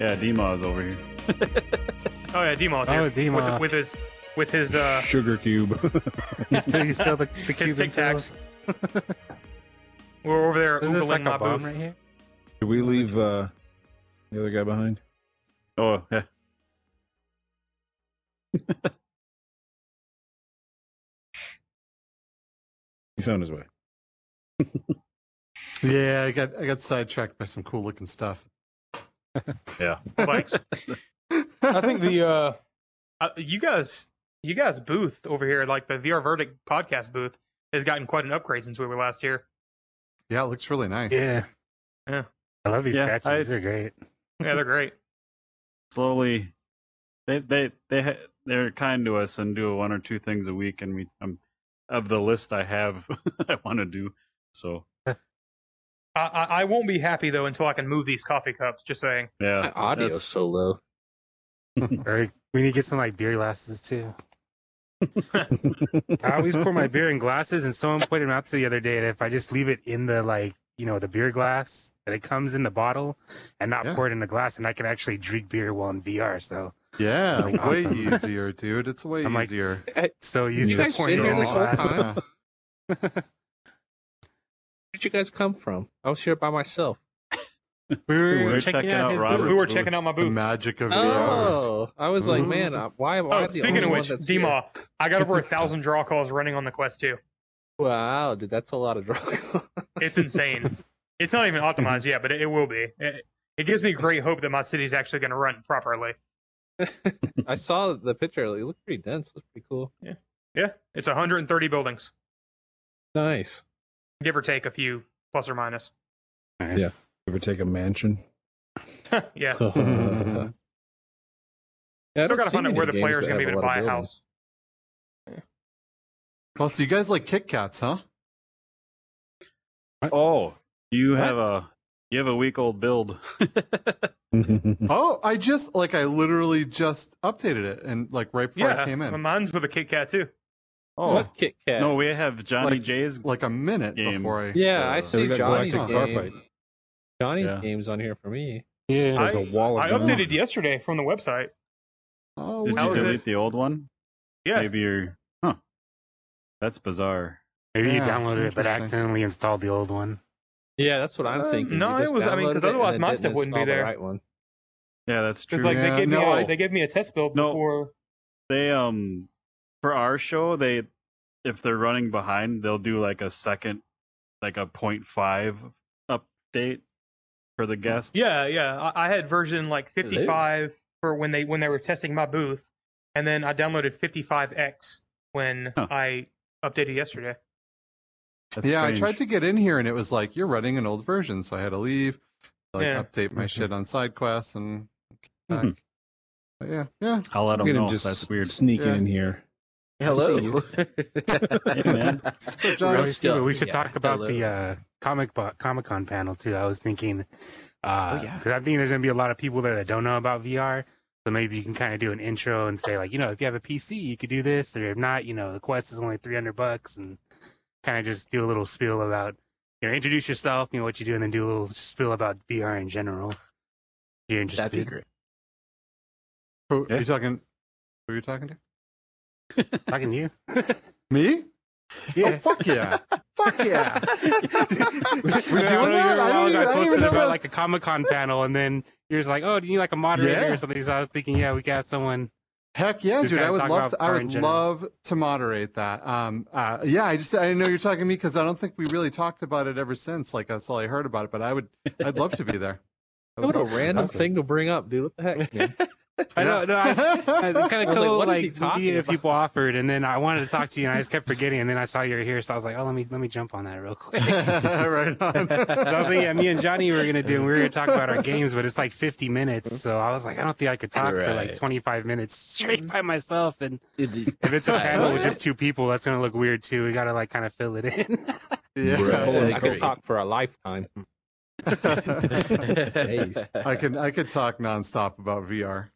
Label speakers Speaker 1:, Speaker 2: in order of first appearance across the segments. Speaker 1: Yeah, Dima is over here.
Speaker 2: Oh yeah, Demon's here
Speaker 3: Oh, Dima.
Speaker 2: With, with his with his uh
Speaker 4: Sugar cube.
Speaker 3: He's still, he's still the, the
Speaker 2: his
Speaker 3: Cuban
Speaker 2: Tic Tacs.
Speaker 3: pills.
Speaker 2: We're over there
Speaker 3: Is this like
Speaker 2: oogling my
Speaker 3: a bomb
Speaker 2: booth.
Speaker 3: right here?
Speaker 4: Did we leave uh, the other guy behind?
Speaker 1: Oh, yeah.
Speaker 4: He found his way.
Speaker 5: Yeah, I got I got sidetracked by some cool looking stuff.
Speaker 2: Thanks.
Speaker 6: I think the uh,
Speaker 2: Uh, you guys, you guys, booth over here, like the VR Verdict podcast booth, has gotten quite an upgrade since we were last here.
Speaker 5: yeah, it looks really nice.
Speaker 3: Yeah.
Speaker 2: Yeah.
Speaker 3: I love these
Speaker 1: Yeah, I-
Speaker 3: statues. They're great.
Speaker 2: Yeah, they're great.
Speaker 1: Slowly, they they they ha- they're kind to us and do one or two things a week, and we um, of the list I have, I want to do. So
Speaker 2: I, I, I won't be happy though until I can move these coffee cups. Just saying.
Speaker 1: yeah,
Speaker 7: My audio's
Speaker 1: that's-
Speaker 7: so low.
Speaker 3: Or we need to get some like beer glasses too. I always pour my beer in glasses, and someone pointed out to the other day that if I just leave it in the like you know the beer glass, that it comes in the bottle, and not
Speaker 5: Yeah.
Speaker 3: pour it in the glass, and I can actually drink beer while in VR. So
Speaker 5: Yeah,
Speaker 3: Like,
Speaker 5: way
Speaker 3: awesome.
Speaker 5: easier, dude. It's way
Speaker 3: I'm like,
Speaker 5: easier.
Speaker 7: Eh,
Speaker 3: so
Speaker 7: You
Speaker 3: used to
Speaker 7: guys
Speaker 3: pouring
Speaker 7: sitting
Speaker 3: it in
Speaker 7: here
Speaker 3: the
Speaker 7: this whole
Speaker 3: glass.
Speaker 7: time? Where'd you guys come from? I was here by myself.
Speaker 3: we were,
Speaker 1: We were checking out
Speaker 3: his
Speaker 1: Robert's
Speaker 3: booth.
Speaker 2: we were
Speaker 1: booth.
Speaker 2: checking out my
Speaker 5: the
Speaker 2: booth.
Speaker 5: magic of VR.
Speaker 7: Oh, I was like,
Speaker 5: Mhm.
Speaker 7: man, uh, why? why
Speaker 2: Mm-hmm. Oh,
Speaker 7: the
Speaker 2: speaking
Speaker 7: only
Speaker 2: of
Speaker 7: one
Speaker 2: which,
Speaker 7: that's here?
Speaker 2: Dima, I got over a thousand draw calls running on the Quest 2.
Speaker 7: Wow, dude, that's a lot of drug.
Speaker 2: It's insane. it's not even optimized yet, but it, it will be. It, it gives me great hope that my city's actually going to run properly.
Speaker 7: I saw Oh, the picture. It looked pretty dense. It looked pretty cool.
Speaker 2: Yeah, it's 130 buildings,
Speaker 7: Nice.
Speaker 2: give or take a few, plus or minus.
Speaker 3: Nice.
Speaker 4: Ever take a mansion?
Speaker 2: yeah,
Speaker 7: yeah, I
Speaker 2: still
Speaker 7: don't
Speaker 2: got to
Speaker 7: see
Speaker 2: find out where
Speaker 7: many
Speaker 2: the
Speaker 7: games
Speaker 2: player's
Speaker 7: that
Speaker 2: going to be
Speaker 7: have
Speaker 2: able to
Speaker 7: lot
Speaker 2: buy
Speaker 7: of
Speaker 2: a
Speaker 7: buildings.
Speaker 2: house.
Speaker 5: Well, so you guys like Kit Kats, huh?
Speaker 1: Oh, you have a you have a week old build.
Speaker 5: Oh, I just like I literally just updated it and like right before
Speaker 2: yeah,
Speaker 5: I came in,
Speaker 2: mine's with a Kit Kat too.
Speaker 1: oh
Speaker 7: What Kit Kat?
Speaker 1: no, we have Johnny
Speaker 5: Like-
Speaker 1: Jay's.
Speaker 5: like a minute
Speaker 1: Game.
Speaker 5: before I.
Speaker 7: Yeah, I
Speaker 1: Uh,
Speaker 7: see
Speaker 4: got
Speaker 7: Johnny's
Speaker 5: Galactic
Speaker 7: game.
Speaker 4: Starfight.
Speaker 7: Johnny's
Speaker 1: Yeah.
Speaker 7: game's on here for me.
Speaker 4: Yeah,
Speaker 2: I-
Speaker 4: there's a wall of
Speaker 2: I
Speaker 4: them.
Speaker 2: updated yesterday from the website.
Speaker 5: Oh,
Speaker 1: Did
Speaker 2: How
Speaker 1: you
Speaker 2: is
Speaker 5: weird.
Speaker 1: delete the old one?
Speaker 2: Yeah,
Speaker 1: Maybe you're. Huh. That's bizarre.
Speaker 3: Maybe you
Speaker 5: Yeah,
Speaker 3: downloaded it, but
Speaker 5: interesting.
Speaker 3: accidentally installed the old one.
Speaker 7: Yeah, that's what I'm
Speaker 2: Uh,
Speaker 7: thinking. You
Speaker 2: no, it
Speaker 7: just
Speaker 2: was- I mean, 'cause
Speaker 7: downloaded it and
Speaker 2: otherwise
Speaker 7: it
Speaker 2: my
Speaker 7: didn't
Speaker 2: stuff wouldn't be
Speaker 7: install the
Speaker 2: there.
Speaker 7: right one.
Speaker 1: Yeah, that's true.
Speaker 2: because like
Speaker 5: Yeah,
Speaker 2: they gave
Speaker 5: no,
Speaker 2: me
Speaker 5: I-
Speaker 2: a, they gave me a test build
Speaker 1: No.
Speaker 2: before.
Speaker 1: they um for our show they if they're running behind they'll do like a second like a 0.5 update for
Speaker 5: Mm.
Speaker 1: the guest
Speaker 2: Yeah, yeah. I, I had version like 55 for when they when they were testing my booth, and then I downloaded 55x when
Speaker 1: Huh.
Speaker 2: I updated yesterday.
Speaker 1: That's
Speaker 5: Yeah, I
Speaker 1: strange.
Speaker 5: tried to get in here and it was like you're running an old version, so I had to leave, like
Speaker 2: Yeah.
Speaker 5: update my shit on side quests and. Back.
Speaker 1: Mhm.
Speaker 5: But yeah, yeah.
Speaker 1: i'll let
Speaker 4: Look at
Speaker 1: them
Speaker 4: him
Speaker 1: know
Speaker 4: just
Speaker 1: that's weird
Speaker 4: sneaking
Speaker 5: Yeah.
Speaker 4: in here.
Speaker 6: hello.
Speaker 1: man.
Speaker 5: So John,
Speaker 3: Really
Speaker 7: Roast
Speaker 3: stupid. we
Speaker 7: up.
Speaker 3: should
Speaker 7: Yeah,
Speaker 3: talk about
Speaker 7: hello.
Speaker 3: the uh, comic bo- Comic Con panel too. I was thinking, uh,
Speaker 6: Oh, yeah.
Speaker 3: 'cause I think there's gonna be a lot of people there that don't know about VR. So maybe you can kind of do an intro and say like, you know, if you have a PC, you could do this, or if not, you know, the Quest is only three hundred bucks, and kind of just do a little spiel about, you know, introduce yourself, you know, what you do, and then do a little spiel about VR in general. If you're interested?
Speaker 6: That'd be great.
Speaker 5: who,
Speaker 1: Yeah.
Speaker 5: you talking? Who are you talking to?
Speaker 3: Talking to you?
Speaker 5: Me? Oh
Speaker 3: Yeah.
Speaker 5: fuck yeah! fuck yeah!
Speaker 3: Yeah,
Speaker 5: We're
Speaker 3: I don't
Speaker 5: doing
Speaker 3: even
Speaker 5: that. I
Speaker 3: remember
Speaker 5: don't
Speaker 3: I
Speaker 5: even, I don't
Speaker 3: posted
Speaker 5: even know.
Speaker 3: about
Speaker 5: that was-
Speaker 3: like a Comic Con panel, and then you're just like, "Oh, do you need like a moderator
Speaker 5: Yeah.
Speaker 3: or something?" So I was thinking, yeah, we got someone.
Speaker 5: Heck yeah,
Speaker 3: Just
Speaker 5: dude!
Speaker 3: kinda
Speaker 5: I would
Speaker 3: talk
Speaker 5: love
Speaker 3: about
Speaker 5: to. I
Speaker 3: car
Speaker 5: would
Speaker 3: in general.
Speaker 5: love to moderate that. Um, uh, yeah, I just I didn't know you're talking to me because I don't think we really talked about it ever since. Like that's all I heard about it. But I would, I'd love to be there. I would
Speaker 7: What a
Speaker 5: love to be
Speaker 7: random
Speaker 5: there.
Speaker 7: thing to bring up, dude. What the heck? man?
Speaker 3: I know, no, I,
Speaker 5: Yeah.
Speaker 3: kind of
Speaker 7: I was like,
Speaker 3: cool.
Speaker 7: what is he
Speaker 3: Like,
Speaker 7: talking
Speaker 3: media
Speaker 7: about?
Speaker 3: people offered, and then I wanted to talk to you, and I just kept forgetting, and then I saw you were here, so I was like, "Oh, let me let me jump on that real quick."
Speaker 5: right on.
Speaker 3: So I was like, "Yeah, me and Johnny were gonna do, and we were gonna talk about our games, but it's like 50 minutes, so I was like, I don't think I could talk for like
Speaker 6: Right.
Speaker 3: 25 minutes straight by myself, and
Speaker 6: It-
Speaker 3: if it's a
Speaker 6: Right.
Speaker 3: panel with just two people, that's gonna look weird too. We gotta like kind of fill it in."
Speaker 5: yeah.
Speaker 6: Bro.
Speaker 7: Mm-hmm. I could talk for a lifetime.
Speaker 6: Nice.
Speaker 5: I can I could talk nonstop about VR.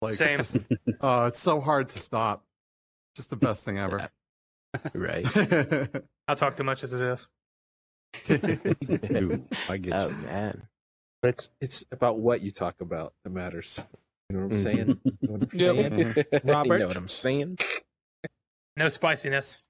Speaker 5: Like
Speaker 2: Same.
Speaker 5: just oh, it's so hard to stop. Just the best thing ever.
Speaker 6: right.
Speaker 2: I'll talk too much as it is.
Speaker 4: Ooh, I get
Speaker 6: Oh
Speaker 4: you.
Speaker 6: man.
Speaker 7: But it's it's about what you talk about that matters. You know what I'm
Speaker 6: Mhm.
Speaker 7: saying? You know what I'm
Speaker 6: Yeah.
Speaker 7: saying?
Speaker 6: you know
Speaker 7: Robert?
Speaker 6: what I'm saying?
Speaker 2: No spiciness.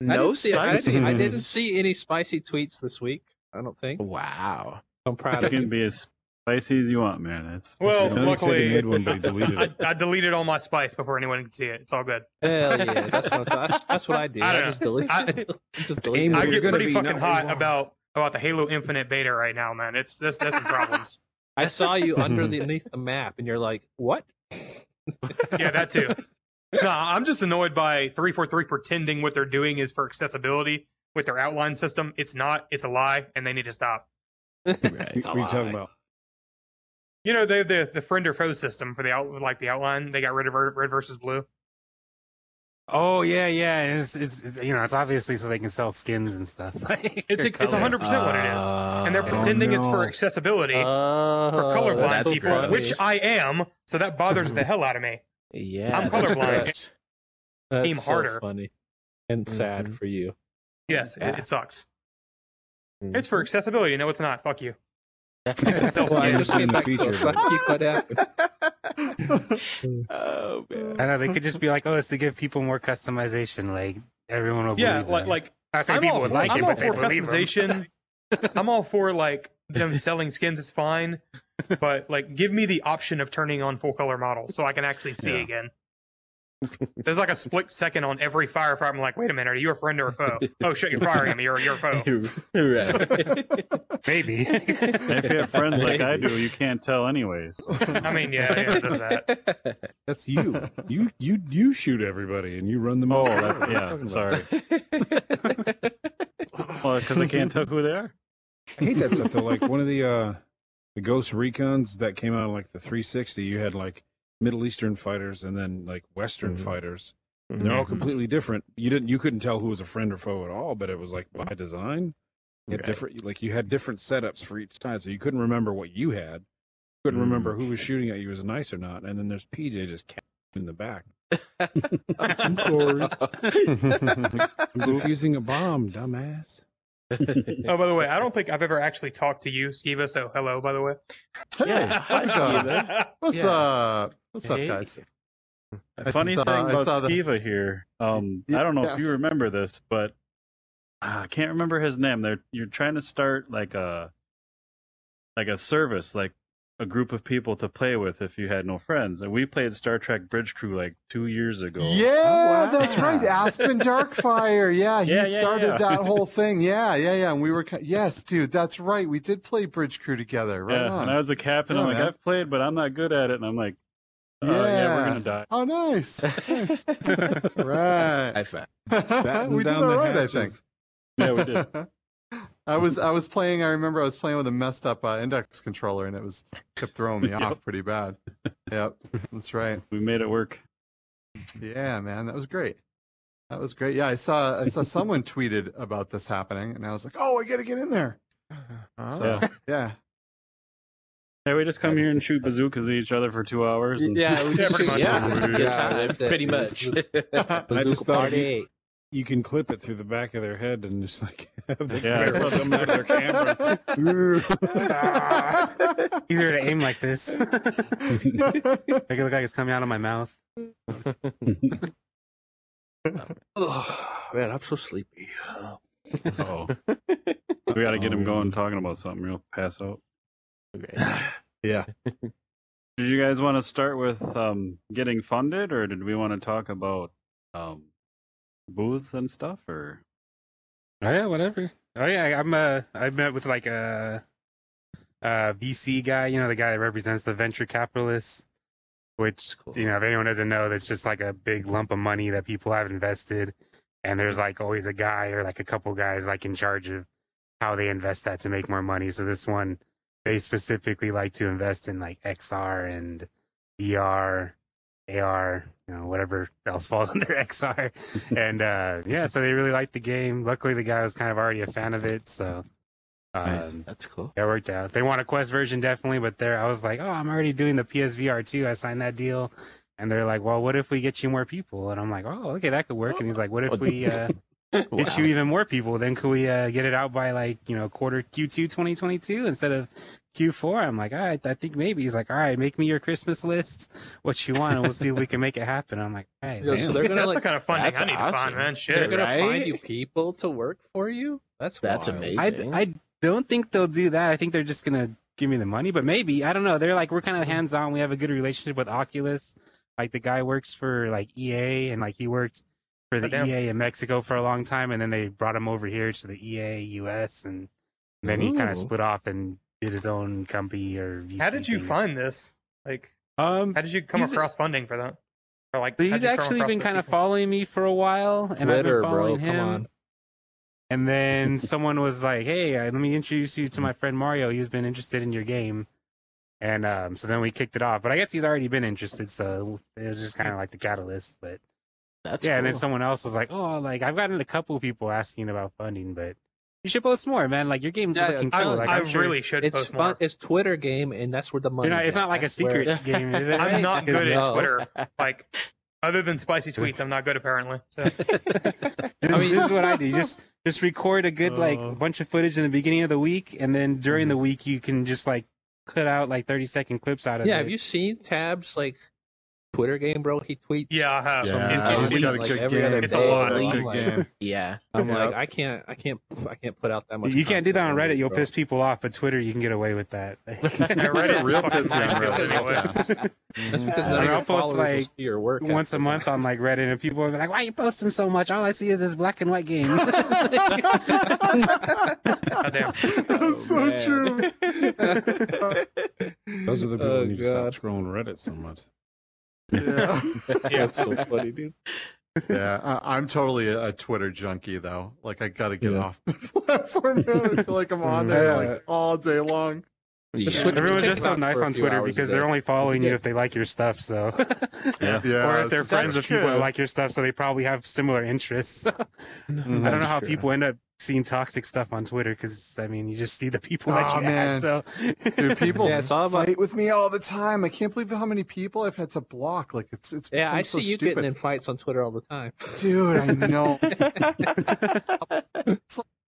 Speaker 7: I
Speaker 6: No
Speaker 7: didn't see- I didn't- I didn't
Speaker 6: spiciness.
Speaker 7: see any spicy tweets this week. I don't think.
Speaker 6: Wow.
Speaker 7: I'm proud
Speaker 1: You
Speaker 7: of
Speaker 1: can
Speaker 7: you.
Speaker 1: be as spicy as you want, man. It's
Speaker 2: Well,
Speaker 4: Johnny said
Speaker 2: luckily-
Speaker 4: he made one, but he deleted
Speaker 2: I,
Speaker 4: it.
Speaker 2: I deleted all my spice before anyone could see it. It's all good.
Speaker 7: Hell yeah, that's what I, that's, that's what I did.
Speaker 2: I
Speaker 7: I,
Speaker 2: don't
Speaker 7: just deleted.
Speaker 2: I-
Speaker 7: I, just deleted.
Speaker 4: Aim
Speaker 2: I
Speaker 4: You're
Speaker 2: get
Speaker 4: gonna
Speaker 2: pretty
Speaker 4: be
Speaker 2: fucking
Speaker 4: not
Speaker 2: hot
Speaker 4: wrong.
Speaker 2: about about the Halo Infinite beta right now, man. It's that's that's some problems.
Speaker 7: I saw you underneath the map, and you're like, "What?"
Speaker 2: yeah, that too. No, I'm just annoyed by 343 pretending what they're doing is for accessibility with their outline system. It's not. It's a lie, and they need to stop.
Speaker 6: Right.
Speaker 4: What are you talking about?
Speaker 2: You know, they have the the friend or foe system for the out like the outline. They got rid of red, red versus blue.
Speaker 3: Oh yeah, yeah. and It's, it's it's you know it's obviously so they can sell skins and stuff.
Speaker 2: It's it's 100 percent what it is, and they're
Speaker 6: Oh,
Speaker 2: pretending it's for
Speaker 4: no.
Speaker 2: accessibility for
Speaker 7: Oh,
Speaker 2: colorblind
Speaker 6: that's
Speaker 2: people,
Speaker 6: gross.
Speaker 2: which I am. So that bothers the hell out of me.
Speaker 6: Yeah.
Speaker 2: I'm
Speaker 6: that's
Speaker 2: colorblind.
Speaker 6: gross.
Speaker 7: that's
Speaker 2: aim
Speaker 7: so
Speaker 2: harder.
Speaker 7: funny and
Speaker 4: Mm-hmm.
Speaker 7: sad
Speaker 6: Mhm.
Speaker 7: for you.
Speaker 2: Yes, it-
Speaker 6: Yeah.
Speaker 2: it, sucks. It's for accessibility. No, it's not. Fuck you. Self
Speaker 7: Well, I
Speaker 4: Yeah,
Speaker 7: just
Speaker 4: it's in
Speaker 7: came
Speaker 4: the
Speaker 7: back to
Speaker 4: feature,
Speaker 7: a fuck you, what happened?
Speaker 6: oh man.
Speaker 3: I know they could just be like, oh, it's to give people more customization. Like everyone will.
Speaker 2: Yeah,
Speaker 3: believe
Speaker 2: like
Speaker 3: them.
Speaker 2: like
Speaker 3: not saying
Speaker 2: I'm
Speaker 3: people
Speaker 2: all,
Speaker 3: would like
Speaker 2: I'm
Speaker 3: it,
Speaker 2: all
Speaker 3: but they
Speaker 2: for
Speaker 3: believe 'em.
Speaker 2: customization. I'm all for like them selling skins is fine, but like give me the option of turning on full color models so I can actually see
Speaker 1: Yeah.
Speaker 2: again. There's like a split second on every firefighter. I'm like, wait a minute, are you a friend or a foe? Oh shit, you're firing me. You're you're a foe.
Speaker 6: right.
Speaker 3: Maybe.
Speaker 1: if you have friends like I
Speaker 6: Maybe.
Speaker 1: do, you can't tell anyways. So.
Speaker 2: I mean, yeah, yeah, there's that.
Speaker 4: That's you. You you you shoot everybody and you run them all.
Speaker 1: Oh, that's- yeah, sorry. Well, because I can't tell who they are.
Speaker 4: I hate that stuff though. Like one of the uh the Ghost Recons that came out in like the 360, you had like Middle Eastern fighters and then like Western
Speaker 6: Mhm.
Speaker 4: fighters. And they're all
Speaker 6: Mm-hmm.
Speaker 4: completely different. You didn't you couldn't tell who was a friend or foe at all, but it was like by design. You had
Speaker 6: Right.
Speaker 4: different like you had different setups for each side, so you couldn't remember what you had. You couldn't remember who was shooting at you was nice or not. And then there's PJ just ca- in the back.
Speaker 6: I'm
Speaker 4: sorry. I'm defusing a bomb, dumbass.
Speaker 2: Oh, by the way, I don't think I've ever actually talked to you, Skiva. So hello, by the way.
Speaker 5: Yeah, how's it
Speaker 6: hi,
Speaker 5: going?
Speaker 6: Skiva.
Speaker 5: What's
Speaker 6: Yeah.
Speaker 5: up? What's up,
Speaker 6: Hey.
Speaker 5: guys? I
Speaker 1: Funny
Speaker 5: saw-
Speaker 1: thing
Speaker 5: uh, I
Speaker 1: about
Speaker 5: saw the-
Speaker 1: Skiva here, um, I don't know if
Speaker 5: Yes.
Speaker 1: you remember this, but ah, I can't remember his name. They're you're trying to start like a like a service, like a group of people to play with if you had no friends. And we played Star Trek Bridge Crew like two years ago.
Speaker 5: Yeah, that's
Speaker 6: wow.
Speaker 5: right. Aspen Darkfire. Yeah, he
Speaker 1: Yeah, yeah,
Speaker 5: started
Speaker 1: yeah.
Speaker 5: that whole thing. Yeah, yeah, yeah. And we were, ki- yes, dude, that's right. We did play Bridge Crew together. Right
Speaker 1: yeah.
Speaker 5: on.
Speaker 1: And I was a captain.
Speaker 5: Yeah,
Speaker 1: I'm like,
Speaker 5: man.
Speaker 1: I've played, but I'm not good at it. And I'm like, uh, yeah. we're
Speaker 5: Yeah.
Speaker 1: gonna die.
Speaker 5: Oh, nice. nice. right.
Speaker 6: High five.
Speaker 4: Batten
Speaker 5: we did
Speaker 4: down
Speaker 5: all
Speaker 4: the
Speaker 5: right, I think.
Speaker 4: hatches.
Speaker 1: Yeah, we did.
Speaker 5: I was I was playing. I remember I was playing with a messed up uh, index controller, and it was kept throwing me
Speaker 1: Yep.
Speaker 5: off pretty bad. Yep, that's right.
Speaker 1: We made it work.
Speaker 5: Yeah, man, that was great. That was great. Yeah, I saw I saw someone tweeted about this happening, and I was like, oh, I gotta get in there. So
Speaker 2: Uh-huh.
Speaker 1: Yeah.
Speaker 5: yeah,
Speaker 1: Hey, we just come here and shoot bazookas at each other for two hours. And
Speaker 7: yeah, we
Speaker 2: Yeah,
Speaker 7: just-
Speaker 2: pretty much.
Speaker 6: Yeah. Good times,
Speaker 7: that's it.
Speaker 6: pretty much.
Speaker 4: I just
Speaker 7: Bazooka
Speaker 4: thought
Speaker 7: party.
Speaker 4: You can clip it through the back of their head and just like have the
Speaker 1: Yeah, that's
Speaker 4: barrel
Speaker 1: what-
Speaker 4: come out of their camera.
Speaker 3: Easier to aim like this. Make it look like it's coming out of my mouth.
Speaker 7: Oh, man, I'm so sleepy.
Speaker 1: Oh, we got to get him
Speaker 5: Oh.
Speaker 1: going talking about something. He'll pass out.
Speaker 7: Yeah.
Speaker 1: Did you guys want to start with um, getting funded, or did we want to talk about um, booths and stuff? Or
Speaker 3: Oh yeah, whatever. Oh yeah, I- I'm uh I met with like a uh VC guy, you know, the guy that represents the venture capitalists, which
Speaker 6: Cool.
Speaker 3: you know, if anyone doesn't know, that's just like a big lump of money that people have invested and there's like always a guy or like a couple guys like in charge of how they invest that to make more money. So this one they specifically like to invest in like XR and E VR, AR, you know, whatever else falls under XR. and uh yeah, so they really liked the game. Luckily the guy was kind of already a fan of it, so
Speaker 1: Nice.
Speaker 3: Um,
Speaker 6: That's cool.
Speaker 3: That worked out. They want a Quest version definitely, but there I was like, oh, I'm already doing the PSVR too. I signed that deal, and they're like, well, what if we get you more people? And I'm like, oh, okay, that could work. And he's like, what if we uh, get you even more people? Then could we uh, get it out by like you know quarter Q2 2022 instead of Q4? I'm like, all right, I think maybe. He's like, all right, make me your Christmas list, what you want, and we'll see if we can make it happen. I'm like, all right,
Speaker 7: Yo,
Speaker 3: damn.
Speaker 7: so they're gonna
Speaker 2: that's the
Speaker 7: like
Speaker 2: kind of funding
Speaker 6: that's
Speaker 2: I need to
Speaker 6: awesome.
Speaker 2: find, man.
Speaker 7: they're
Speaker 2: Shit.
Speaker 7: gonna find
Speaker 6: Right?
Speaker 7: you people to work for you. That's
Speaker 6: That's
Speaker 7: wild.
Speaker 6: amazing.
Speaker 3: I, I don't think they'll do that. I think they're just gonna give me the money, but maybe I don't know. They're like we're kind of hands on. We have a good relationship with Oculus. Like the guy works for like EA, and like he worked for the
Speaker 2: Oh, damn.
Speaker 3: EA in Mexico for a long time, and then they brought him over here to the E EA US, and then he kind
Speaker 7: Ooh.
Speaker 3: of split off and did his own company or. VC
Speaker 2: How did you
Speaker 3: thing.
Speaker 2: find this? Like,
Speaker 3: Um,
Speaker 2: how did you come
Speaker 3: He's-
Speaker 2: across funding for that? Or like, how'd
Speaker 3: he's
Speaker 2: you come
Speaker 3: actually
Speaker 2: across
Speaker 3: been
Speaker 2: those
Speaker 3: kind of
Speaker 2: people?
Speaker 3: following me for a while, and I've
Speaker 7: Twitter,
Speaker 3: been
Speaker 7: bro.
Speaker 3: following
Speaker 7: Come
Speaker 3: him.
Speaker 7: on.
Speaker 3: And then someone was like, "Hey, uh, let me introduce you to my friend Mario. He's been interested in your game." And um, so then we kicked it off. But I guess he's already been interested, so it was just kind of like the catalyst. But
Speaker 6: That's
Speaker 3: yeah,
Speaker 6: cool.
Speaker 3: and then someone else was like, "Oh, like I've gotten a couple people asking about funding, but you should post more, man. Like your game's
Speaker 7: Yeah, yeah,
Speaker 3: looking
Speaker 2: I,
Speaker 3: cool. Like
Speaker 2: I
Speaker 3: I'm sure
Speaker 2: really should
Speaker 7: It's
Speaker 2: post
Speaker 7: fun.
Speaker 2: more.
Speaker 7: It's Twitter game, and that's where the
Speaker 3: you're
Speaker 7: money.
Speaker 3: not, it's not like a secret game, is it?
Speaker 2: I'm
Speaker 3: right?
Speaker 2: not good at
Speaker 7: No.
Speaker 2: Twitter. Like, other than spicy tweets, I'm not good apparently. So
Speaker 3: This, this is what I do. You Just just record a good
Speaker 5: Uh.
Speaker 3: like bunch of footage in the beginning of the week, and then during the week you can just like cut out like thirty second clips out of
Speaker 7: Yeah,
Speaker 3: it.
Speaker 7: have you seen Tabs like Twitter game, bro? He tweets.
Speaker 2: yeah, I have.
Speaker 5: yeah,
Speaker 2: It's-
Speaker 6: he's
Speaker 5: he's
Speaker 2: it's-
Speaker 5: got a
Speaker 7: like
Speaker 5: good
Speaker 7: every
Speaker 5: game.
Speaker 7: other
Speaker 2: It's a day. lot.
Speaker 5: Good
Speaker 6: I'm
Speaker 7: like-
Speaker 5: game.
Speaker 6: yeah.
Speaker 7: I'm
Speaker 5: Yeah.
Speaker 7: like, I can't, I can't, I can't put out that much.
Speaker 3: you can't do that on
Speaker 7: content,
Speaker 3: Reddit. You'll
Speaker 7: bro.
Speaker 3: piss people off, but Twitter you can get away with that.
Speaker 2: Yeah, Reddit's
Speaker 5: Real
Speaker 2: fucking
Speaker 5: piss me off,
Speaker 2: minefield
Speaker 7: Reddit.
Speaker 2: anyway.
Speaker 7: That's
Speaker 3: Like,
Speaker 7: because none of
Speaker 3: I'll
Speaker 7: your
Speaker 3: post,
Speaker 7: followers will
Speaker 3: like,
Speaker 7: see your work
Speaker 3: Once a
Speaker 7: after
Speaker 3: month on like Reddit, and people will be like, "Why are you posting so much? All I see is this black and white game."
Speaker 2: Goddamn.
Speaker 5: That's so
Speaker 7: Oh,
Speaker 5: true.
Speaker 7: that.
Speaker 4: Those are the people
Speaker 7: Oh,
Speaker 4: who need to stop
Speaker 7: God.
Speaker 4: scrolling Reddit so much.
Speaker 5: Yeah,
Speaker 7: That's so funny, dude.
Speaker 5: yeah. I, I'm totally a, a Twitter junkie though. Like I gotta get
Speaker 4: Yeah.
Speaker 5: off the platform. Man. I feel like I'm on there like all day long.
Speaker 6: Yeah.
Speaker 7: switch-
Speaker 3: Everyone's
Speaker 7: Check
Speaker 3: just
Speaker 7: it
Speaker 3: so
Speaker 7: out
Speaker 3: nice
Speaker 7: for a
Speaker 3: on
Speaker 7: few
Speaker 3: Twitter
Speaker 7: hours a
Speaker 3: because
Speaker 7: day.
Speaker 3: they're only following you
Speaker 7: Yeah.
Speaker 3: if they like your stuff. So,
Speaker 1: Yeah.
Speaker 5: Yeah,
Speaker 3: or if they're
Speaker 5: that's-
Speaker 3: friends with
Speaker 5: that's
Speaker 3: people that
Speaker 5: true.
Speaker 3: like your stuff, so they probably have similar interests.
Speaker 5: Mhm.
Speaker 3: I don't know how
Speaker 6: That's true.
Speaker 3: people end up seeing toxic stuff on Twitter because I mean, you just see the people that
Speaker 5: Oh,
Speaker 3: you
Speaker 5: man.
Speaker 3: add. So,
Speaker 5: Dude, people
Speaker 7: Yeah, it's all about-
Speaker 5: fight with me all the time. I can't believe how many people I've had to block. Like it's it's
Speaker 7: Yeah,
Speaker 5: become
Speaker 7: I
Speaker 5: so
Speaker 7: see you
Speaker 5: stupid.
Speaker 7: getting in fights on Twitter all the time.
Speaker 5: Dude, I know.
Speaker 2: I,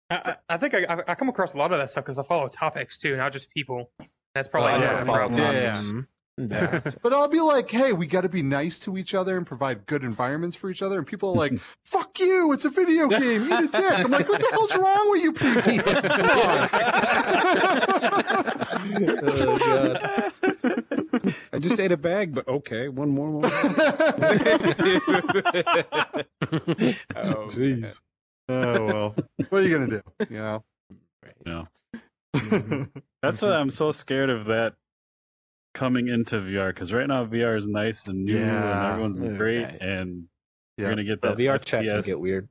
Speaker 2: I I think I, I- I come across a lot of that stuff because I follow topics too, not just people. That's probably
Speaker 7: Oh,
Speaker 2: another
Speaker 5: yeah.
Speaker 2: problem.
Speaker 5: Yeah, yeah. Yeah. but I'll be like, hey, we got to be nice to each other and provide good environments for each other. And people are like, fuck you, it's a video game, eat a dick. I'm like, what the hell's wrong with you people?
Speaker 7: oh, God.
Speaker 4: I just ate a bag, but okay, one more. One more.
Speaker 6: Oh,
Speaker 4: Jeez.
Speaker 5: oh well, what are you gonna do? You know.
Speaker 1: No.
Speaker 5: Mhm.
Speaker 1: That's what I'm so scared of that coming into VR because right now VR is nice and new
Speaker 5: Yeah.
Speaker 1: and everyone's
Speaker 6: Okay.
Speaker 1: great and
Speaker 5: Yeah.
Speaker 1: you're gonna get
Speaker 7: Bro,
Speaker 1: that
Speaker 7: VR chat can
Speaker 1: FPS.
Speaker 7: get weird.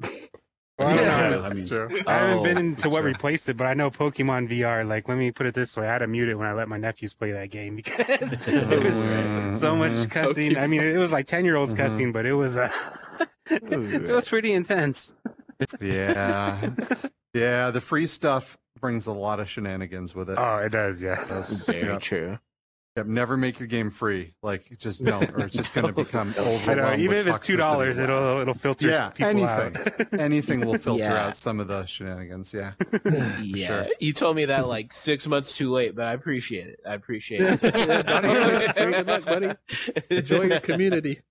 Speaker 3: Well, I don't
Speaker 5: yeah,
Speaker 3: know.
Speaker 1: I
Speaker 5: that's
Speaker 1: mean-
Speaker 5: true.
Speaker 3: I haven't
Speaker 6: Oh,
Speaker 3: been
Speaker 6: this
Speaker 3: into
Speaker 6: is
Speaker 3: what
Speaker 6: true.
Speaker 3: replaced it, but I know Pokemon VR. Like, let me put it this way: I had to mute it when I let my nephews play that game because it was so much
Speaker 5: Mhm.
Speaker 3: cussing. I mean, it was like ten-year-olds
Speaker 5: Mhm.
Speaker 3: cussing, but it was uh, it was pretty intense.
Speaker 5: Mm-hmm. Yeah, it's- yeah. The free stuff brings a lot of shenanigans with it.
Speaker 3: Oh, it does, yeah.
Speaker 5: That's-
Speaker 6: Very
Speaker 5: yeah.
Speaker 6: true.
Speaker 5: Yeah, never make your game free. Like, just don't, or it's just going to become
Speaker 3: I
Speaker 5: overwhelmed.
Speaker 3: know. uh, Even
Speaker 5: with
Speaker 3: if it's two dollars,
Speaker 5: toxicity.
Speaker 3: it'll it'll filter
Speaker 5: Yeah,
Speaker 3: people
Speaker 5: anything. anything will filter
Speaker 6: Yeah.
Speaker 5: out some of the shenanigans. Yeah,
Speaker 6: Yeah.
Speaker 5: sure.
Speaker 6: You told me that like six months too late, but I appreciate it. I appreciate it.
Speaker 7: Very good luck, buddy. Enjoy your community.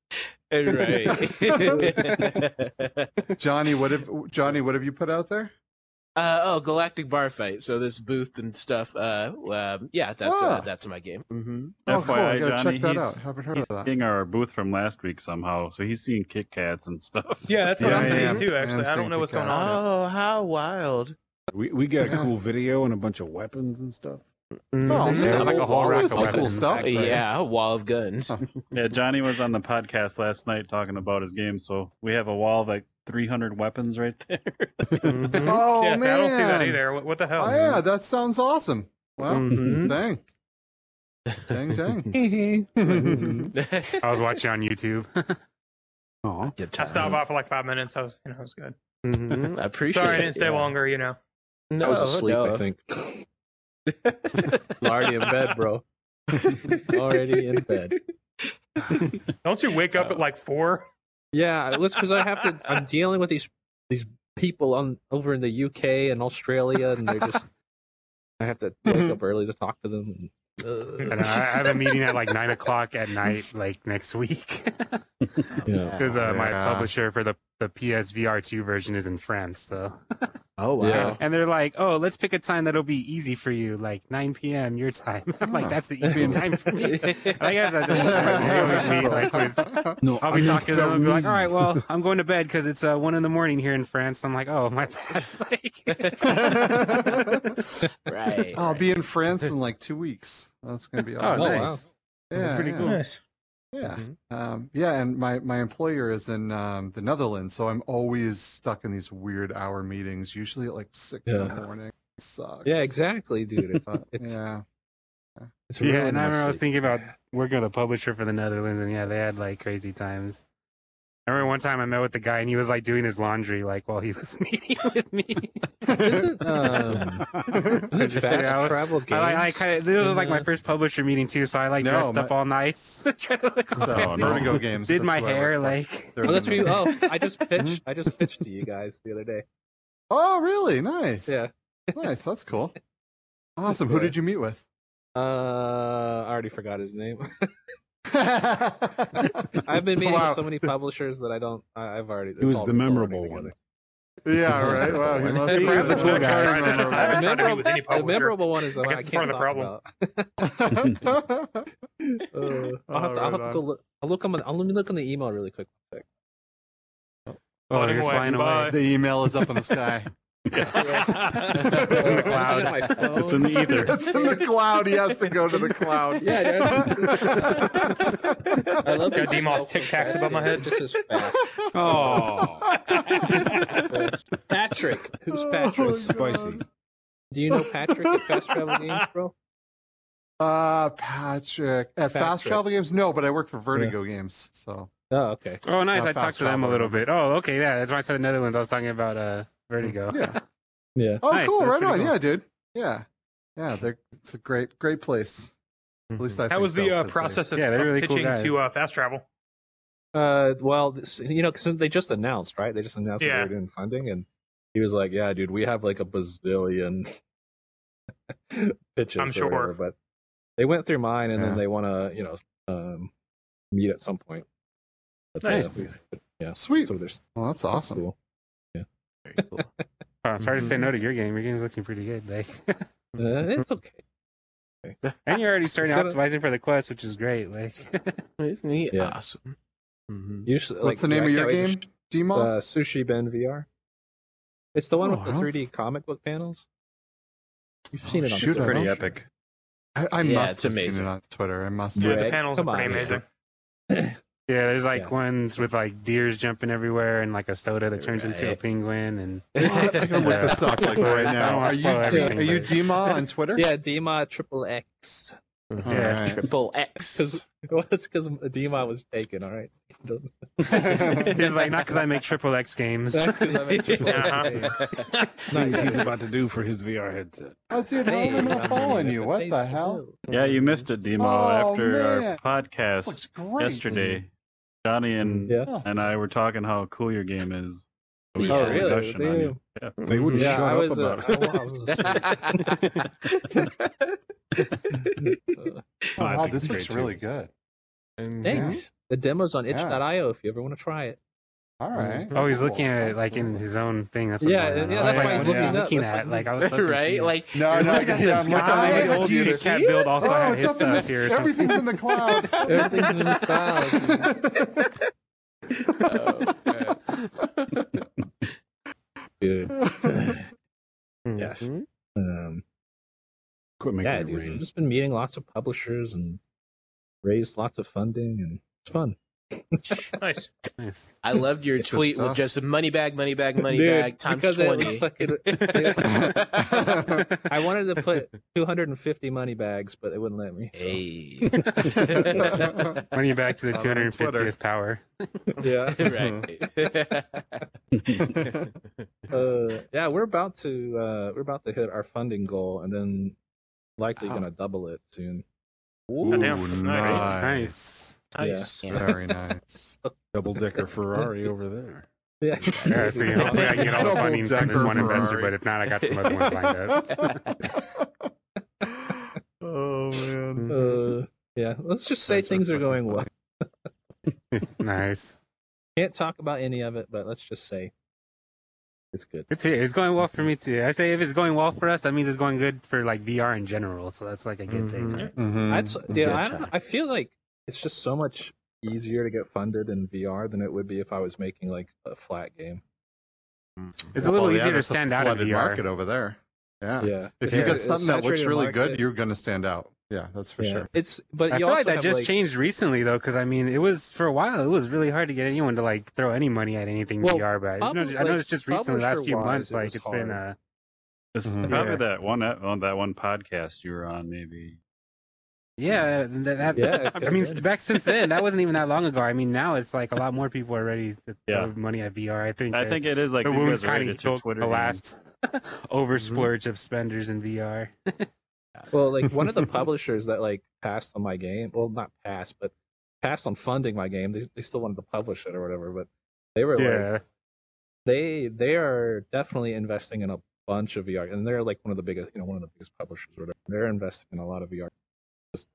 Speaker 6: right.
Speaker 5: Johnny, what have Johnny? What have you put out there?
Speaker 6: uh, oh, Galactic Bar Fight. So this booth and stuff. Uh, um, yeah, that's uh,
Speaker 5: Ah.
Speaker 6: that's my game.
Speaker 3: Mm-hmm.
Speaker 6: hmm
Speaker 5: oh, cool. I
Speaker 1: FYI, Johnny,
Speaker 5: gotta check that
Speaker 1: he's-
Speaker 5: out. Haven't heard
Speaker 1: He's
Speaker 5: of that.
Speaker 1: seeing our booth from last week somehow, so he's seeing Kit Kats and stuff.
Speaker 2: Yeah, that's what
Speaker 5: Yeah,
Speaker 2: I'm
Speaker 5: I am.
Speaker 2: saying too.
Speaker 5: I am
Speaker 2: Actually, I
Speaker 5: seeing
Speaker 2: don't know what's going
Speaker 5: Kit Kats.
Speaker 2: on.
Speaker 6: Oh, how wild!
Speaker 4: We we got a cool video and a bunch of weapons and stuff.
Speaker 3: out.
Speaker 5: Oh, man,
Speaker 3: Mm-hmm. There's like a whole
Speaker 5: all
Speaker 3: rack
Speaker 5: this
Speaker 3: of
Speaker 5: cool
Speaker 3: weapons.
Speaker 5: stuff.
Speaker 3: Like,
Speaker 6: Yeah, a wall of guns.
Speaker 5: Huh.
Speaker 1: Yeah, Johnny was on the podcast last night talking about his game, so we have a wall of like 300 weapons right there.
Speaker 7: Mm-hmm.
Speaker 3: mhm.
Speaker 5: Oh
Speaker 2: yeah, see,
Speaker 5: man,
Speaker 2: I don't see that either. What, what the hell?
Speaker 5: Oh yeah, that sounds awesome. Wow,
Speaker 3: Mm-hmm.
Speaker 6: Mhm.
Speaker 5: dang, dang, dang.
Speaker 3: I was watching on YouTube.
Speaker 4: Aw.
Speaker 6: Good
Speaker 2: I
Speaker 6: time.
Speaker 2: stopped by for like five minutes. I was, you know, I was good.
Speaker 5: Mm-hmm.
Speaker 6: Mhm. I appreciate.
Speaker 2: Sorry, I
Speaker 6: it,
Speaker 2: didn't stay
Speaker 6: yeah.
Speaker 2: longer. You know,
Speaker 7: No,
Speaker 6: I was asleep, I
Speaker 7: Oh, no.
Speaker 6: think.
Speaker 7: already in bed, bro. already in bed.
Speaker 2: Don't you wake
Speaker 5: Uh,
Speaker 2: up at like four?
Speaker 7: Yeah, well, it's because I have to. I'm dealing with these these people on over in the UK and Australia, and they're just. I have to wake up early to talk to them. And,
Speaker 3: And I, I have a meeting at like nine o'clock at night, like next week,
Speaker 6: Yeah.
Speaker 3: because uh, my
Speaker 5: Yeah.
Speaker 3: publisher for the the PSVR two version is in France. So,
Speaker 6: Oh wow.
Speaker 7: Yeah.
Speaker 3: and they're like, "Oh, let's pick a time that'll be easy for you, like nine p.m. your time." I'm like,
Speaker 5: Huh.
Speaker 3: "That's the easiest time for me." I guess I just
Speaker 5: Yeah.
Speaker 3: me, like, when it's-
Speaker 4: No,
Speaker 3: I'll
Speaker 4: I
Speaker 3: be
Speaker 4: mean,
Speaker 3: talking to them
Speaker 4: for
Speaker 3: and be like,
Speaker 4: me.
Speaker 3: all right, well, I'm going to bed because it's uh, one in the morning here in France. I'm like, oh, my bad. Like,
Speaker 6: Right.
Speaker 5: I'll be in France in like two weeks. That's gonna be
Speaker 3: oh,
Speaker 5: awesome.
Speaker 7: wow.
Speaker 3: nice.
Speaker 5: Yeah,
Speaker 3: That's pretty
Speaker 5: yeah.
Speaker 3: cool.
Speaker 5: Yeah.
Speaker 7: Mhm.
Speaker 5: Um, yeah. And my, my employer is in um, the Netherlands. So I'm always stuck in these weird hour meetings, usually at like six in the
Speaker 7: Yeah.
Speaker 5: morning. It sucks.
Speaker 7: yeah, exactly, dude. It's, uh,
Speaker 5: But,
Speaker 7: it's,
Speaker 5: yeah.
Speaker 7: it's
Speaker 3: Yeah,
Speaker 7: really
Speaker 3: and I remember I was
Speaker 7: nice.
Speaker 3: thinking about working with a publisher for the Netherlands, and yeah, they had like crazy times. I remember one time I met with the guy, and he was like doing his laundry, like while he was meeting with me.
Speaker 7: Isn't, um, is it
Speaker 3: Just
Speaker 7: fast
Speaker 3: there, I was-
Speaker 7: travel games?
Speaker 3: I, like, I kind of this was like my
Speaker 7: Yeah.
Speaker 3: first publisher meeting too, so I like
Speaker 5: No,
Speaker 3: dressed up
Speaker 5: my- uh,
Speaker 3: all nice, trying to look all
Speaker 5: So,
Speaker 3: fancy.
Speaker 5: Vertigo games.
Speaker 3: did
Speaker 5: that's
Speaker 3: my
Speaker 5: who I work
Speaker 3: hair
Speaker 5: for.
Speaker 3: like.
Speaker 5: They're
Speaker 7: Oh, that's
Speaker 5: in
Speaker 7: me.
Speaker 5: the
Speaker 7: Oh,
Speaker 5: Netherlands.
Speaker 7: I just pitched. I just pitched to you guys the other day.
Speaker 5: Oh, really? Nice.
Speaker 7: Yeah.
Speaker 5: Nice. That's cool. Awesome. Who
Speaker 7: Yeah.
Speaker 5: did you meet with?
Speaker 7: Uh, I already forgot his name.
Speaker 5: I've
Speaker 7: I've been meeting
Speaker 5: wow.
Speaker 7: with so many publishers that I don't. I, I've already.
Speaker 4: Who was
Speaker 7: all
Speaker 4: the
Speaker 7: people already
Speaker 4: memorable
Speaker 7: together.
Speaker 4: one?
Speaker 5: Yeah, right. Wow, he
Speaker 7: He
Speaker 5: must
Speaker 3: was
Speaker 5: have
Speaker 3: the cool guy.
Speaker 5: I
Speaker 2: I
Speaker 5: remember.
Speaker 2: haven't tried to meet
Speaker 7: memorable,
Speaker 2: with any
Speaker 7: the
Speaker 2: publisher.
Speaker 7: memorable one is the
Speaker 2: I
Speaker 7: one I
Speaker 2: guess it's
Speaker 7: can't
Speaker 2: part of the
Speaker 7: talk
Speaker 2: problem.
Speaker 7: about. Uh,
Speaker 5: Oh,
Speaker 7: I'll have to,
Speaker 5: right
Speaker 7: I'll have to go
Speaker 5: on.
Speaker 7: look. I'll look on. my- I'll let me look on the email really quick.
Speaker 3: Oh,
Speaker 2: Floating
Speaker 3: you're
Speaker 2: away.
Speaker 3: flying away.
Speaker 2: Bye.
Speaker 5: the email is up in the sky.
Speaker 3: It's in the
Speaker 7: I
Speaker 3: cloud.
Speaker 7: got my phone.
Speaker 1: It's in the ether.
Speaker 5: it's in the cloud. He has to go to the cloud.
Speaker 7: Yeah, dude. I love
Speaker 2: Got
Speaker 7: the email
Speaker 2: DMOS Tic Tacs
Speaker 7: fast.
Speaker 2: above my head.
Speaker 7: Just as fast.
Speaker 3: Oh.
Speaker 7: Patrick, who's
Speaker 5: Oh,
Speaker 7: Patrick?
Speaker 5: God.
Speaker 4: Spicy.
Speaker 7: Do you know Patrick at Fast Travel Games, bro?
Speaker 3: Oh.
Speaker 5: Uh, Patrick at Fast
Speaker 7: Patrick.
Speaker 5: Travel Games. No, but I work for Vertigo Games, so
Speaker 7: Oh, okay.
Speaker 3: Oh, nice.
Speaker 5: How
Speaker 3: I talked
Speaker 5: fast
Speaker 3: to them a
Speaker 5: travel
Speaker 3: little
Speaker 5: remember.
Speaker 3: bit. Oh, okay. Yeah, that's why I said the Netherlands. I was talking about uh, Vertigo.
Speaker 5: yeah.
Speaker 7: Yeah.
Speaker 5: Oh,
Speaker 3: Nice,
Speaker 5: cool.
Speaker 3: that's
Speaker 5: Right
Speaker 3: pretty
Speaker 5: on.
Speaker 3: cool.
Speaker 5: Yeah, dude. Yeah, yeah. They're, it's a great, great place. At least I.
Speaker 2: How
Speaker 3: Mm-hmm.
Speaker 5: think
Speaker 2: was the
Speaker 5: so,
Speaker 2: uh,
Speaker 5: 'cause they-
Speaker 2: process of,
Speaker 3: Yeah, they're
Speaker 2: of
Speaker 3: really cool
Speaker 2: pitching to
Speaker 3: guys.
Speaker 2: uh, fast travel?
Speaker 7: Uh, well, this, you know, because they just announced, right? They just announced that
Speaker 2: Yeah.
Speaker 7: they were doing funding, and he was like, "Yeah, dude, we have like a bazillion pitches."
Speaker 2: I'm
Speaker 7: or
Speaker 2: sure.
Speaker 7: whatever," but they went through mine, and
Speaker 5: Yeah.
Speaker 7: then they want to, you know, um, meet at some point. But, uh,
Speaker 3: Nice.
Speaker 7: we- yeah.
Speaker 5: Sweet.
Speaker 7: So there's
Speaker 5: Well, that's awesome.
Speaker 7: cool.
Speaker 3: Oh, it's hard
Speaker 5: Mm-hmm.
Speaker 3: to say no to your game. Your game's looking pretty good. Like,
Speaker 7: Uh, it's okay.
Speaker 3: and you're already starting
Speaker 7: gotta-
Speaker 3: optimizing for the quest, which is great. Like,
Speaker 6: Isn't he
Speaker 7: Yeah.
Speaker 6: awesome?
Speaker 5: Mm-hmm.
Speaker 6: Mhm.
Speaker 7: Usually,
Speaker 5: What's the name
Speaker 7: like, yeah,
Speaker 5: of your
Speaker 7: I can't wait
Speaker 5: game?
Speaker 7: to sh-
Speaker 5: Demo.
Speaker 7: Uh, Sushi Ben VR. It's the one
Speaker 5: Oh,
Speaker 7: with the
Speaker 5: I don't
Speaker 7: 3D
Speaker 5: th-
Speaker 7: comic book panels. You've
Speaker 5: Oh,
Speaker 7: seen it on
Speaker 5: shoot, I don't-
Speaker 7: Twitter.
Speaker 1: Pretty epic.
Speaker 5: I, I
Speaker 6: Yeah,
Speaker 5: must
Speaker 6: it's
Speaker 5: have seen
Speaker 6: amazing.
Speaker 5: it on Twitter. I must
Speaker 2: Yeah,
Speaker 5: have.
Speaker 2: the
Speaker 7: Greg,
Speaker 2: panels
Speaker 7: come
Speaker 2: are pretty
Speaker 7: on.
Speaker 2: amazing.
Speaker 3: yeah, there's like
Speaker 7: Yeah.
Speaker 3: ones with like deers jumping everywhere and like a soda that turns into a
Speaker 6: Right.
Speaker 3: penguin. And
Speaker 5: I'm gonna look this up like right
Speaker 3: Yeah.
Speaker 5: now. Are you
Speaker 3: I don't wanna spoil
Speaker 5: are you
Speaker 3: everything,
Speaker 5: Dima on Twitter?
Speaker 7: Yeah, Dima Triple X.
Speaker 5: All
Speaker 3: Yeah.
Speaker 5: right.
Speaker 6: Triple X.
Speaker 7: Well, that's because Dima was taken. All right. Don't-
Speaker 3: it's like, not because I make triple X games.
Speaker 7: That's because I'm a triple X
Speaker 2: Uh-huh.
Speaker 7: player.
Speaker 4: Things he's about to do for his VR headset.
Speaker 5: Oh, dude, how am I not following you? What the hell?
Speaker 1: Yeah, you missed it, Demo.
Speaker 5: Oh,
Speaker 1: After
Speaker 5: man.
Speaker 1: our
Speaker 5: This
Speaker 1: podcast
Speaker 5: looks great.
Speaker 1: yesterday, Johnny and
Speaker 7: Yeah.
Speaker 5: Oh.
Speaker 1: and I were talking how cool your game is.
Speaker 6: Yeah.
Speaker 1: had
Speaker 7: Oh,
Speaker 1: a
Speaker 7: really?
Speaker 1: discussion on you.
Speaker 4: They wouldn't
Speaker 7: Yeah,
Speaker 4: shut
Speaker 7: I
Speaker 4: up
Speaker 7: was, uh,
Speaker 4: about
Speaker 7: I,
Speaker 4: it.
Speaker 7: wa- I was asleep. Uh,
Speaker 5: Oh,
Speaker 4: I
Speaker 5: wow,
Speaker 4: think
Speaker 5: this
Speaker 4: it's
Speaker 5: looks
Speaker 4: great,
Speaker 5: really
Speaker 4: too.
Speaker 5: good.
Speaker 7: Thanks. The demo's on
Speaker 5: Yeah.
Speaker 7: itch.io if you ever want to try it.
Speaker 5: All right.
Speaker 3: Oh, he's
Speaker 5: cool.
Speaker 3: looking at it like in
Speaker 5: Absolutely.
Speaker 3: his own thing. That's what's
Speaker 7: Yeah,
Speaker 3: going on. I
Speaker 7: yeah,
Speaker 3: was
Speaker 7: that's
Speaker 3: like,
Speaker 5: why he's
Speaker 3: what is he
Speaker 5: looking
Speaker 7: up.
Speaker 3: looking
Speaker 7: That's
Speaker 3: at?
Speaker 7: why-
Speaker 3: Like, I was so
Speaker 6: right?
Speaker 3: confused.
Speaker 6: Like
Speaker 5: No, no,
Speaker 6: look
Speaker 5: yeah,
Speaker 6: at
Speaker 5: yeah,
Speaker 6: this
Speaker 5: I'm looking
Speaker 6: guy.
Speaker 5: at it.
Speaker 6: Look at
Speaker 5: Do you
Speaker 6: this
Speaker 5: see
Speaker 3: Cat
Speaker 6: kid.
Speaker 3: build also
Speaker 5: Oh,
Speaker 3: had
Speaker 5: it's
Speaker 3: his
Speaker 5: up in
Speaker 3: stuff
Speaker 5: this.
Speaker 3: here. or something.
Speaker 5: Everything's in the cloud.
Speaker 7: Everything's in the cloud.
Speaker 6: Oh,
Speaker 7: dude. Yes.
Speaker 6: Mhm.
Speaker 7: Um,
Speaker 4: Quit making
Speaker 7: yeah,
Speaker 4: it
Speaker 7: dude. I've
Speaker 4: rain.
Speaker 7: just been meeting lots of publishers and raised lots of funding, and it's fun.
Speaker 2: Nice.
Speaker 3: Nice.
Speaker 6: I loved your
Speaker 5: It's good
Speaker 6: tweet
Speaker 5: stuff.
Speaker 6: with just money bag, money bag, money
Speaker 7: Dude,
Speaker 6: bag times
Speaker 7: because it was
Speaker 6: twenty.
Speaker 7: fucking- I wanted to put 250 money bags, but they wouldn't let me. so-
Speaker 6: hey.
Speaker 3: Running it back to the
Speaker 5: On Twitter.
Speaker 3: 250th power.
Speaker 7: Yeah.
Speaker 6: right.
Speaker 7: uh, yeah, we're about to uh, we're about to hit our funding goal, and then likely
Speaker 6: Wow.
Speaker 7: going to double it soon.
Speaker 1: Ooh, nice. Nice.
Speaker 3: Nice.
Speaker 8: Very nice.
Speaker 4: Double decker Ferrari over there.
Speaker 7: Yeah.
Speaker 3: Yeah, so you know, hopefully I can get all the
Speaker 5: Double
Speaker 3: funding from this
Speaker 5: decker
Speaker 3: one investor,
Speaker 5: Ferrari.
Speaker 3: but if not, I got some other ones lined up.
Speaker 5: oh man.
Speaker 3: Mm-hmm.
Speaker 7: Uh, yeah. Let's just say
Speaker 8: That's
Speaker 7: things are
Speaker 8: reflective
Speaker 7: going well.
Speaker 8: funding.
Speaker 3: nice.
Speaker 7: Can't talk about any of it, but let's just say it's good.
Speaker 3: It's here. It's going well for me too. I say if it's going well for us, that means it's going good for like VR in general. So that's like a good thing.
Speaker 8: Mhm.
Speaker 7: Mm-hmm.
Speaker 3: right?
Speaker 5: Mm-hmm.
Speaker 7: I'd, s- dude, I,
Speaker 8: Good
Speaker 7: don't-
Speaker 8: time.
Speaker 7: I feel like it's just so much easier to get funded in VR than it would be if I was making like a flat game.
Speaker 3: It's a little
Speaker 5: Well, yeah,
Speaker 3: easier to
Speaker 5: there's a
Speaker 3: stand out in
Speaker 5: flooded
Speaker 3: VR.
Speaker 5: market over there. Yeah.
Speaker 7: Yeah.
Speaker 5: If
Speaker 7: It's-
Speaker 5: you got
Speaker 7: it's
Speaker 5: something that looks
Speaker 7: saturated
Speaker 5: really
Speaker 7: market.
Speaker 5: good, you're gonna stand out. Yeah, that's for
Speaker 7: Yeah.
Speaker 5: sure.
Speaker 7: It's but
Speaker 3: I
Speaker 7: you
Speaker 3: feel
Speaker 7: also
Speaker 3: like that
Speaker 7: have,
Speaker 3: just
Speaker 7: like-
Speaker 3: changed recently though, because I mean, it was for a while. It was really hard to get anyone to like throw any money at anything
Speaker 7: Well,
Speaker 3: VR. But I
Speaker 7: publi-
Speaker 3: know, I know it's just
Speaker 7: like,
Speaker 3: recently, the last few
Speaker 7: publisher-wise,
Speaker 3: months.
Speaker 7: it
Speaker 3: Like
Speaker 7: was
Speaker 3: it's been
Speaker 7: hard.
Speaker 3: uh,
Speaker 1: This is
Speaker 5: Mm-hmm.
Speaker 8: Mhm.
Speaker 1: probably
Speaker 3: Yeah.
Speaker 1: that one e, on that one podcast you were on, maybe.
Speaker 3: yeah. and That, that,
Speaker 7: Yeah,
Speaker 3: I mean,
Speaker 7: it's-
Speaker 3: back since then, that wasn't even that long ago. I mean, now it's like a lot more people are ready to
Speaker 1: Yeah.
Speaker 3: throw money at VR. I think.
Speaker 1: I
Speaker 3: uh,
Speaker 1: think it is like
Speaker 3: the
Speaker 1: these
Speaker 3: wounds
Speaker 1: guys are
Speaker 3: kind
Speaker 1: ready
Speaker 3: of
Speaker 1: to your
Speaker 3: healed
Speaker 1: Twitter.
Speaker 3: the
Speaker 1: game.
Speaker 3: last
Speaker 7: Mm-hmm.
Speaker 3: over splurge of spenders in VR.
Speaker 7: Well, like one of the publishers that like passed on my game. Well, not passed, but passed on funding my game. They, they still wanted to publish it or whatever, but they were like they they are definitely investing in a bunch of VR, and they're like one of the biggest, you know, one of the biggest publishers or whatever. They're investing in a lot of VR. Just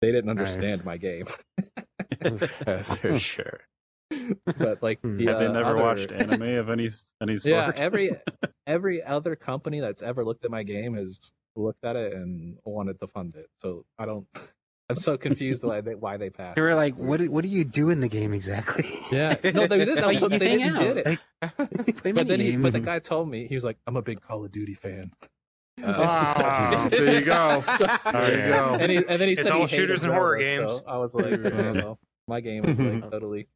Speaker 7: they didn't
Speaker 3: Nice.
Speaker 7: understand my game,
Speaker 6: for sure.
Speaker 7: but like
Speaker 3: Hmm.
Speaker 7: the,
Speaker 1: Have they
Speaker 7: uh,
Speaker 1: never
Speaker 7: other-
Speaker 1: watched anime of any any sort?
Speaker 7: Yeah, every every other company that's ever looked at my game has looked at it and wanted to fund it. So I don't. I'm so confused why they why they passed.
Speaker 3: They were like, "What? do- What do you do in the game exactly?"
Speaker 7: Yeah, no, they didn't.
Speaker 3: Like,
Speaker 7: That's
Speaker 3: you
Speaker 7: what- they
Speaker 3: hang
Speaker 7: didn't
Speaker 3: out.
Speaker 7: get it.
Speaker 3: Like, play
Speaker 7: But then, he, but
Speaker 3: minigames.
Speaker 7: the guy told me he was like, "I'm a big Call of Duty fan,"
Speaker 6: Ah.
Speaker 3: Oh.
Speaker 5: There you go. Ah, There you
Speaker 3: yeah.
Speaker 5: go.
Speaker 7: and, he, and then he
Speaker 2: It's
Speaker 7: said
Speaker 2: all
Speaker 7: he hated
Speaker 2: shooters and horror
Speaker 7: Zelda,
Speaker 2: games.
Speaker 7: So I was like,
Speaker 5: Yeah.
Speaker 7: well, my game is like totally.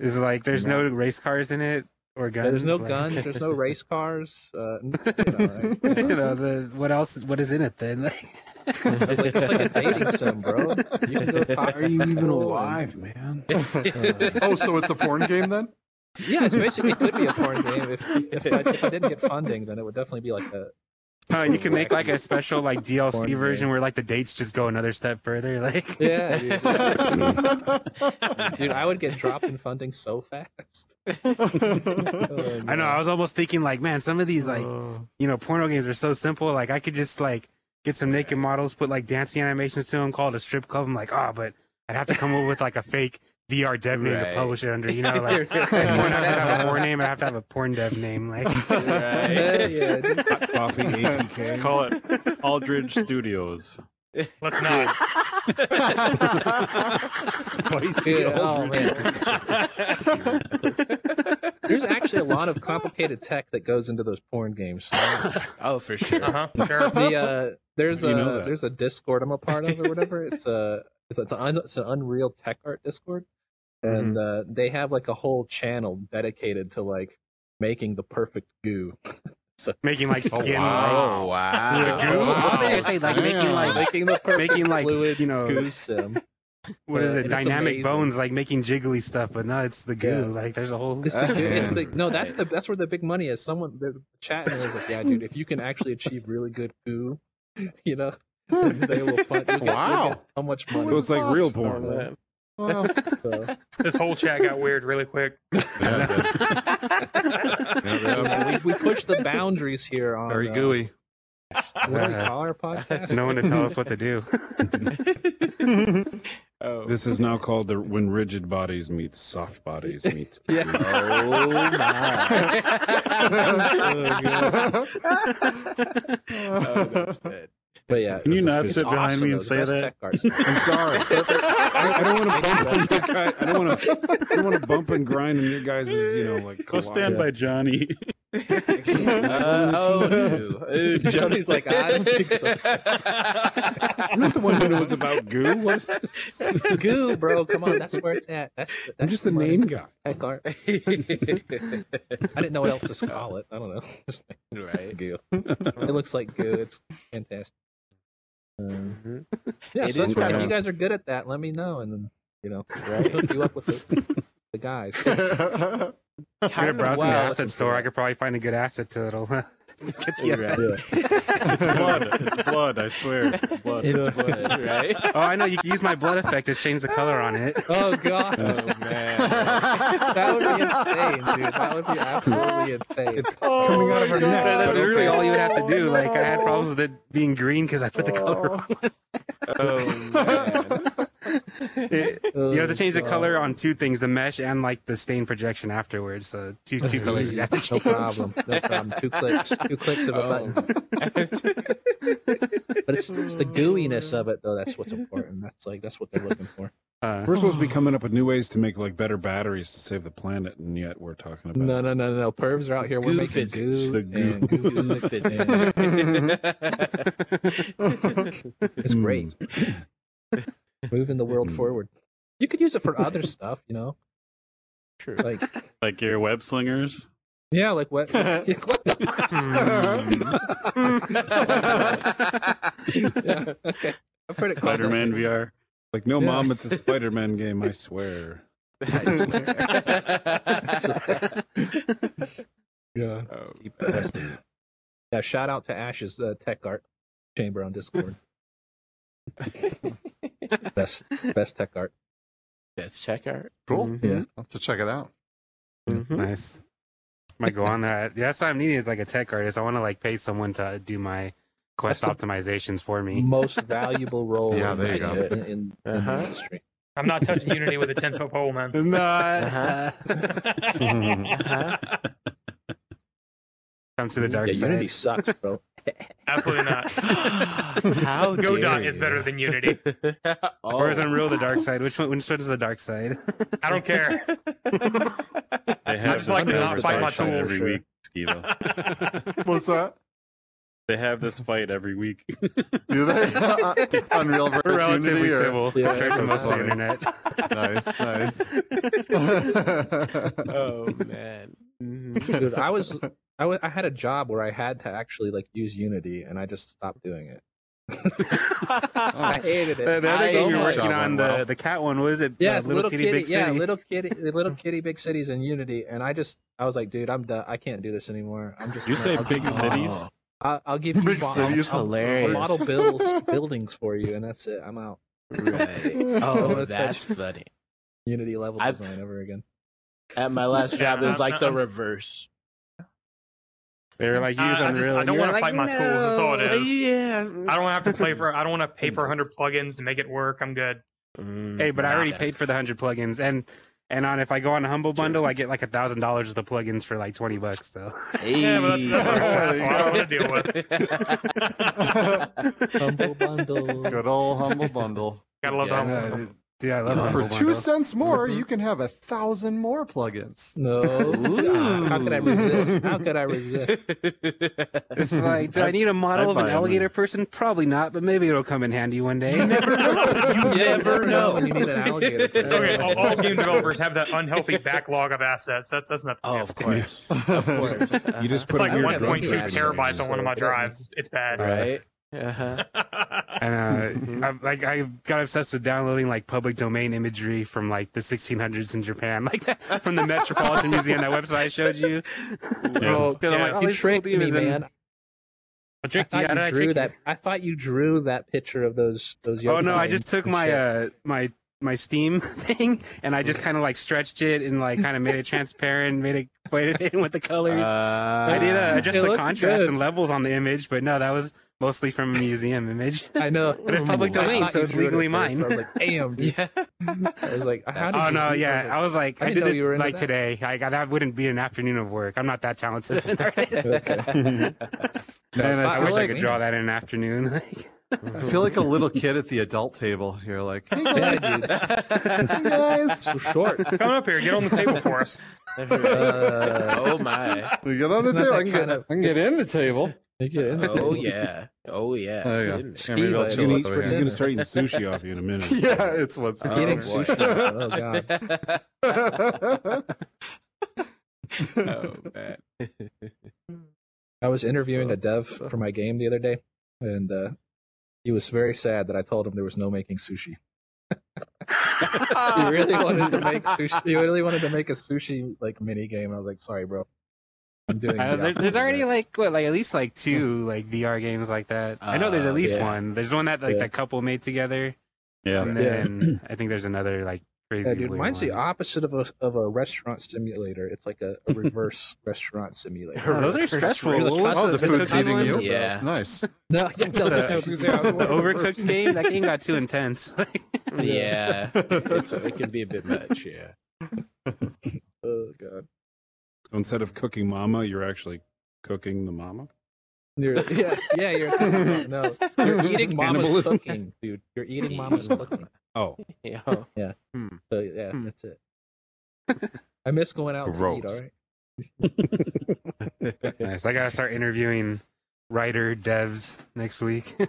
Speaker 3: It's like there's no race cars in it or guns.
Speaker 7: There's no
Speaker 3: like-
Speaker 7: guns. There's no race cars. Uh, n- you know, like,
Speaker 3: you know the what else? What is in it then? Like,
Speaker 7: it's like, it's like a dating sim, bro. You can go talk
Speaker 4: Are you
Speaker 7: to
Speaker 4: even
Speaker 7: people and-
Speaker 4: alive, man?
Speaker 5: Oh, so it's a porn game then?
Speaker 7: Yeah, it's basically it could be a porn game. If if I, if I didn't get funding, then it would definitely be like a
Speaker 3: Uh, you can make like a special like DLC
Speaker 7: Porn
Speaker 3: version where like the dates just go another step further. Like,
Speaker 7: yeah. Dude,
Speaker 5: I
Speaker 7: Dude, I would get dropped in funding so fast. Oh,
Speaker 3: I know. I was almost thinking like, man, some of these like you know, porno games are so simple. Like I could just like get some naked models, put like dancing animations to them, call it a strip club. I'm like, oh, but I'd have to come up with like a fake VR dev name to
Speaker 6: Right.
Speaker 3: publish it under. You know, like porn, I have to have a porn name. I have to have a porn dev name. Like,
Speaker 7: man.
Speaker 6: Right.
Speaker 7: yeah, dude.
Speaker 4: Hot coffee,
Speaker 1: Let's
Speaker 4: APK.
Speaker 1: call it Aldridge Studios.
Speaker 2: Let's not.
Speaker 3: spicy
Speaker 7: Yeah, oh,
Speaker 3: old-
Speaker 7: man. There's actually a lot of complicated tech that goes into those porn games.
Speaker 6: Oh, for sure.
Speaker 2: Uh huh. Sure.
Speaker 7: The uh, there's
Speaker 4: You know
Speaker 7: a
Speaker 4: that.
Speaker 7: there's a Discord I'm a part of or whatever. It's a it's, a, it's, an, it's an Unreal Tech Art Discord, and uh, they have like a whole channel dedicated to like making the perfect goo.
Speaker 3: making like
Speaker 6: Oh,
Speaker 3: skin,
Speaker 6: wow.
Speaker 3: like,
Speaker 6: wow.
Speaker 3: the goo.
Speaker 5: Wow.
Speaker 3: I think they say like making like
Speaker 7: making the perfect
Speaker 3: making like
Speaker 7: fluid
Speaker 3: you know
Speaker 7: goo sim.
Speaker 3: what is
Speaker 7: uh,
Speaker 3: it?
Speaker 7: and it's
Speaker 3: Dynamic
Speaker 7: amazing.
Speaker 3: bones, like making jiggly stuff, but no, it's the goo.
Speaker 7: Yeah.
Speaker 3: Like there's a whole
Speaker 7: It's
Speaker 4: Ah,
Speaker 7: the, goo- it's the, no, that's
Speaker 6: Right.
Speaker 7: the that's where the big money is. Someone the chat and was like, yeah, dude, if you can actually achieve really good goo, you know, they will fund. You'll get, wow,
Speaker 5: Wow.
Speaker 7: so much
Speaker 4: So
Speaker 7: money.
Speaker 4: it's like real porn.
Speaker 5: Well,
Speaker 7: So-
Speaker 2: This whole chat got weird really quick.
Speaker 5: yeah, dude. Yeah,
Speaker 7: we,
Speaker 5: yeah.
Speaker 7: we push the boundaries here on
Speaker 5: Very
Speaker 7: uh,
Speaker 5: gooey.
Speaker 7: What do we
Speaker 3: Uh,
Speaker 7: call our podcast?
Speaker 3: no one to tell us what to do.
Speaker 6: oh.
Speaker 4: This is now called the when rigid bodies meet soft bodies meet.
Speaker 7: Yeah.
Speaker 6: oh my. oh, that's good.
Speaker 7: But yeah,
Speaker 1: Can you
Speaker 7: it's-
Speaker 1: not
Speaker 7: it's
Speaker 1: sit behind
Speaker 7: awesome,
Speaker 1: me and
Speaker 7: though.
Speaker 1: say
Speaker 7: That's
Speaker 1: that?
Speaker 7: tech art stuff.
Speaker 4: I'm sorry. I, I don't want to bump on your guy. I don't want to. I don't want to bump and grind on your guys. You know, like
Speaker 1: Go stand by Johnny.
Speaker 6: Uh, oh, no. Oh,
Speaker 7: Johnny's like, I don't think so.
Speaker 4: I'm not the one who knows about goo. What is this?
Speaker 7: Goo, bro, come on, that's where it's at. That's, that's
Speaker 4: I'm just the
Speaker 7: money.
Speaker 4: name guy.
Speaker 7: Tech art. I didn't know what else to call it. I don't know. Just
Speaker 6: right.
Speaker 7: goo. It looks like goo. It's fantastic. Um,
Speaker 3: Mm-hmm.
Speaker 7: yeah,
Speaker 6: It
Speaker 7: so that's
Speaker 6: is
Speaker 7: kind of,
Speaker 6: kinda-
Speaker 7: you guys are good at that. Let me know, and then you know, right? hook you up with the, the the guys.
Speaker 3: If you're
Speaker 6: Kind of
Speaker 3: browsing the
Speaker 6: wild looking
Speaker 3: asset store, I
Speaker 6: for
Speaker 3: could probably find a good asset that'll get the
Speaker 6: Right.
Speaker 3: effect.
Speaker 1: It's blood. It's blood. I swear. It's blood.
Speaker 6: It's blood, right?
Speaker 3: Oh, I know. You can use my blood effect to change the color on it.
Speaker 7: oh god,
Speaker 6: Oh man.
Speaker 7: that would be insane, dude. That would be absolutely insane.
Speaker 4: It's
Speaker 5: Oh
Speaker 4: coming out
Speaker 5: my
Speaker 4: of her
Speaker 5: God.
Speaker 4: neck.
Speaker 3: That- that's
Speaker 4: but
Speaker 3: really
Speaker 4: okay.
Speaker 3: all you would have to
Speaker 7: Oh,
Speaker 3: do. Like I had
Speaker 5: no.
Speaker 3: problems with it being green because I put the color on.
Speaker 6: Oh man.
Speaker 3: It, you have to change the
Speaker 7: Oh,
Speaker 3: color
Speaker 7: God.
Speaker 3: on two things: the mesh and like the stain projection afterwards. So two two colors you have to
Speaker 7: No
Speaker 3: change.
Speaker 7: problem. No problem. Two clicks. Two clicks of a
Speaker 6: Oh.
Speaker 7: button. But it's, it's the gooiness of it though. That's what's important. That's like that's what they're looking for.
Speaker 3: Uh,
Speaker 4: We're
Speaker 2: Oh.
Speaker 4: supposed to be coming up with new ways to make like better batteries to save the planet, and yet we're talking about
Speaker 7: No, no, no, no. no. Pervs are out here. We're
Speaker 6: Goo
Speaker 7: making
Speaker 6: physics.
Speaker 7: goo.
Speaker 4: The goo.
Speaker 6: And Google physics.
Speaker 7: It's
Speaker 4: Hmm.
Speaker 7: great. Moving the
Speaker 3: Mm.
Speaker 7: world forward. You could use it for other stuff, you know.
Speaker 6: True.
Speaker 7: Like
Speaker 1: Like your web slingers.
Speaker 7: yeah, like what? what the- yeah, okay. I've heard it called
Speaker 1: Spider Man
Speaker 7: that.
Speaker 1: VR.
Speaker 4: Like, no,
Speaker 7: Yeah.
Speaker 4: mom, it's a Spider-Man game. I swear.
Speaker 6: I swear.
Speaker 7: Yeah.
Speaker 6: Oh,
Speaker 4: Keep testing it.
Speaker 7: yeah. Shout out to Ash's uh, tech art chamber on Discord. best best tech art.
Speaker 6: That's check art.
Speaker 5: cool.
Speaker 7: Yeah.
Speaker 5: I'll have to check it out.
Speaker 3: Hmm? Nice. Might go on there. Yeah, That's what I'm needing is like a tech artist. I want to like pay someone to do my quest
Speaker 7: That's the-
Speaker 3: optimizations for me.
Speaker 7: Most valuable role.
Speaker 5: Yeah,
Speaker 7: in-
Speaker 5: there you go.
Speaker 7: In, in, in the
Speaker 6: Uh-huh.
Speaker 7: industry.
Speaker 2: I'm not touching Unity with a 10 foot pole, man.
Speaker 6: Uh-huh.
Speaker 3: No,
Speaker 2: Absolutely
Speaker 3: come to the dark
Speaker 7: Yeah, Unity
Speaker 3: side.
Speaker 7: sucks, bro.
Speaker 2: not.
Speaker 6: How
Speaker 2: Godot
Speaker 6: dare
Speaker 2: is
Speaker 6: you.
Speaker 2: better than Unity.
Speaker 6: oh.
Speaker 3: Or is Unreal the dark side? Which one? Which one is the dark side?
Speaker 2: I don't care.
Speaker 1: They have this
Speaker 2: just like to
Speaker 1: as
Speaker 2: not
Speaker 1: the
Speaker 2: fight
Speaker 1: dark
Speaker 2: my
Speaker 1: side
Speaker 2: tools.
Speaker 1: every week. Skibo.
Speaker 5: What's that?
Speaker 1: They have this fight every week.
Speaker 5: Do they? Unreal
Speaker 3: We're
Speaker 5: versus
Speaker 3: relatively
Speaker 5: Unity. or-
Speaker 3: civil
Speaker 7: Yeah,
Speaker 3: compared to
Speaker 5: that's
Speaker 3: most of the
Speaker 5: funny.
Speaker 3: internet.
Speaker 5: Nice, nice.
Speaker 6: oh man.
Speaker 5: Mm-hmm.
Speaker 6: Mhm.
Speaker 7: Dude, I was I wa- I had a job where I had to actually like use Unity, and I just stopped doing it. I hated it.
Speaker 3: The, the other
Speaker 6: I
Speaker 3: game
Speaker 6: know
Speaker 3: you're
Speaker 6: my
Speaker 3: working
Speaker 5: job
Speaker 3: on
Speaker 5: went
Speaker 3: the
Speaker 5: well.
Speaker 3: the cat one was it?
Speaker 7: yeah,
Speaker 3: Uh,
Speaker 7: it's little, kitty,
Speaker 3: big
Speaker 7: yeah,
Speaker 3: city.
Speaker 7: little kitty, the little kitty, big cities in Unity, and I just, I was like, dude, I'm done. I can't do this anymore. I'm just.
Speaker 1: You
Speaker 7: gonna-
Speaker 1: say
Speaker 7: I'll
Speaker 1: big
Speaker 7: give you-
Speaker 1: cities?
Speaker 6: Oh,
Speaker 7: I'll, I'll give you
Speaker 5: Big
Speaker 7: bo- I'll-
Speaker 5: cities,
Speaker 7: I'll- I'll
Speaker 6: hilarious.
Speaker 7: model builds buildings for you, and that's it. I'm out.
Speaker 6: Right. Oh,
Speaker 7: That's
Speaker 6: that's
Speaker 7: such-
Speaker 6: funny.
Speaker 7: Unity level
Speaker 6: I've-
Speaker 7: design over again.
Speaker 6: At my last job, it was like the
Speaker 2: Uh-uh.
Speaker 6: reverse.
Speaker 3: They were like
Speaker 2: I-
Speaker 3: use
Speaker 2: I just-
Speaker 3: Unreal.
Speaker 2: I
Speaker 3: and
Speaker 2: don't
Speaker 3: you were
Speaker 2: wanna
Speaker 3: like,
Speaker 2: fight my tools, that's all it
Speaker 6: "No,
Speaker 2: is."
Speaker 6: Yeah.
Speaker 2: I don't have to play for. I don't want to pay for 100 plugins to make it work. I'm good.
Speaker 6: Mm,
Speaker 3: Hey, but I
Speaker 6: nah,
Speaker 3: already
Speaker 6: that
Speaker 3: paid
Speaker 6: is-
Speaker 3: for the hundred plugins, and and on if I go on a Humble Bundle, I get like a thousand dollars of the plugins for like twenty bucks. So
Speaker 2: Yeah, but that's, that's, that's, that's what I don't want to deal with.
Speaker 7: Humble bundle.
Speaker 5: Good old humble bundle.
Speaker 2: Gotta love
Speaker 6: Yeah,
Speaker 2: yeah,
Speaker 6: I
Speaker 3: Yeah, dude, dude, I love
Speaker 6: For
Speaker 3: Humble
Speaker 5: For two
Speaker 3: Bundle.
Speaker 5: cents more, you can have a thousand more plugins.
Speaker 7: No.
Speaker 6: Ooh.
Speaker 7: How could I resist? How could I resist?
Speaker 3: It's like, do I need a model
Speaker 1: I'd
Speaker 3: of
Speaker 1: buy
Speaker 3: an
Speaker 1: 'em.
Speaker 3: alligator person? Probably not, but maybe it'll come in handy one day.
Speaker 6: you
Speaker 7: Yeah,
Speaker 6: never know.
Speaker 7: when you need an alligator. for
Speaker 2: Okay,
Speaker 7: that.
Speaker 2: all, all game developers have that unhealthy backlog of assets. That's that's not.
Speaker 6: Oh, of course. Of course. Uh-huh.
Speaker 4: You just
Speaker 2: It's
Speaker 4: put
Speaker 2: like
Speaker 4: in your
Speaker 7: one
Speaker 4: drug
Speaker 7: point two
Speaker 2: 1.2
Speaker 4: charges.
Speaker 2: terabytes on one of my
Speaker 7: so it doesn't-
Speaker 2: drives. It's bad.
Speaker 6: right. Uh-huh.
Speaker 3: and uh, I've, like I got obsessed with downloading like public domain imagery from like the 1600s in Japan, like from the Metropolitan Museum. That website I showed you.
Speaker 1: Yeah.
Speaker 3: Because I'm
Speaker 2: Yeah.
Speaker 3: like, all
Speaker 7: You
Speaker 3: these
Speaker 7: tricked
Speaker 3: cool
Speaker 7: me,
Speaker 3: demons and-
Speaker 7: man.
Speaker 3: I
Speaker 7: I
Speaker 3: tricked you. How
Speaker 7: thought
Speaker 3: did
Speaker 7: you
Speaker 3: I
Speaker 7: drew
Speaker 3: trick you?
Speaker 7: that. I thought you drew that picture of those those.
Speaker 3: Oh no,
Speaker 7: yokai
Speaker 3: I just
Speaker 7: and-
Speaker 3: took
Speaker 7: and
Speaker 3: my
Speaker 7: shit.
Speaker 3: uh my my Steam thing and I just kind of like stretched it and like kind of made it transparent, made it played it in with the colors. I did uh, adjust
Speaker 7: Um, It
Speaker 3: the
Speaker 7: looks
Speaker 3: contrast
Speaker 7: good.
Speaker 3: and levels on the image, but no, that was mostly from a museum image.
Speaker 7: I know. Mm-hmm.
Speaker 3: But it's public
Speaker 7: I
Speaker 3: domain,
Speaker 7: thought
Speaker 3: so
Speaker 7: you
Speaker 3: it's
Speaker 7: drew it at
Speaker 3: legally
Speaker 7: first.
Speaker 3: mine.
Speaker 7: I was like, damn. dude.
Speaker 6: Yeah.
Speaker 7: I was like, how did
Speaker 3: Oh
Speaker 7: you
Speaker 3: no,
Speaker 7: do this?
Speaker 3: yeah, I was like,
Speaker 7: I
Speaker 3: I,
Speaker 7: didn't
Speaker 3: did
Speaker 7: know
Speaker 3: this
Speaker 7: you were into
Speaker 3: like
Speaker 7: that.
Speaker 3: today. I that wouldn't be an afternoon of work. I'm not that talented. Of an artist.
Speaker 5: Man,
Speaker 3: I
Speaker 5: I
Speaker 3: wish
Speaker 5: feel
Speaker 3: I
Speaker 5: like
Speaker 3: could draw that in an afternoon.
Speaker 5: I feel like a little kid at the adult table. You're like, hey
Speaker 7: Yeah,
Speaker 5: guys,
Speaker 7: dude.
Speaker 5: hey guys,
Speaker 7: So short.
Speaker 2: Come up here. Get on the table for us.
Speaker 7: Uh,
Speaker 6: oh my.
Speaker 5: we get on the
Speaker 7: It's not
Speaker 5: table.
Speaker 7: that
Speaker 5: I can, get,
Speaker 7: kind of-
Speaker 5: I can get in the table.
Speaker 7: They get in the
Speaker 6: Oh
Speaker 7: table.
Speaker 6: yeah. Oh yeah.
Speaker 5: There you go.
Speaker 6: Goodness.
Speaker 5: Yeah, maybe I'll
Speaker 7: Skibo,
Speaker 4: He's
Speaker 5: chill
Speaker 4: gonna, eat,
Speaker 5: out the
Speaker 4: he's
Speaker 5: way.
Speaker 7: for
Speaker 4: gonna start eating sushi off you in a minute.
Speaker 5: Yeah, it's what's for
Speaker 7: Eating
Speaker 6: Oh, boy.
Speaker 7: sushi. Oh god.
Speaker 6: oh man.
Speaker 7: I was interviewing
Speaker 5: So-
Speaker 7: a dev for my game the other day, and uh, he was very sad that I told him there was no making sushi. he really wanted to make sushi. He really wanted to make a sushi like mini game. I was like, sorry, bro. I'm doing.
Speaker 3: Uh,
Speaker 7: the
Speaker 3: there's, there's
Speaker 7: opposite of
Speaker 3: already
Speaker 7: that."
Speaker 3: like what, like at least like two like VR games like that. I know there's
Speaker 6: Uh,
Speaker 3: at least
Speaker 7: yeah.
Speaker 3: one. There's one that like
Speaker 7: Yeah.
Speaker 3: that couple made together,
Speaker 1: Yeah.
Speaker 3: and then I think there's another like crazy.
Speaker 7: Yeah, dude,
Speaker 3: weird
Speaker 7: mine's the
Speaker 3: one.
Speaker 7: opposite of a of a restaurant simulator. It's like a, a reverse restaurant simulator.
Speaker 3: Oh, those are stressful.
Speaker 6: Really?
Speaker 3: What was
Speaker 5: Oh, the food's
Speaker 3: cooking
Speaker 5: eating
Speaker 3: one?
Speaker 5: you.
Speaker 6: Yeah.
Speaker 5: Nice.
Speaker 7: No, yeah, no, that's
Speaker 3: The-
Speaker 7: what I was gonna say. I
Speaker 3: the
Speaker 7: was like,
Speaker 3: overcooked game that game got too intense.
Speaker 6: yeah. It's, it can be a bit much. Yeah.
Speaker 7: Oh god.
Speaker 4: So instead of cooking mama, you're actually cooking the mama.
Speaker 7: You're, yeah, yeah, you're no. You're eating mama's
Speaker 4: Cannibalism.
Speaker 7: cooking, dude. You're eating mama's cooking.
Speaker 4: Oh,
Speaker 6: Yeah.
Speaker 7: So yeah,
Speaker 3: Hmm.
Speaker 7: that's it. I miss going out
Speaker 1: Gross.
Speaker 7: to eat. All right.
Speaker 3: nice. I gotta start interviewing writer devs next week.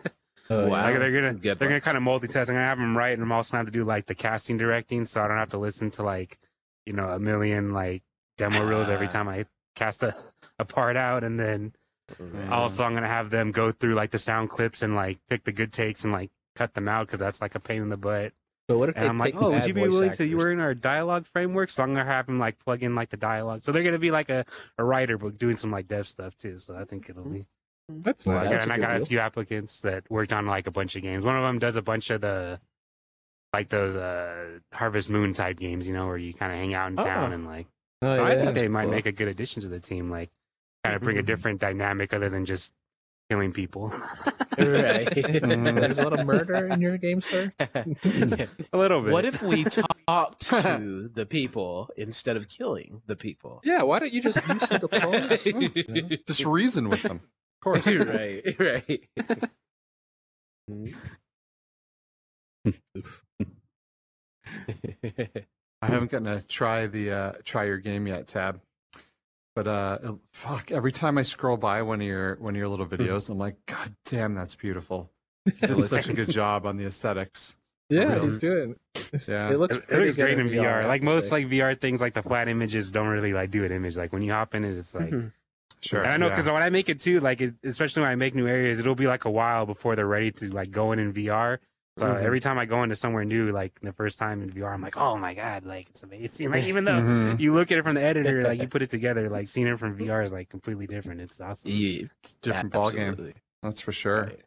Speaker 6: Wow.
Speaker 3: Like they're gonna
Speaker 6: Good
Speaker 3: they're
Speaker 6: luck.
Speaker 3: gonna kind of multitask. I'm gonna have them write, and I'm also gonna have to do like the casting directing, so I don't have to listen to like you know a million like demo reels every
Speaker 6: Ah.
Speaker 3: time I cast a, a part out, and then also I'm gonna have them go through like the sound clips and like pick the good takes and like cut them out because that's like a pain in the butt.
Speaker 7: So what if
Speaker 3: And
Speaker 7: they
Speaker 3: I'm like,
Speaker 7: pick
Speaker 3: oh, would
Speaker 7: bad
Speaker 3: you be
Speaker 7: voice
Speaker 3: willing to?
Speaker 7: actors?
Speaker 3: You were in our dialogue framework, so I'm gonna have them like plug in like the dialogue. So they're gonna be like a, a writer, but doing some like dev stuff too. So I think it'll be.
Speaker 7: That's
Speaker 3: Well, I got-
Speaker 7: That's
Speaker 3: and
Speaker 7: a
Speaker 3: I
Speaker 7: good
Speaker 3: got a
Speaker 7: deal.
Speaker 3: few applicants that worked on like a bunch of games. One of them does a bunch of the like those uh Harvest Moon type games, you know, where you kind of hang out in town
Speaker 6: Oh.
Speaker 3: and like.
Speaker 7: Oh,
Speaker 3: I
Speaker 7: yeah.
Speaker 3: think they might
Speaker 6: cool.
Speaker 3: make a good addition to the team, like kind of bring a
Speaker 6: Mhm.
Speaker 3: different dynamic other than just killing people.
Speaker 7: There's a lot of murder in your game, sir.
Speaker 3: a little bit.
Speaker 6: What if we talked to the people instead of killing the people?
Speaker 7: Yeah, why don't you just use some diplomas? You know?
Speaker 5: Just reason with them. Of course.
Speaker 6: right, right.
Speaker 5: I haven't gotten to try the uh, try your game yet tab, but uh, it- fuck! Every time I scroll by one of your one of your little videos, I'm like, God damn, that's beautiful. You did such a good job on the aesthetics.
Speaker 7: Yeah,
Speaker 5: real.
Speaker 7: he's doing.
Speaker 5: Yeah.
Speaker 7: It looks,
Speaker 3: It, it
Speaker 7: pretty
Speaker 3: looks
Speaker 7: good
Speaker 3: great in VR.
Speaker 7: I have
Speaker 3: Like
Speaker 7: to
Speaker 3: most
Speaker 7: say.
Speaker 3: like VR things, like the flat images don't really like do an image. Like when you hop in it, it's like
Speaker 2: Uh,
Speaker 5: Sure.
Speaker 3: And I know
Speaker 5: yeah.
Speaker 3: because when I make it too, like it, especially when I make new areas, it'll be like a while before they're ready to like go in in VR. So
Speaker 5: Mm-hmm.
Speaker 6: Mhm.
Speaker 3: every time I go into somewhere new, like the first time in VR, I'm like, oh my god, like it's amazing. Like even though
Speaker 5: Mhm.
Speaker 3: you look at it from the editor, like you put it together, like seeing it from VR is like completely different. It's awesome.
Speaker 6: Yeah,
Speaker 5: different ballgame.
Speaker 6: absolutely.
Speaker 5: That's for sure.
Speaker 6: Right.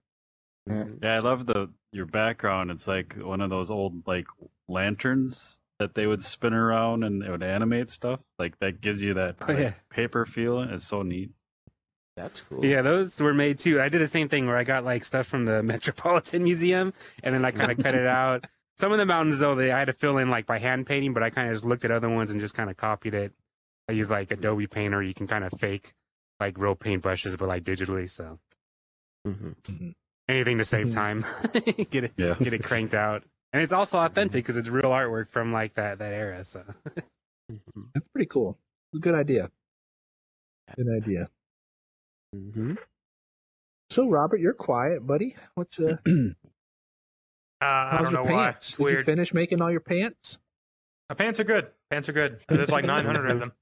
Speaker 5: Yeah.
Speaker 6: Mhm.
Speaker 1: Yeah, I love the your background. It's like one of those old like lanterns that they would spin around and it would animate stuff. Like that gives you that
Speaker 3: Oh, yeah.
Speaker 1: paper feeling. It's so neat.
Speaker 6: That's cool.
Speaker 3: Yeah, those were made too. I did the same thing where I got like stuff from the Metropolitan Museum and then I kind of cut it out. Some of the mountains though, they I had to fill in like by hand painting, but I kind of just looked at other ones and just kind of copied it. I use like Adobe Painter. You can kind of fake like real paintbrushes, but like digitally. So
Speaker 6: Mhm.
Speaker 3: anything to save
Speaker 7: Mhm.
Speaker 3: time,
Speaker 6: Mm-hmm.
Speaker 3: get it
Speaker 1: Yeah.
Speaker 3: get it cranked out, and it's also authentic because it's real artwork from like that that era. So
Speaker 6: Mhm.
Speaker 7: That's pretty cool. Good idea. Good idea.
Speaker 6: Mhm.
Speaker 7: So, Robert, you're quiet, buddy. What's uh?
Speaker 2: Uh, I
Speaker 7: how's
Speaker 2: don't know
Speaker 7: your
Speaker 2: why.
Speaker 7: pants?
Speaker 2: It's
Speaker 7: Did you
Speaker 2: weird.
Speaker 7: finish making all your pants?
Speaker 2: My pants are good. Pants are good. There's like 900 of them.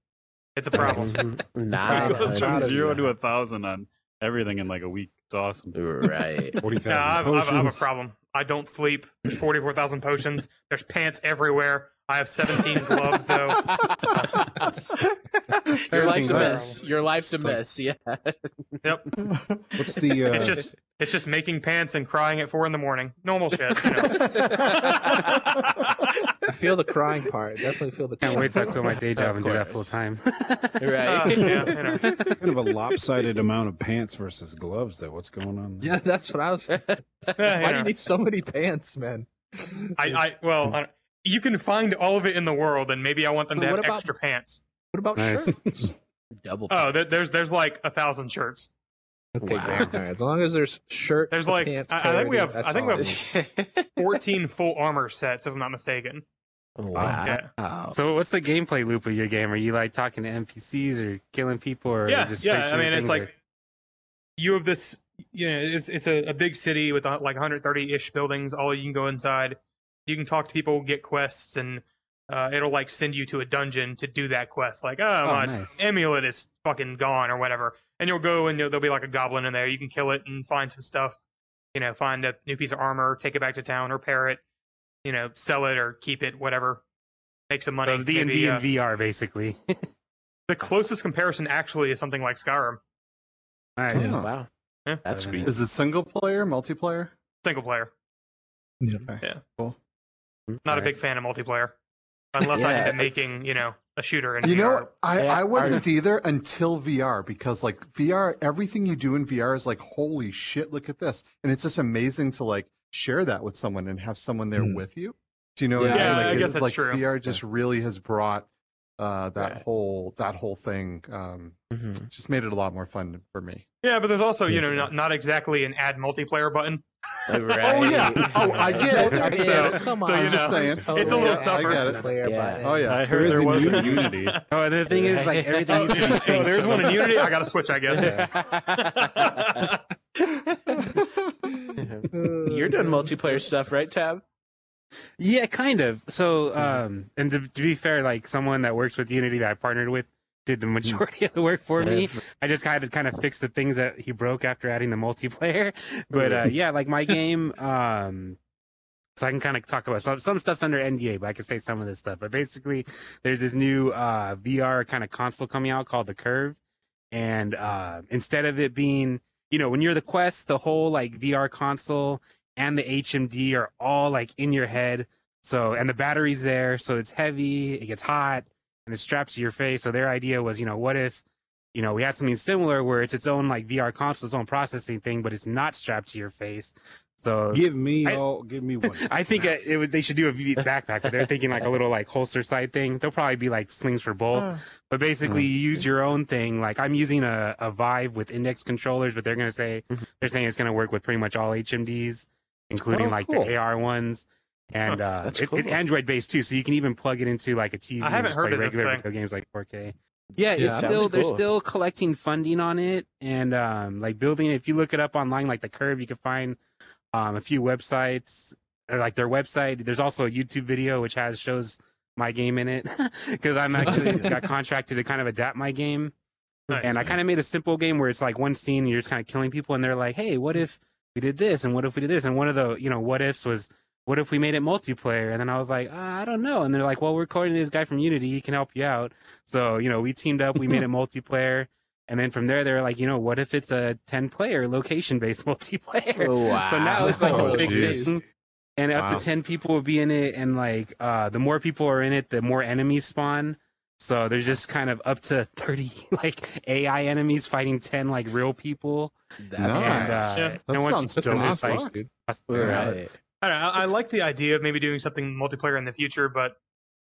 Speaker 2: It's a problem.
Speaker 6: Mhm.
Speaker 1: It
Speaker 6: Nah,
Speaker 1: goes
Speaker 6: that's
Speaker 1: from
Speaker 6: right.
Speaker 1: zero to a thousand on everything in like a week. It's awesome.
Speaker 6: Right.
Speaker 2: No, I, have, I, have, I have a
Speaker 4: Potions.
Speaker 2: problem. I don't sleep. There's 44,000 potions. There's pants everywhere. I have 17 gloves, though.
Speaker 6: Your life's
Speaker 4: Parenting
Speaker 6: a mess. Your life's a mess. Yeah.
Speaker 2: Yep.
Speaker 4: What's the? Uh,
Speaker 2: It's just it's just making pants and crying at four in the morning. Normal shit. You know. Uh,
Speaker 7: I feel the crying part. Definitely feel the.
Speaker 3: can't
Speaker 7: crying
Speaker 3: wait till I
Speaker 7: part.
Speaker 3: quit my day job
Speaker 6: Of
Speaker 3: and do that full
Speaker 6: course.
Speaker 3: time.
Speaker 2: Uh,
Speaker 6: right.
Speaker 2: yeah, you know.
Speaker 4: kind of a lopsided amount of pants versus gloves though what's going on there?
Speaker 7: Yeah, that's what I was. Why
Speaker 2: Yeah, you
Speaker 7: do you
Speaker 2: know.
Speaker 7: need so many pants, man?
Speaker 2: I, I
Speaker 3: Hmm.
Speaker 2: well, I, you can find all of it in the world, and maybe I want them
Speaker 7: But
Speaker 2: to have
Speaker 7: what about-
Speaker 2: extra pants.
Speaker 7: What
Speaker 6: Oh,
Speaker 7: about
Speaker 3: Nice.
Speaker 7: shirts?
Speaker 6: Double.
Speaker 2: Oh, there, there's there's like a thousand shirts.
Speaker 7: Okay,
Speaker 6: Wow.
Speaker 7: great. All right. As long as there's shirt,
Speaker 2: There's
Speaker 7: to
Speaker 2: like-
Speaker 7: pants
Speaker 2: I- I think we
Speaker 7: parity,
Speaker 2: have- I
Speaker 7: that's
Speaker 2: think we
Speaker 7: all
Speaker 2: have- Fourteen full armor sets, if I'm not mistaken.
Speaker 6: wow.
Speaker 3: So what's the gameplay loop of your game? Are you like talking to NPCs or killing people or
Speaker 2: yeah,
Speaker 3: just
Speaker 2: yeah. I
Speaker 3: searching
Speaker 2: mean, it's
Speaker 3: things
Speaker 2: like
Speaker 3: or-
Speaker 2: you have this. You know, it's it's a, a big city with uh, like 130 ish buildings. All you can go inside. You can talk to people, get quests, and uh, it'll like send you to a dungeon to do that quest. Like, oh,
Speaker 3: oh,
Speaker 2: my
Speaker 3: nice.
Speaker 2: amulet is fucking gone or whatever. And you'll go and you'll, there'll be like a goblin in there. You can kill it and find some stuff, you know, find a new piece of armor, take it back to town, repair it, you know, sell it or keep it, whatever, make some money.
Speaker 3: Those D and
Speaker 2: Maybe,
Speaker 3: D
Speaker 2: uh,
Speaker 3: and VR basically.
Speaker 2: the closest comparison actually is something like Skyrim,
Speaker 3: nice.
Speaker 5: Yeah.
Speaker 6: Oh, Wow.
Speaker 2: Yeah.
Speaker 6: That's
Speaker 3: Seven
Speaker 6: great.
Speaker 3: inches.
Speaker 5: Is it single player, multiplayer?
Speaker 2: single player. Not a big
Speaker 3: Nice.
Speaker 2: fan of multiplayer, unless I
Speaker 6: Yeah.
Speaker 2: end up making you know a shooter. In
Speaker 5: You know,
Speaker 2: VR.
Speaker 5: I,
Speaker 6: Yeah,
Speaker 5: I wasn't either until VR because like VR, everything you do in VR is like, holy shit, look at this. And it's just amazing to like share that with someone and have someone there
Speaker 7: Hmm.
Speaker 5: with you. Do you know what
Speaker 7: Yeah,
Speaker 5: I mean?
Speaker 7: I
Speaker 5: Like,
Speaker 2: guess
Speaker 5: it's
Speaker 2: that's
Speaker 5: like
Speaker 2: true.
Speaker 5: VR just really has brought uh that
Speaker 6: Yeah.
Speaker 5: whole that whole thing. Um
Speaker 6: Mhm.
Speaker 5: it's just made it a lot more fun for me.
Speaker 2: yeah, but there's also you know
Speaker 6: Yeah.
Speaker 2: not, not exactly an add multiplayer button.
Speaker 5: Oh yeah.
Speaker 6: Right.
Speaker 5: Oh I get it.
Speaker 7: There
Speaker 5: I
Speaker 7: is.
Speaker 5: get it.
Speaker 7: Come
Speaker 2: so you
Speaker 7: on.
Speaker 5: I'm just
Speaker 2: know,
Speaker 5: saying.
Speaker 7: It's totally
Speaker 2: it's a little
Speaker 5: Yeah, I
Speaker 2: tougher.
Speaker 5: get it.
Speaker 7: Player
Speaker 6: Yeah.
Speaker 7: button.
Speaker 5: Oh yeah.
Speaker 1: I
Speaker 4: There
Speaker 1: heard
Speaker 4: is
Speaker 1: there
Speaker 4: a
Speaker 1: was
Speaker 4: new
Speaker 1: a Unity.
Speaker 3: Oh, and the thing is, like everything used to be
Speaker 2: Oh,
Speaker 3: synced,
Speaker 2: there's
Speaker 3: so
Speaker 2: one in
Speaker 3: the-
Speaker 2: Unity. I got to switch, I guess.
Speaker 6: You're doing multiplayer stuff, right, Tab?
Speaker 3: Yeah, kind of.
Speaker 2: Hmm.
Speaker 3: So, um, and to, to be fair, like someone that works with Unity that I partnered with did the majority of the work for me. I just kind of kind of fixed the things that he broke after adding the multiplayer.
Speaker 2: Oh,
Speaker 3: But uh, yeah, like my game. Um, so I can kind of talk about some some stuff's under NDA, but I can say some of this stuff. But basically, there's this new uh, VR kind of console coming out called the Curve, and uh, instead of it being you know when you're the Quest, the whole like VR console and the HMD are all like in your head. So and the battery's there, so it's heavy, it gets hot, and it straps to your face. So their idea was, you know, what if you know, we had something similar where it's its own like VR console, its own processing thing, but it's not strapped to your face. So
Speaker 4: Give me
Speaker 3: I-
Speaker 4: all. Give me one.
Speaker 3: I think uh, it would, they should do a v- backpack, but they're thinking like a little like holster side thing. They'll probably be like slings for both,
Speaker 6: Uh.
Speaker 5: Ah,
Speaker 3: but basically you use your own thing. Like I'm using a, a Vive with index controllers, but they're going to say,
Speaker 6: Mhm.
Speaker 3: they're saying it's going to work with pretty much all HMDs, including
Speaker 5: Oh,
Speaker 3: like
Speaker 5: cool.
Speaker 3: the AR ones. And uh,
Speaker 6: that's
Speaker 3: it's, it's
Speaker 6: cool.
Speaker 3: Android based too, so you can even plug it into like a TV.
Speaker 2: I
Speaker 3: and
Speaker 2: haven't
Speaker 3: just
Speaker 2: heard
Speaker 3: play
Speaker 2: of this
Speaker 3: regular
Speaker 2: thing.
Speaker 3: video games like 4K. Yeah, it's
Speaker 6: Yeah.
Speaker 3: still
Speaker 6: Sounds
Speaker 3: they're
Speaker 6: cool.
Speaker 3: still collecting funding on it and um like building if you look it up online like the curve you can find um a few websites or like their website there's also a YouTube video which has shows my game in it cuz I'm actually got contracted to kind of adapt my game
Speaker 2: Nice.
Speaker 3: and I kind of made a simple game where it's like one scene and you're just kind of killing people and they're like hey what if we did this and what if we did this and one of the you know what ifs was what if we made it multiplayer? And then I was like, uh, I don't know. And they're like, well, we're recording this guy from Unity. He can help you out. So, you know, we teamed up, we made it multiplayer. And then from there, they're like, you know, what if it's a 10 player location based multiplayer?
Speaker 6: Oh, wow.
Speaker 3: So now it's like
Speaker 5: Oh,
Speaker 3: a big
Speaker 5: jeez.
Speaker 3: thing. And up
Speaker 5: Wow.
Speaker 3: to 10 people will be in it. And like, uh, the more people are in it, the more enemies spawn. So there's just kind of up to 30 like AI enemies fighting 10 like real people.
Speaker 6: That's
Speaker 3: And, uh,
Speaker 5: Nice.
Speaker 2: Yeah.
Speaker 3: and
Speaker 5: That
Speaker 3: once
Speaker 5: sounds
Speaker 3: you're done,
Speaker 5: dope
Speaker 3: there's,
Speaker 5: as
Speaker 3: like,
Speaker 5: fuck.
Speaker 6: cool.
Speaker 5: Yeah.
Speaker 6: Right.
Speaker 2: I, don't know, I, I like the idea of maybe doing something multiplayer in the future, but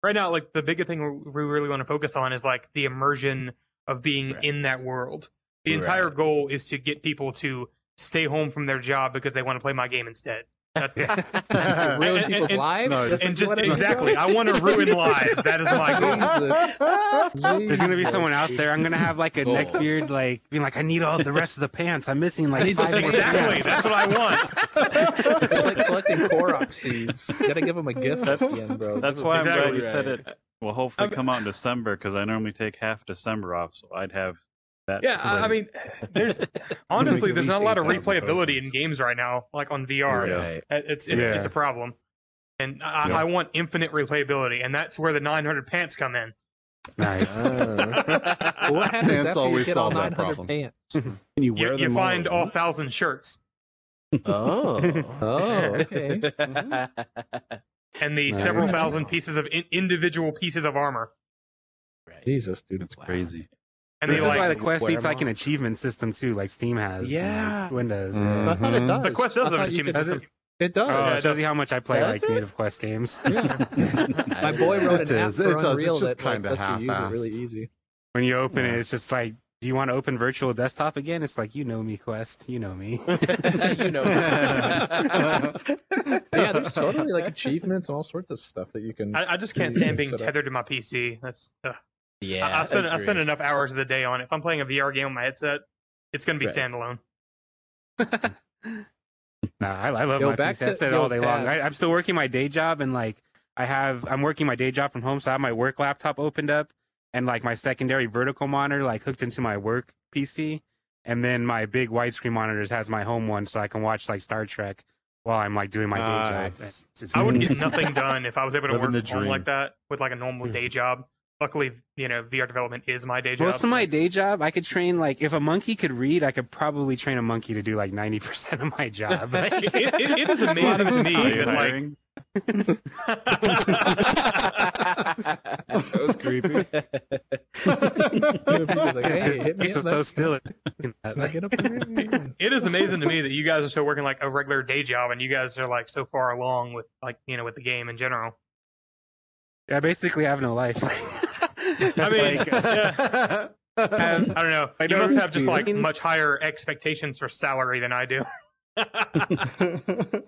Speaker 2: right now, like the bigger thing we we really want to focus on is like the immersion of being
Speaker 6: Right.
Speaker 2: in that world. The entire
Speaker 6: Right.
Speaker 2: goal is to get people to stay home from their job because they want to play my game instead. That,
Speaker 7: Ruin
Speaker 2: And- and-
Speaker 7: people's
Speaker 2: and-
Speaker 7: lives.
Speaker 5: no,
Speaker 7: That's
Speaker 2: and just
Speaker 7: what it is.
Speaker 2: exactly, I want to ruin lives. That is my goal.
Speaker 3: There's gonna be someone out there. I'm gonna have like a
Speaker 6: Goals.
Speaker 3: neck beard, like being like, I need all the rest of the pants. I'm missing like five more
Speaker 2: Exactly,
Speaker 3: pants.
Speaker 2: that's what I want.
Speaker 7: It's like collecting Korok seeds. You gotta give them a gift at the end, bro.
Speaker 1: That's
Speaker 7: Give 'em
Speaker 1: why I'm
Speaker 2: Exactly
Speaker 1: glad you said
Speaker 6: right.
Speaker 1: it. Will hopefully
Speaker 2: Um,
Speaker 1: come out in December because I normally take half December off, so I'd have that.
Speaker 2: Yeah, I, I mean, there's honestly,
Speaker 5: at
Speaker 2: there's not a
Speaker 5: least
Speaker 2: lot of
Speaker 5: 8,000
Speaker 2: replayability in
Speaker 5: potions.
Speaker 2: games right now, like on VR.
Speaker 6: Right.
Speaker 2: Uh, It's it's, it's a problem, and I,
Speaker 5: Yeah.
Speaker 2: I want infinite replayability, and that's where the 900 pants come in.
Speaker 3: Nice.
Speaker 5: Ah.
Speaker 7: Well, what happens
Speaker 5: Pants
Speaker 7: after
Speaker 5: always
Speaker 7: you get all
Speaker 5: solve that
Speaker 7: 900
Speaker 5: problem.
Speaker 7: pants?
Speaker 4: Can you wear
Speaker 2: You,
Speaker 4: them
Speaker 2: you
Speaker 4: all
Speaker 2: find
Speaker 4: at
Speaker 2: all
Speaker 4: once?
Speaker 2: thousand shirts,
Speaker 6: Oh.
Speaker 7: Oh, okay.
Speaker 2: and the
Speaker 3: Nice.
Speaker 2: several thousand pieces of in, individual pieces of armor,
Speaker 6: right.
Speaker 7: Jesus, dude.
Speaker 1: it's crazy.
Speaker 2: and
Speaker 3: So
Speaker 2: they
Speaker 3: this is why
Speaker 2: like
Speaker 3: the quest
Speaker 6: Wear
Speaker 3: needs like an
Speaker 6: 'em on.
Speaker 3: achievement system too, like Steam has. and,
Speaker 6: Yeah.
Speaker 3: like, Windows.
Speaker 5: Mm.
Speaker 6: I thought it
Speaker 5: Mhm.
Speaker 6: does.
Speaker 2: the quest does
Speaker 7: I
Speaker 2: have an
Speaker 7: thought you
Speaker 2: achievement
Speaker 7: could-
Speaker 2: system.
Speaker 7: It
Speaker 3: Oh,
Speaker 7: does.
Speaker 2: Yeah, it
Speaker 3: it Oh, shows you how much I play
Speaker 6: Does
Speaker 3: like
Speaker 6: it?
Speaker 3: native quest
Speaker 2: Oh,
Speaker 3: games.
Speaker 7: My boy
Speaker 5: It
Speaker 7: wrote an
Speaker 5: does,
Speaker 7: app
Speaker 5: it
Speaker 7: for
Speaker 5: does, it's
Speaker 7: Unreal
Speaker 5: just
Speaker 7: that like,
Speaker 5: kinda
Speaker 7: lets you use it really
Speaker 5: half-assed.
Speaker 7: easy.
Speaker 3: when you open
Speaker 5: Yeah.
Speaker 3: it, it's just like, do you want to open virtual desktop again? It's like, you know me, Quest. You know me.
Speaker 6: you know.
Speaker 7: Yeah, there's totally like achievements and all sorts of stuff that you can.
Speaker 2: I, I just can't
Speaker 7: Yeah,
Speaker 2: stand being
Speaker 7: set up.
Speaker 2: tethered to my PC. That's ugh.
Speaker 6: Yeah.
Speaker 2: I, I spend I spend
Speaker 6: agree.
Speaker 2: enough hours of the day on it. If I'm playing a VR game on my headset, it's going to be
Speaker 6: Right.
Speaker 2: standalone.
Speaker 3: Nah, I, I love
Speaker 7: Yo,
Speaker 3: my
Speaker 7: back
Speaker 3: PC. I
Speaker 7: to-
Speaker 3: said it
Speaker 7: yo,
Speaker 3: all day long.
Speaker 7: Tab.
Speaker 3: I, I'm still working my day job, and like I have, I'm working my day job from home, so I have my work laptop opened up, and like my secondary vertical monitor like hooked into my work PC, and then my big widescreen monitors has my home one, so I can watch like Star Trek while I'm like doing my day job.
Speaker 5: Nice.
Speaker 3: It's- it's
Speaker 2: I would
Speaker 3: mean-
Speaker 2: get nothing done if I was able to
Speaker 5: Living
Speaker 2: work
Speaker 5: the
Speaker 2: from home like
Speaker 5: dream.
Speaker 2: that with like a normal day job. Luckily, you know, VR development is my day job.
Speaker 3: Most
Speaker 2: so-
Speaker 3: of my day job, I could train like if a monkey could read, I could probably train a monkey to do like ninety percent of my job. But
Speaker 2: it, it, it is
Speaker 1: A lot
Speaker 2: amazing
Speaker 1: of
Speaker 2: to
Speaker 1: it's
Speaker 2: me
Speaker 1: time
Speaker 2: that like
Speaker 1: hiring.
Speaker 6: that
Speaker 5: was
Speaker 6: creepy.
Speaker 7: You know, people's like,
Speaker 3: it's
Speaker 7: hey,
Speaker 3: just,
Speaker 7: hit me
Speaker 3: it's
Speaker 7: up,
Speaker 3: just so
Speaker 7: man.
Speaker 3: still.
Speaker 7: Can I get up here? Yeah.
Speaker 2: it is amazing to me that you guys are still working like a regular day job and you guys are like so far along with like you know with the game in general.
Speaker 3: I basically have no life.
Speaker 2: I mean,
Speaker 3: Like,
Speaker 2: yeah.
Speaker 5: Um,
Speaker 2: I don't know.
Speaker 3: I
Speaker 2: you
Speaker 3: don't
Speaker 2: must have just
Speaker 3: know.
Speaker 2: like much higher expectations for salary than I do.
Speaker 3: I
Speaker 2: took
Speaker 3: know,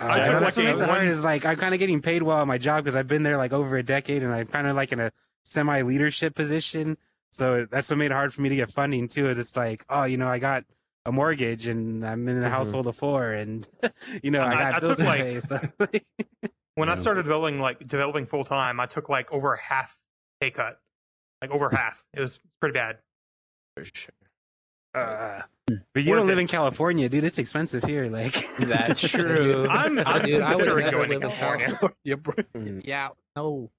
Speaker 2: like
Speaker 3: that's what
Speaker 2: a
Speaker 3: makes it
Speaker 2: one-
Speaker 3: hard is like I'm kind of getting paid well at my job because I've been there like over a decade and I'm kind of like in a semi leadership position. So that's what made it hard for me to get funding too. Is it's like, oh, you know, I got a mortgage and I'm in a
Speaker 5: Mhm.
Speaker 3: household of four, and you know, I,
Speaker 2: Mm-hmm. I-
Speaker 3: got
Speaker 2: I
Speaker 3: bills
Speaker 2: took,
Speaker 3: to
Speaker 2: like-
Speaker 3: pay. So.
Speaker 2: when I
Speaker 4: Yeah.
Speaker 2: started developing like developing full time, I took like over a half pay cut, like over half. It was pretty bad.
Speaker 6: For sure.
Speaker 3: Uh, but you
Speaker 2: Worth
Speaker 3: don't live
Speaker 2: it.
Speaker 3: in California, dude. It's expensive here. Like
Speaker 6: That's true.
Speaker 2: I'm, I'm
Speaker 7: Dude, I would
Speaker 2: considering
Speaker 7: never
Speaker 2: going to
Speaker 7: live in
Speaker 2: California.
Speaker 7: California, bro.
Speaker 5: Mm.
Speaker 7: Yeah, no.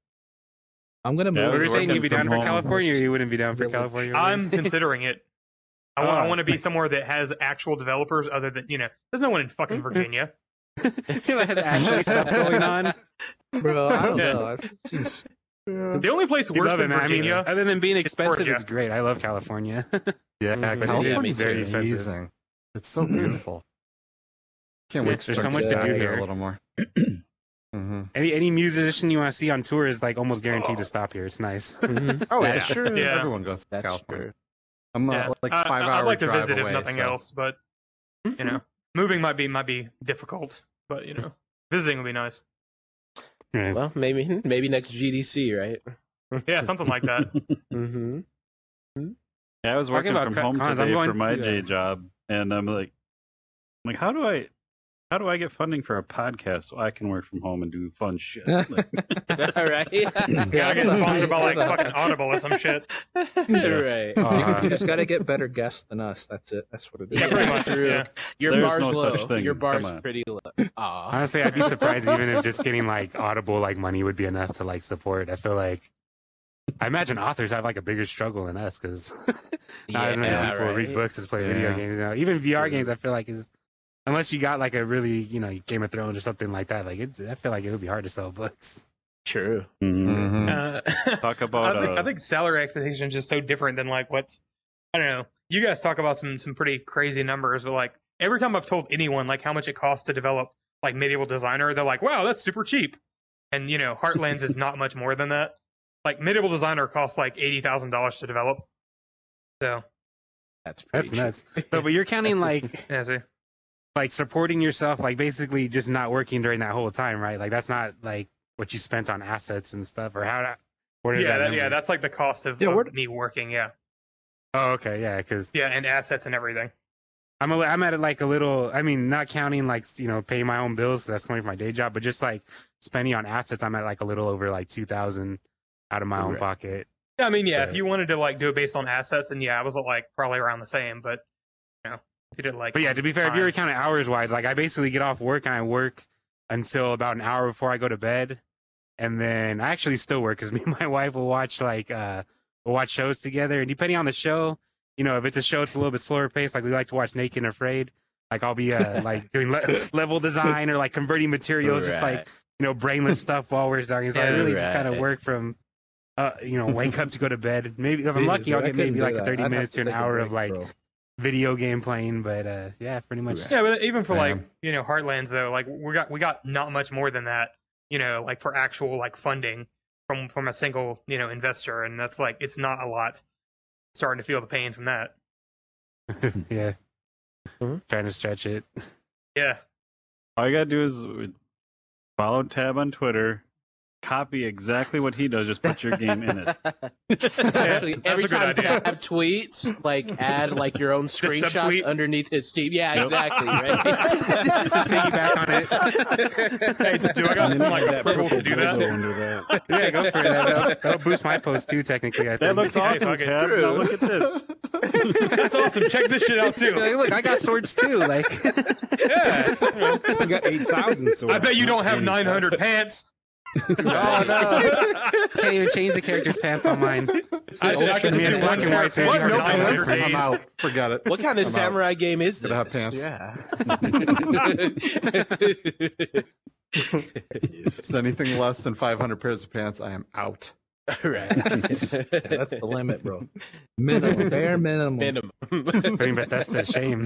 Speaker 7: I'm gonna
Speaker 1: Yeah, I
Speaker 3: We're
Speaker 7: move.
Speaker 1: was
Speaker 3: just saying
Speaker 1: working
Speaker 3: you'd be
Speaker 1: from
Speaker 3: down for
Speaker 1: home.
Speaker 3: California, or you wouldn't be down for
Speaker 7: Village.
Speaker 3: California. what do you
Speaker 2: I'm
Speaker 3: say?
Speaker 2: considering it. I want, I
Speaker 3: Oh.
Speaker 2: want to be somewhere that has actual developers other than you know. There's no one in fucking
Speaker 7: Mm-hmm.
Speaker 2: Virginia.
Speaker 3: You know, it has actually stuff going on.
Speaker 7: Bro, I don't
Speaker 2: Yeah.
Speaker 7: know. I've- jeez. Mm-hmm.
Speaker 2: The only place
Speaker 3: You
Speaker 2: worse
Speaker 3: love it,
Speaker 2: than
Speaker 3: man. I mean,
Speaker 2: Virginia.
Speaker 3: other than being expensive,
Speaker 2: Georgia.
Speaker 3: it's great. I love California.
Speaker 5: yeah,
Speaker 3: But it is
Speaker 5: California's
Speaker 6: very
Speaker 3: expensive.
Speaker 5: amazing. It's so
Speaker 2: Mm-hmm.
Speaker 5: beautiful. Can't wait to
Speaker 3: There's
Speaker 5: start
Speaker 3: so much to
Speaker 5: getting
Speaker 3: do
Speaker 5: out there
Speaker 3: here.
Speaker 5: a little more. hmm
Speaker 3: any any musician you want to see on tour is like almost guaranteed to stop here. It's nice.
Speaker 6: Mhm.
Speaker 5: Oh,
Speaker 6: That's
Speaker 5: yeah.
Speaker 6: true.
Speaker 2: Yeah.
Speaker 5: Everyone goes to
Speaker 6: That's
Speaker 5: California.
Speaker 6: true.
Speaker 5: I'm uh,
Speaker 2: yeah.
Speaker 5: like
Speaker 2: I- I-
Speaker 5: five hour
Speaker 2: I'd like to
Speaker 5: drive
Speaker 2: visit
Speaker 5: away,
Speaker 2: if nothing
Speaker 5: so-
Speaker 2: else, but you know, moving might be might be difficult. But you know, visiting would be nice.
Speaker 3: Nice.
Speaker 6: Well, maybe maybe next GDC, right?
Speaker 2: Yeah, something like that.
Speaker 6: Mm-hmm.
Speaker 1: uh, Yeah, I was
Speaker 3: Talking
Speaker 1: working
Speaker 3: about
Speaker 1: from
Speaker 3: co-
Speaker 1: home
Speaker 3: cons, I'm
Speaker 1: today
Speaker 3: going
Speaker 1: for my
Speaker 3: to, uh,
Speaker 1: J job, and I'm like, I'm like, how do I, how do I get funding for a podcast so I can work from home and do fun shit? Mm-hmm. Like,
Speaker 6: All right.
Speaker 2: Gotta get sponsored by like
Speaker 7: That's a-
Speaker 2: fucking Audible or some shit.
Speaker 6: right.
Speaker 3: Uh,
Speaker 7: You just gotta get better guests than us. That's it. That's what it is.
Speaker 2: Yeah, pretty much.
Speaker 6: True.
Speaker 2: Yeah.
Speaker 6: Your
Speaker 1: There's
Speaker 6: bar's
Speaker 1: no
Speaker 6: low.
Speaker 1: such thing.
Speaker 6: Your
Speaker 1: Come
Speaker 6: bar's
Speaker 1: on.
Speaker 6: pretty low. Aw.
Speaker 3: honestly, I'd be surprised even if just getting like audible like money would be enough to like support. I feel like I imagine authors have like a bigger struggle than us because not as many
Speaker 6: Yeah,
Speaker 3: people
Speaker 6: right.
Speaker 3: read books as play
Speaker 5: Yeah.
Speaker 3: video games now. Even VR
Speaker 6: True.
Speaker 3: games, I feel like is unless you got like a really you know Game of Thrones or something like that. Like it's, I feel like it would be hard to sell books.
Speaker 6: True.
Speaker 1: mhm.
Speaker 5: Mhm.
Speaker 2: Uh,
Speaker 1: Talk
Speaker 2: I
Speaker 1: about.
Speaker 2: think,
Speaker 1: uh,
Speaker 2: I think salary expectations are just so different than like what's I don't know. You guys talk about some some pretty crazy numbers, but like every time I've told anyone like how much it costs to develop like medieval designer, they're like, "Wow, that's super cheap," and you know, Heartlands is not much more than that. Like medieval designer costs like eighty thousand dollars to develop. So
Speaker 6: That's pretty
Speaker 3: That's nuts. But but you're counting like
Speaker 2: yeah, see.
Speaker 3: like supporting yourself, like basically just not working during that whole time, right? Like that's not like what you spent on assets and stuff, or how. to- Where does
Speaker 2: yeah, that,
Speaker 3: number-
Speaker 2: yeah, that's like the cost of,
Speaker 7: Yeah,
Speaker 2: of
Speaker 7: what-
Speaker 2: me working. Yeah,
Speaker 3: Oh, okay, yeah, because
Speaker 2: yeah, and assets and everything.
Speaker 3: I'm a, I'm at like a little. I mean, not counting like you know paying my own bills. 'cause That's coming from my day job, but just like spending on assets, I'm at like a little over like two thousand out of my own
Speaker 6: Right.
Speaker 3: pocket.
Speaker 2: Yeah, I mean, yeah, if
Speaker 3: Right.
Speaker 2: you wanted to like do it based on assets, then yeah, I was like probably around the same. But you know, if you did like,
Speaker 3: But yeah, to be fair, if you were
Speaker 2: Fine.
Speaker 3: counting hours wise, like I basically get off work and I work until about an hour before I go to bed, and then I actually still work because me and my wife will watch like uh we'll watch shows together, and depending on the show, you know, if it's a show, it's a little bit slower paced. Like we like to watch Naked and Afraid. Like I'll be uh, like doing le- level design or like converting materials, just like
Speaker 6: Right.
Speaker 3: you know brainless stuff while we're starting. So I
Speaker 2: Yeah,
Speaker 3: really just kind of
Speaker 6: right.
Speaker 3: work from. Uh, you know, wake up to go to bed. Maybe if I'm
Speaker 7: Jeez,
Speaker 3: lucky,
Speaker 7: dude,
Speaker 3: I'll
Speaker 7: I
Speaker 3: get
Speaker 7: couldn't
Speaker 3: maybe
Speaker 7: do
Speaker 3: like
Speaker 7: that.
Speaker 3: thirty
Speaker 7: I'd have
Speaker 3: minutes to
Speaker 7: to
Speaker 3: an
Speaker 7: take a
Speaker 3: hour of
Speaker 7: break,
Speaker 3: like
Speaker 7: bro.
Speaker 3: video game playing, but uh, yeah, pretty much.
Speaker 5: Right.
Speaker 2: Yeah, but even for like
Speaker 5: Damn.
Speaker 2: you know Heartlands though, like we got we got not much more than that, you know, like for actual like funding from from a single you know investor, and that's like it's not a lot. Starting to feel the pain from that.
Speaker 3: yeah.
Speaker 6: Mhm.
Speaker 3: Trying to stretch it.
Speaker 2: Yeah,
Speaker 1: uh, all you gotta do is follow Tab on Twitter, copy exactly what he does, just put your game in it.
Speaker 6: Actually,
Speaker 2: That's
Speaker 6: every
Speaker 2: a good
Speaker 6: time
Speaker 2: idea.
Speaker 6: Tab tweets, like add like your own screenshots
Speaker 2: subtweet?
Speaker 6: underneath his Steam. Yeah,
Speaker 1: Yep.
Speaker 6: exactly. Right?
Speaker 3: Just piggyback on it.
Speaker 2: Hey, do I
Speaker 4: And
Speaker 2: got
Speaker 4: then
Speaker 2: some
Speaker 4: add
Speaker 2: like
Speaker 4: that
Speaker 2: approval to
Speaker 4: purple
Speaker 2: do that?
Speaker 4: dildo under that.
Speaker 3: Yeah, go for it. That'll, that'll boost my post too. Technically, I think.
Speaker 1: That looks
Speaker 2: Hey,
Speaker 1: awesome,
Speaker 2: fuck it.
Speaker 1: Tab. Now look at this.
Speaker 2: That's awesome. Check this shit out
Speaker 3: Be like,
Speaker 2: too.
Speaker 3: Look, I got swords too. Like,
Speaker 2: Yeah.
Speaker 4: You got eight thousand. So
Speaker 2: I bet you don't have 900 pants.
Speaker 3: oh no, can't even change the character's pants on mine.
Speaker 2: I
Speaker 6: the
Speaker 2: should, I
Speaker 6: old
Speaker 2: should just
Speaker 3: man
Speaker 2: do
Speaker 3: black
Speaker 2: one
Speaker 3: and
Speaker 2: pair
Speaker 3: white
Speaker 2: of pants for
Speaker 3: pants are
Speaker 5: no
Speaker 3: not
Speaker 2: 900
Speaker 5: pants?
Speaker 3: different.
Speaker 5: I'm
Speaker 2: days.
Speaker 5: out. Forget it.
Speaker 6: What kind of
Speaker 5: I'm out.
Speaker 6: samurai game is
Speaker 5: Did
Speaker 6: this?
Speaker 5: I have pants?
Speaker 6: Yeah.
Speaker 5: It's anything less than 500 pairs of pants, I am out.
Speaker 6: right.
Speaker 7: Yeah, that's the limit, bro. Minimum, bare minimum.
Speaker 6: minimum.
Speaker 3: Bring Bethesda to shame.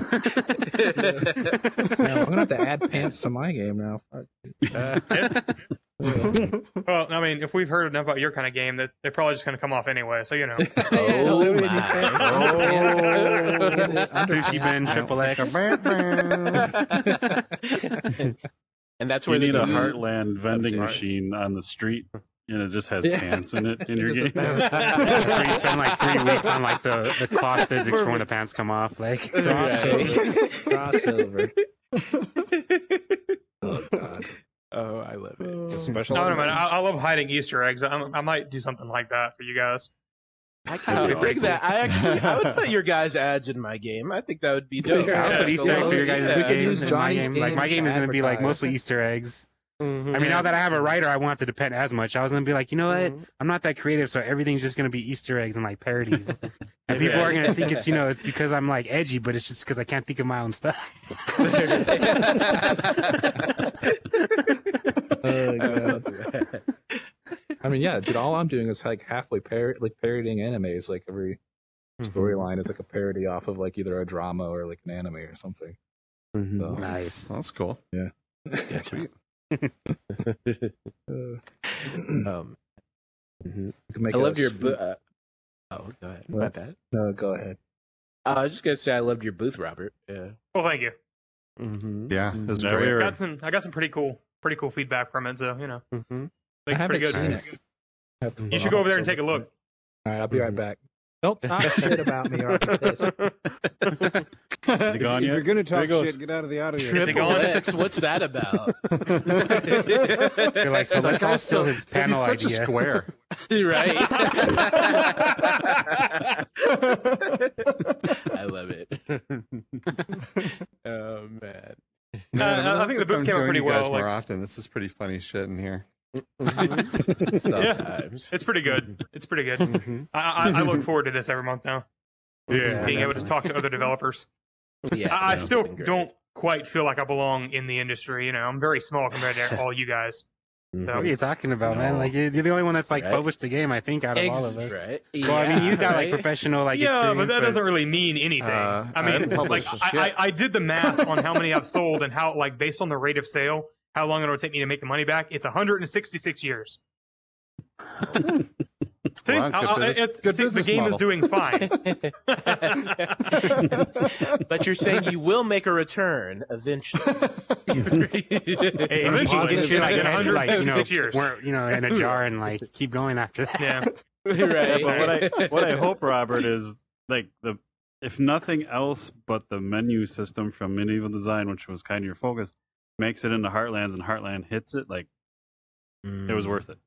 Speaker 7: Man, I'm gonna have to add pants to my game now. Fuck.
Speaker 3: Uh,
Speaker 2: Well, I mean, if we've heard enough about your kind of game, that they're probably just going to come off anyway. So you know,
Speaker 6: Oh
Speaker 7: Yeah,
Speaker 6: my.
Speaker 3: douchey Ben Triple X.
Speaker 6: and that's
Speaker 1: You
Speaker 6: where they
Speaker 1: need a
Speaker 6: do-
Speaker 1: Heartland vending
Speaker 6: sorry.
Speaker 1: machine on the street, and it just has
Speaker 7: Yeah.
Speaker 1: pants in it in your
Speaker 7: Just a
Speaker 1: game.
Speaker 3: After you spend like three weeks on like the, the cloth physics for when the pants come off, like
Speaker 6: Right.
Speaker 7: Crossover. Oh god.
Speaker 6: Oh, I love it.
Speaker 4: special.
Speaker 2: no, no, man, I, I love hiding Easter eggs. I, I might do something like that for you guys.
Speaker 6: I kind of
Speaker 1: That'd be
Speaker 6: dig
Speaker 1: awesome.
Speaker 6: that. I actually, I would put your guys' ads in my game. I think that would be dope.
Speaker 7: Yeah,
Speaker 3: I'll put
Speaker 2: Yeah,
Speaker 3: Easter eggs for your guys'
Speaker 7: We could
Speaker 3: games
Speaker 7: use
Speaker 3: and my
Speaker 7: Johnny's
Speaker 3: game. Like my
Speaker 7: games
Speaker 3: game
Speaker 7: to
Speaker 3: is gonna be like
Speaker 7: advertise.
Speaker 3: mostly Easter eggs.
Speaker 6: Mhm.
Speaker 3: I mean, now that I have a writer, I won't have to depend as much. I was gonna be like, you know what?
Speaker 6: Mm-hmm.
Speaker 3: I'm not that creative, so everything's just gonna be Easter eggs and like parodies. And people are gonna think it's you know it's because I'm like edgy, but it's just because I can't think of my own stuff.
Speaker 7: Oh, God. I mean, yeah, dude. All I'm doing is like halfway par- like parodying animes. Like every storyline is like a parody off of like either a drama or like an anime or something. So,
Speaker 5: Nice.
Speaker 3: Nice.
Speaker 5: That's cool.
Speaker 7: Yeah.
Speaker 5: Sweet.
Speaker 7: uh, you
Speaker 6: um, mhm.
Speaker 7: can make
Speaker 6: I
Speaker 7: a
Speaker 6: loved your.
Speaker 7: sweet-
Speaker 6: Bo- uh, oh, go ahead. My
Speaker 7: What?
Speaker 6: bad.
Speaker 7: No, go ahead.
Speaker 6: Uh, I was just gonna say I loved your booth, Robert. Yeah.
Speaker 2: Well, thank you.
Speaker 6: Mm-hmm.
Speaker 3: Hmm.
Speaker 5: Yeah. It was
Speaker 1: Now
Speaker 5: great.
Speaker 1: we're-
Speaker 2: Got some. I got some pretty cool, pretty cool feedback from it. So you know,
Speaker 6: Mm-hmm.
Speaker 7: I
Speaker 2: it's pretty good.
Speaker 7: haven't seen
Speaker 3: Nice.
Speaker 7: it. I have to
Speaker 2: You
Speaker 7: put
Speaker 2: should
Speaker 7: on
Speaker 2: go over there
Speaker 7: it.
Speaker 2: and take a look.
Speaker 7: All right, I'll be right
Speaker 6: Mhm.
Speaker 7: back. Don't talk shit about me. Or I'll be pissed.
Speaker 1: Is it
Speaker 4: If,
Speaker 1: gone
Speaker 4: if you're
Speaker 1: yet?
Speaker 4: gonna
Speaker 1: There
Speaker 4: talk
Speaker 1: it goes.
Speaker 4: shit, get out of the audio.
Speaker 2: Is it
Speaker 6: Triple
Speaker 2: going?
Speaker 6: X, what's that about?
Speaker 3: You're like, so
Speaker 5: That
Speaker 3: let's all
Speaker 5: guy's
Speaker 3: steal
Speaker 5: so-
Speaker 3: his panel
Speaker 5: he's such a
Speaker 3: idea.
Speaker 5: square.
Speaker 6: right? I love it. oh
Speaker 5: Man,
Speaker 6: man.
Speaker 5: I'm gonna
Speaker 2: Uh, I
Speaker 5: have
Speaker 2: think the
Speaker 5: to
Speaker 2: booth
Speaker 5: come
Speaker 2: came out
Speaker 5: join
Speaker 2: pretty
Speaker 5: you guys
Speaker 2: well,
Speaker 5: More
Speaker 2: like-
Speaker 5: often, this is pretty funny shit in here.
Speaker 6: Mhm.
Speaker 5: Stuff.
Speaker 6: Sometimes.
Speaker 2: It's pretty good. It's pretty good. I, I, I look forward to this every month now.
Speaker 3: Yeah,
Speaker 2: being able to
Speaker 3: definitely.
Speaker 2: talk to other developers.
Speaker 6: Yeah,
Speaker 2: I, I
Speaker 6: it's
Speaker 2: still
Speaker 6: been great.
Speaker 2: don't quite feel like I belong in the industry. You know, I'm very small compared to all you guys.
Speaker 3: What
Speaker 2: So,
Speaker 3: are you talking about, man?
Speaker 6: No.
Speaker 3: Like you're you're the only one that's like
Speaker 6: Right.
Speaker 3: published the game, I think, out of all
Speaker 6: Mm-hmm. Ex-
Speaker 3: of us.
Speaker 6: Right?
Speaker 3: Well, I mean, you got like
Speaker 6: right?
Speaker 3: professional like
Speaker 2: yeah, but
Speaker 3: experience.
Speaker 2: that doesn't really mean anything.
Speaker 5: Uh,
Speaker 2: I
Speaker 5: I
Speaker 2: mean,
Speaker 5: haven't
Speaker 2: like
Speaker 5: published shit.
Speaker 2: I, I, I did the math on how many I've sold and how, like, based on the rate of sale, how long it'll take me to make the money back. It's 166 years. See,
Speaker 5: Well, good
Speaker 2: I- I-
Speaker 5: business-
Speaker 2: it's,
Speaker 5: good
Speaker 2: see, the
Speaker 5: business
Speaker 2: game
Speaker 5: model.
Speaker 2: is doing fine.
Speaker 6: but you're saying you will make a return eventually.
Speaker 3: Hey, if you
Speaker 2: Eventually,
Speaker 3: can get your, like,
Speaker 2: like, in
Speaker 3: head, like, you
Speaker 2: 166
Speaker 3: know,
Speaker 2: years.
Speaker 3: where- you know, in a jar and like keep going after that.
Speaker 2: yeah.
Speaker 1: Yeah,
Speaker 6: right.
Speaker 1: but what I what I hope, Robert, is like the if nothing else but the menu system from Medieval Design, which was kind of your focus, makes it into Heartlands and Heartland hits it, like
Speaker 6: Mm-hmm.
Speaker 1: it
Speaker 5: Mm.
Speaker 1: was worth it.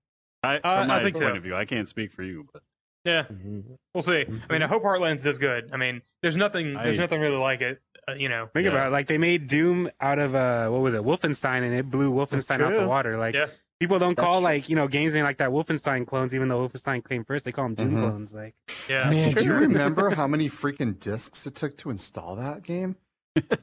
Speaker 1: I, from
Speaker 2: Uh, I
Speaker 1: my
Speaker 2: think so.
Speaker 1: point of view, I can't speak for you, but
Speaker 2: Yeah,
Speaker 6: Mhm.
Speaker 2: we'll see. I mean, I hope Heartlands does good. I mean, there's nothing, there's
Speaker 1: I-
Speaker 2: nothing really like it. Uh, you know,
Speaker 3: Think
Speaker 1: Yeah.
Speaker 3: about it. Like they made Doom out of uh, what was it, Wolfenstein, and it blew Wolfenstein out the
Speaker 6: true.
Speaker 3: water. Like
Speaker 2: Yeah.
Speaker 3: people don't
Speaker 5: That's
Speaker 3: call
Speaker 5: true.
Speaker 3: like you know games made like that Wolfenstein clones, even though Wolfenstein came first. They call them Doom
Speaker 5: Mhm.
Speaker 3: clones. Like
Speaker 2: yeah.
Speaker 5: Man, do you
Speaker 3: Sure.
Speaker 5: remember how many freaking discs it took to install that game?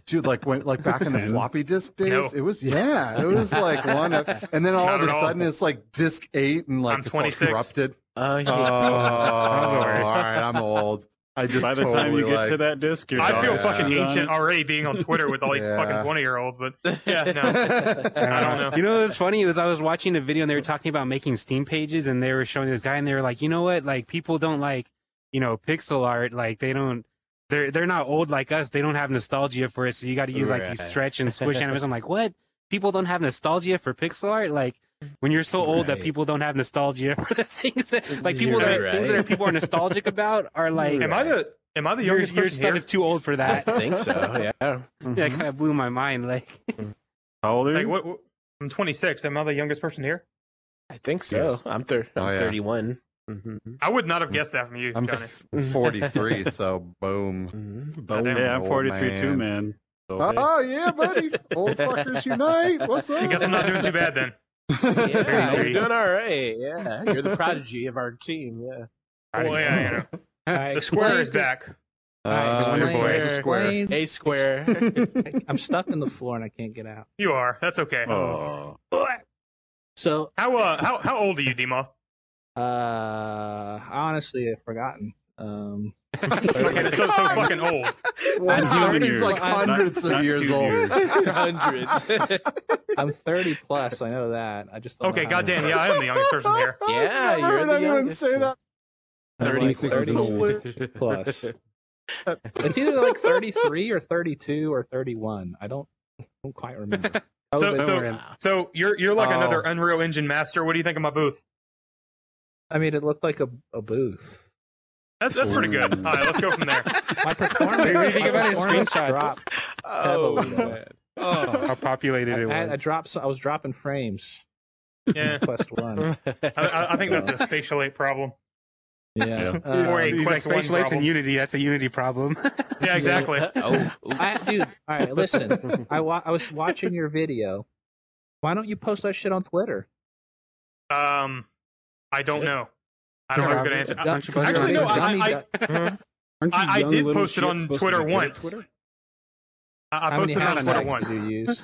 Speaker 5: Dude, like when like back in the
Speaker 1: Ten?
Speaker 5: floppy disk days,
Speaker 2: No.
Speaker 5: it was yeah, it was like one, and then all
Speaker 2: Not
Speaker 5: of a
Speaker 2: at all.
Speaker 5: sudden it's like disc eight and like
Speaker 2: I'm
Speaker 5: it's
Speaker 2: 26.
Speaker 5: all corrupted.
Speaker 6: Oh,
Speaker 5: Oh,
Speaker 3: was the
Speaker 5: all
Speaker 3: worst.
Speaker 5: right, I'm old. I just
Speaker 1: by the
Speaker 5: totally
Speaker 1: time you get
Speaker 5: like,
Speaker 1: to that disc, you're
Speaker 2: I
Speaker 1: done.
Speaker 2: feel
Speaker 5: Yeah.
Speaker 2: fucking
Speaker 1: You're done.
Speaker 2: ancient already being on Twitter with all these
Speaker 5: Yeah.
Speaker 2: fucking 20 year olds, but yeah, no.
Speaker 3: I
Speaker 2: don't know.
Speaker 3: You know what's funny was I was watching a video and they were talking about making Steam pages and they were showing this guy and they were like, you know what, like people don't like, you know, pixel art. Like they don't, they're they're not old like us. They don't have nostalgia for it. So you got to use like
Speaker 6: Right.
Speaker 3: these stretch and squish animations. I'm like, what? People don't have nostalgia for pixel art. Like when you're so old that
Speaker 6: Right.
Speaker 3: people don't have nostalgia for the things that like people
Speaker 6: You're
Speaker 3: that are, things that
Speaker 6: right.
Speaker 3: are people are nostalgic about are like
Speaker 2: Am I the am I the
Speaker 3: your,
Speaker 2: youngest
Speaker 3: your
Speaker 2: person
Speaker 3: stuff
Speaker 2: here? Mm-hmm.
Speaker 3: is too old for
Speaker 6: I
Speaker 3: that.
Speaker 6: think so. Yeah.
Speaker 3: That
Speaker 1: Mhm.
Speaker 3: kind of blew my mind. Like
Speaker 1: How old are
Speaker 2: Like
Speaker 1: you?
Speaker 2: what, what- I'm 26. Am I the youngest person here?
Speaker 6: I think so.
Speaker 4: Yes.
Speaker 6: I'm, thir- I'm
Speaker 5: Oh, yeah.
Speaker 6: 31. Mhm.
Speaker 2: I would not have guessed that from you,
Speaker 5: I'm
Speaker 2: Johnny.
Speaker 5: f- 43, so boom.
Speaker 6: Mhm.
Speaker 5: Boom,
Speaker 2: damn.
Speaker 1: Yeah, I'm
Speaker 5: old
Speaker 1: 43 too,
Speaker 5: Oh, man.
Speaker 1: man. So, hey.
Speaker 5: Oh yeah, buddy. Old fuckers unite. What's up?
Speaker 2: I guess I'm not doing too bad then.
Speaker 6: Yeah,
Speaker 2: Very-
Speaker 6: you're doing all right. Yeah, you're the prodigy of our team. Yeah.
Speaker 2: Well, yeah, you know.
Speaker 7: I
Speaker 2: The square is
Speaker 7: explained-
Speaker 2: back.
Speaker 5: Uh,
Speaker 3: Wonder
Speaker 5: yeah,
Speaker 3: Boy.
Speaker 5: it's a square.
Speaker 7: explained-
Speaker 6: A square.
Speaker 7: I'm stuck in the floor and I can't get out.
Speaker 2: You are. That's okay.
Speaker 1: Oh.
Speaker 7: So
Speaker 2: How uh how how old are you, Dima?
Speaker 7: uh honestly I've forgotten. Um
Speaker 2: Like, it's so, so fucking old.
Speaker 5: One
Speaker 7: I'm
Speaker 5: hundred
Speaker 7: human
Speaker 5: is
Speaker 7: years.
Speaker 5: like
Speaker 7: I'm
Speaker 5: hundreds
Speaker 1: not-
Speaker 5: of
Speaker 1: not
Speaker 5: years
Speaker 1: human
Speaker 5: old.
Speaker 6: You're hundreds.
Speaker 7: I'm 30 plus, I know that. I just don't
Speaker 2: Okay,
Speaker 7: know how to-
Speaker 2: goddamn, yeah, I am the youngest person here.
Speaker 6: Yeah,
Speaker 5: I've never
Speaker 6: you're
Speaker 5: heard
Speaker 6: the
Speaker 5: anyone
Speaker 6: youngest.
Speaker 5: say that.
Speaker 7: I'm like
Speaker 4: 36 is
Speaker 7: 30
Speaker 4: old.
Speaker 7: plus. It's either like 33 or 32 or 31. I don't, I don't quite remember.
Speaker 2: So-
Speaker 7: COVID-
Speaker 2: so- So you're you're like
Speaker 5: Oh.
Speaker 2: another Unreal Engine master. What do you think of my booth?
Speaker 7: I mean, it looked like a, a booth.
Speaker 2: That's that's pretty good. All right, let's go from there.
Speaker 7: My performance.
Speaker 3: Dude, what do you think
Speaker 7: my
Speaker 3: about his
Speaker 7: performance
Speaker 3: screenshots?
Speaker 7: dropped
Speaker 6: Oh,
Speaker 7: heavily.
Speaker 6: man.
Speaker 2: Oh.
Speaker 3: how populated it
Speaker 7: I,
Speaker 3: was.
Speaker 7: I, I dropped. some- I was dropping frames.
Speaker 2: Yeah,
Speaker 7: Quest one.
Speaker 2: I- I, I think that's a spatial eight problem.
Speaker 7: Yeah.
Speaker 2: Or a
Speaker 7: Um,
Speaker 3: He's like
Speaker 2: Quest one
Speaker 3: space lights in
Speaker 2: problem.
Speaker 3: Unity. That's a Unity problem.
Speaker 2: Yeah, exactly.
Speaker 6: oh,
Speaker 7: I, dude, all right, listen. I wa- I was watching your video. Why don't you post that shit on Twitter?
Speaker 2: Um, I don't know. I don't have a good answer. I-
Speaker 3: Don't you post it
Speaker 2: Actually,
Speaker 3: on
Speaker 2: no. I,
Speaker 7: Dummy,
Speaker 2: I,
Speaker 7: dummy.
Speaker 4: Aren't you
Speaker 2: I- I
Speaker 4: young
Speaker 2: did
Speaker 4: little
Speaker 2: post it
Speaker 4: shit
Speaker 2: on
Speaker 4: supposed to
Speaker 2: Twitter
Speaker 4: be good at
Speaker 2: once.
Speaker 4: Twitter?
Speaker 2: I, I
Speaker 7: How many
Speaker 2: posted it on
Speaker 3: hashtags
Speaker 2: Twitter
Speaker 3: do
Speaker 2: once.
Speaker 7: Do you use?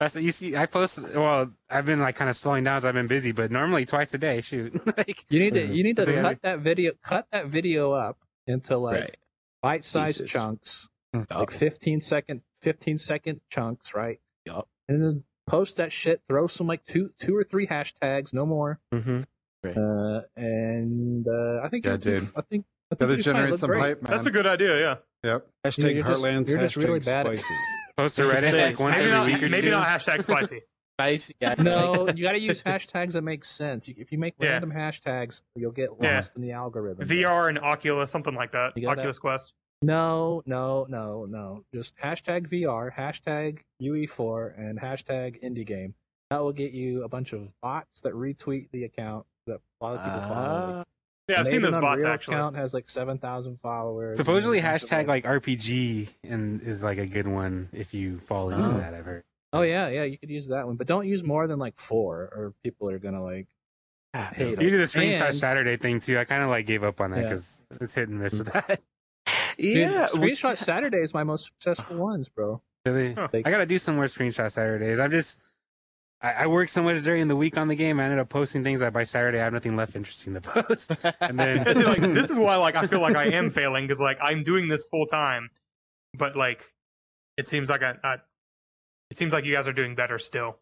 Speaker 3: That's what you see. I post. Well, I've been like kind of slowing down as I've been busy, but normally twice a day. Shoot, like
Speaker 7: You need to
Speaker 5: Mm-hmm.
Speaker 7: you need to
Speaker 3: So, yeah.
Speaker 7: cut that video cut that video up into like
Speaker 6: Right.
Speaker 7: bite sized
Speaker 6: Pieces.
Speaker 7: chunks,
Speaker 6: Oh,
Speaker 7: like 15 second 15 second chunks, right?
Speaker 6: Yup.
Speaker 7: And then post that shit. Throw some like two two or three hashtags, no more.
Speaker 3: mm-hmm.
Speaker 7: Uh, and uh, I think
Speaker 5: Yeah,
Speaker 7: you'll do-
Speaker 5: dude.
Speaker 7: I think I think
Speaker 5: Gotta
Speaker 7: you'll find it
Speaker 5: generate
Speaker 7: look
Speaker 5: some
Speaker 7: great.
Speaker 5: hype, man.
Speaker 2: That's a good idea. Yeah.
Speaker 5: Yep.
Speaker 4: Hashtag
Speaker 7: You're just-
Speaker 4: Heartlands,
Speaker 7: you're just
Speaker 4: hashtag
Speaker 7: really bad at-
Speaker 4: spicy.
Speaker 3: post to Reddit like
Speaker 6: Thanks.
Speaker 3: once
Speaker 2: Maybe
Speaker 3: every
Speaker 2: not.
Speaker 3: week or
Speaker 2: Maybe
Speaker 3: two.
Speaker 2: not hashtag spicy.
Speaker 6: spicy. Yeah, it's like-
Speaker 7: No, you got to use hashtags that make sense. You, if you make
Speaker 2: Yeah.
Speaker 7: random hashtags, you'll get lost
Speaker 2: Yeah.
Speaker 7: in the algorithm.
Speaker 2: VR and Oculus, something like that.
Speaker 7: You got that?
Speaker 2: Oculus Quest.
Speaker 7: No, no, no, no. Just hashtag VR, hashtag UE4, and hashtag indie game. That will get you a bunch of bots that retweet the account that a lot of people
Speaker 6: Ah.
Speaker 7: follow. Like,
Speaker 2: Yeah, I've seen
Speaker 7: Nathan
Speaker 2: those bots
Speaker 7: Unreal
Speaker 2: actually.
Speaker 7: Account has like seven thousand followers.
Speaker 3: Supposedly
Speaker 7: and a bunch of,
Speaker 3: hashtag like RPG and is like a good one if you fall into
Speaker 5: Oh.
Speaker 3: that. I've heard.
Speaker 7: Oh yeah, yeah. You could use that one, but don't use more than like four, or people are gonna like hate it.
Speaker 3: You do the screenshot
Speaker 7: And-
Speaker 3: Saturday thing too. I kind of like gave up on that
Speaker 7: Yeah.
Speaker 3: because it's hit and miss with that.
Speaker 7: Dude,
Speaker 6: yeah. which-
Speaker 7: Screenshot Saturday is my most successful ones, bro.
Speaker 3: Really.
Speaker 2: Huh.
Speaker 3: I gotta do some more screenshot Saturdays. I'm just. I, I work so much during the week on the game. I ended up posting things that by Saturday I have nothing left interesting to post. And then
Speaker 2: Yeah, see, like this is why like I feel like I am failing because like I'm doing this full time, but like it seems like I, I it seems like you guys are doing better still,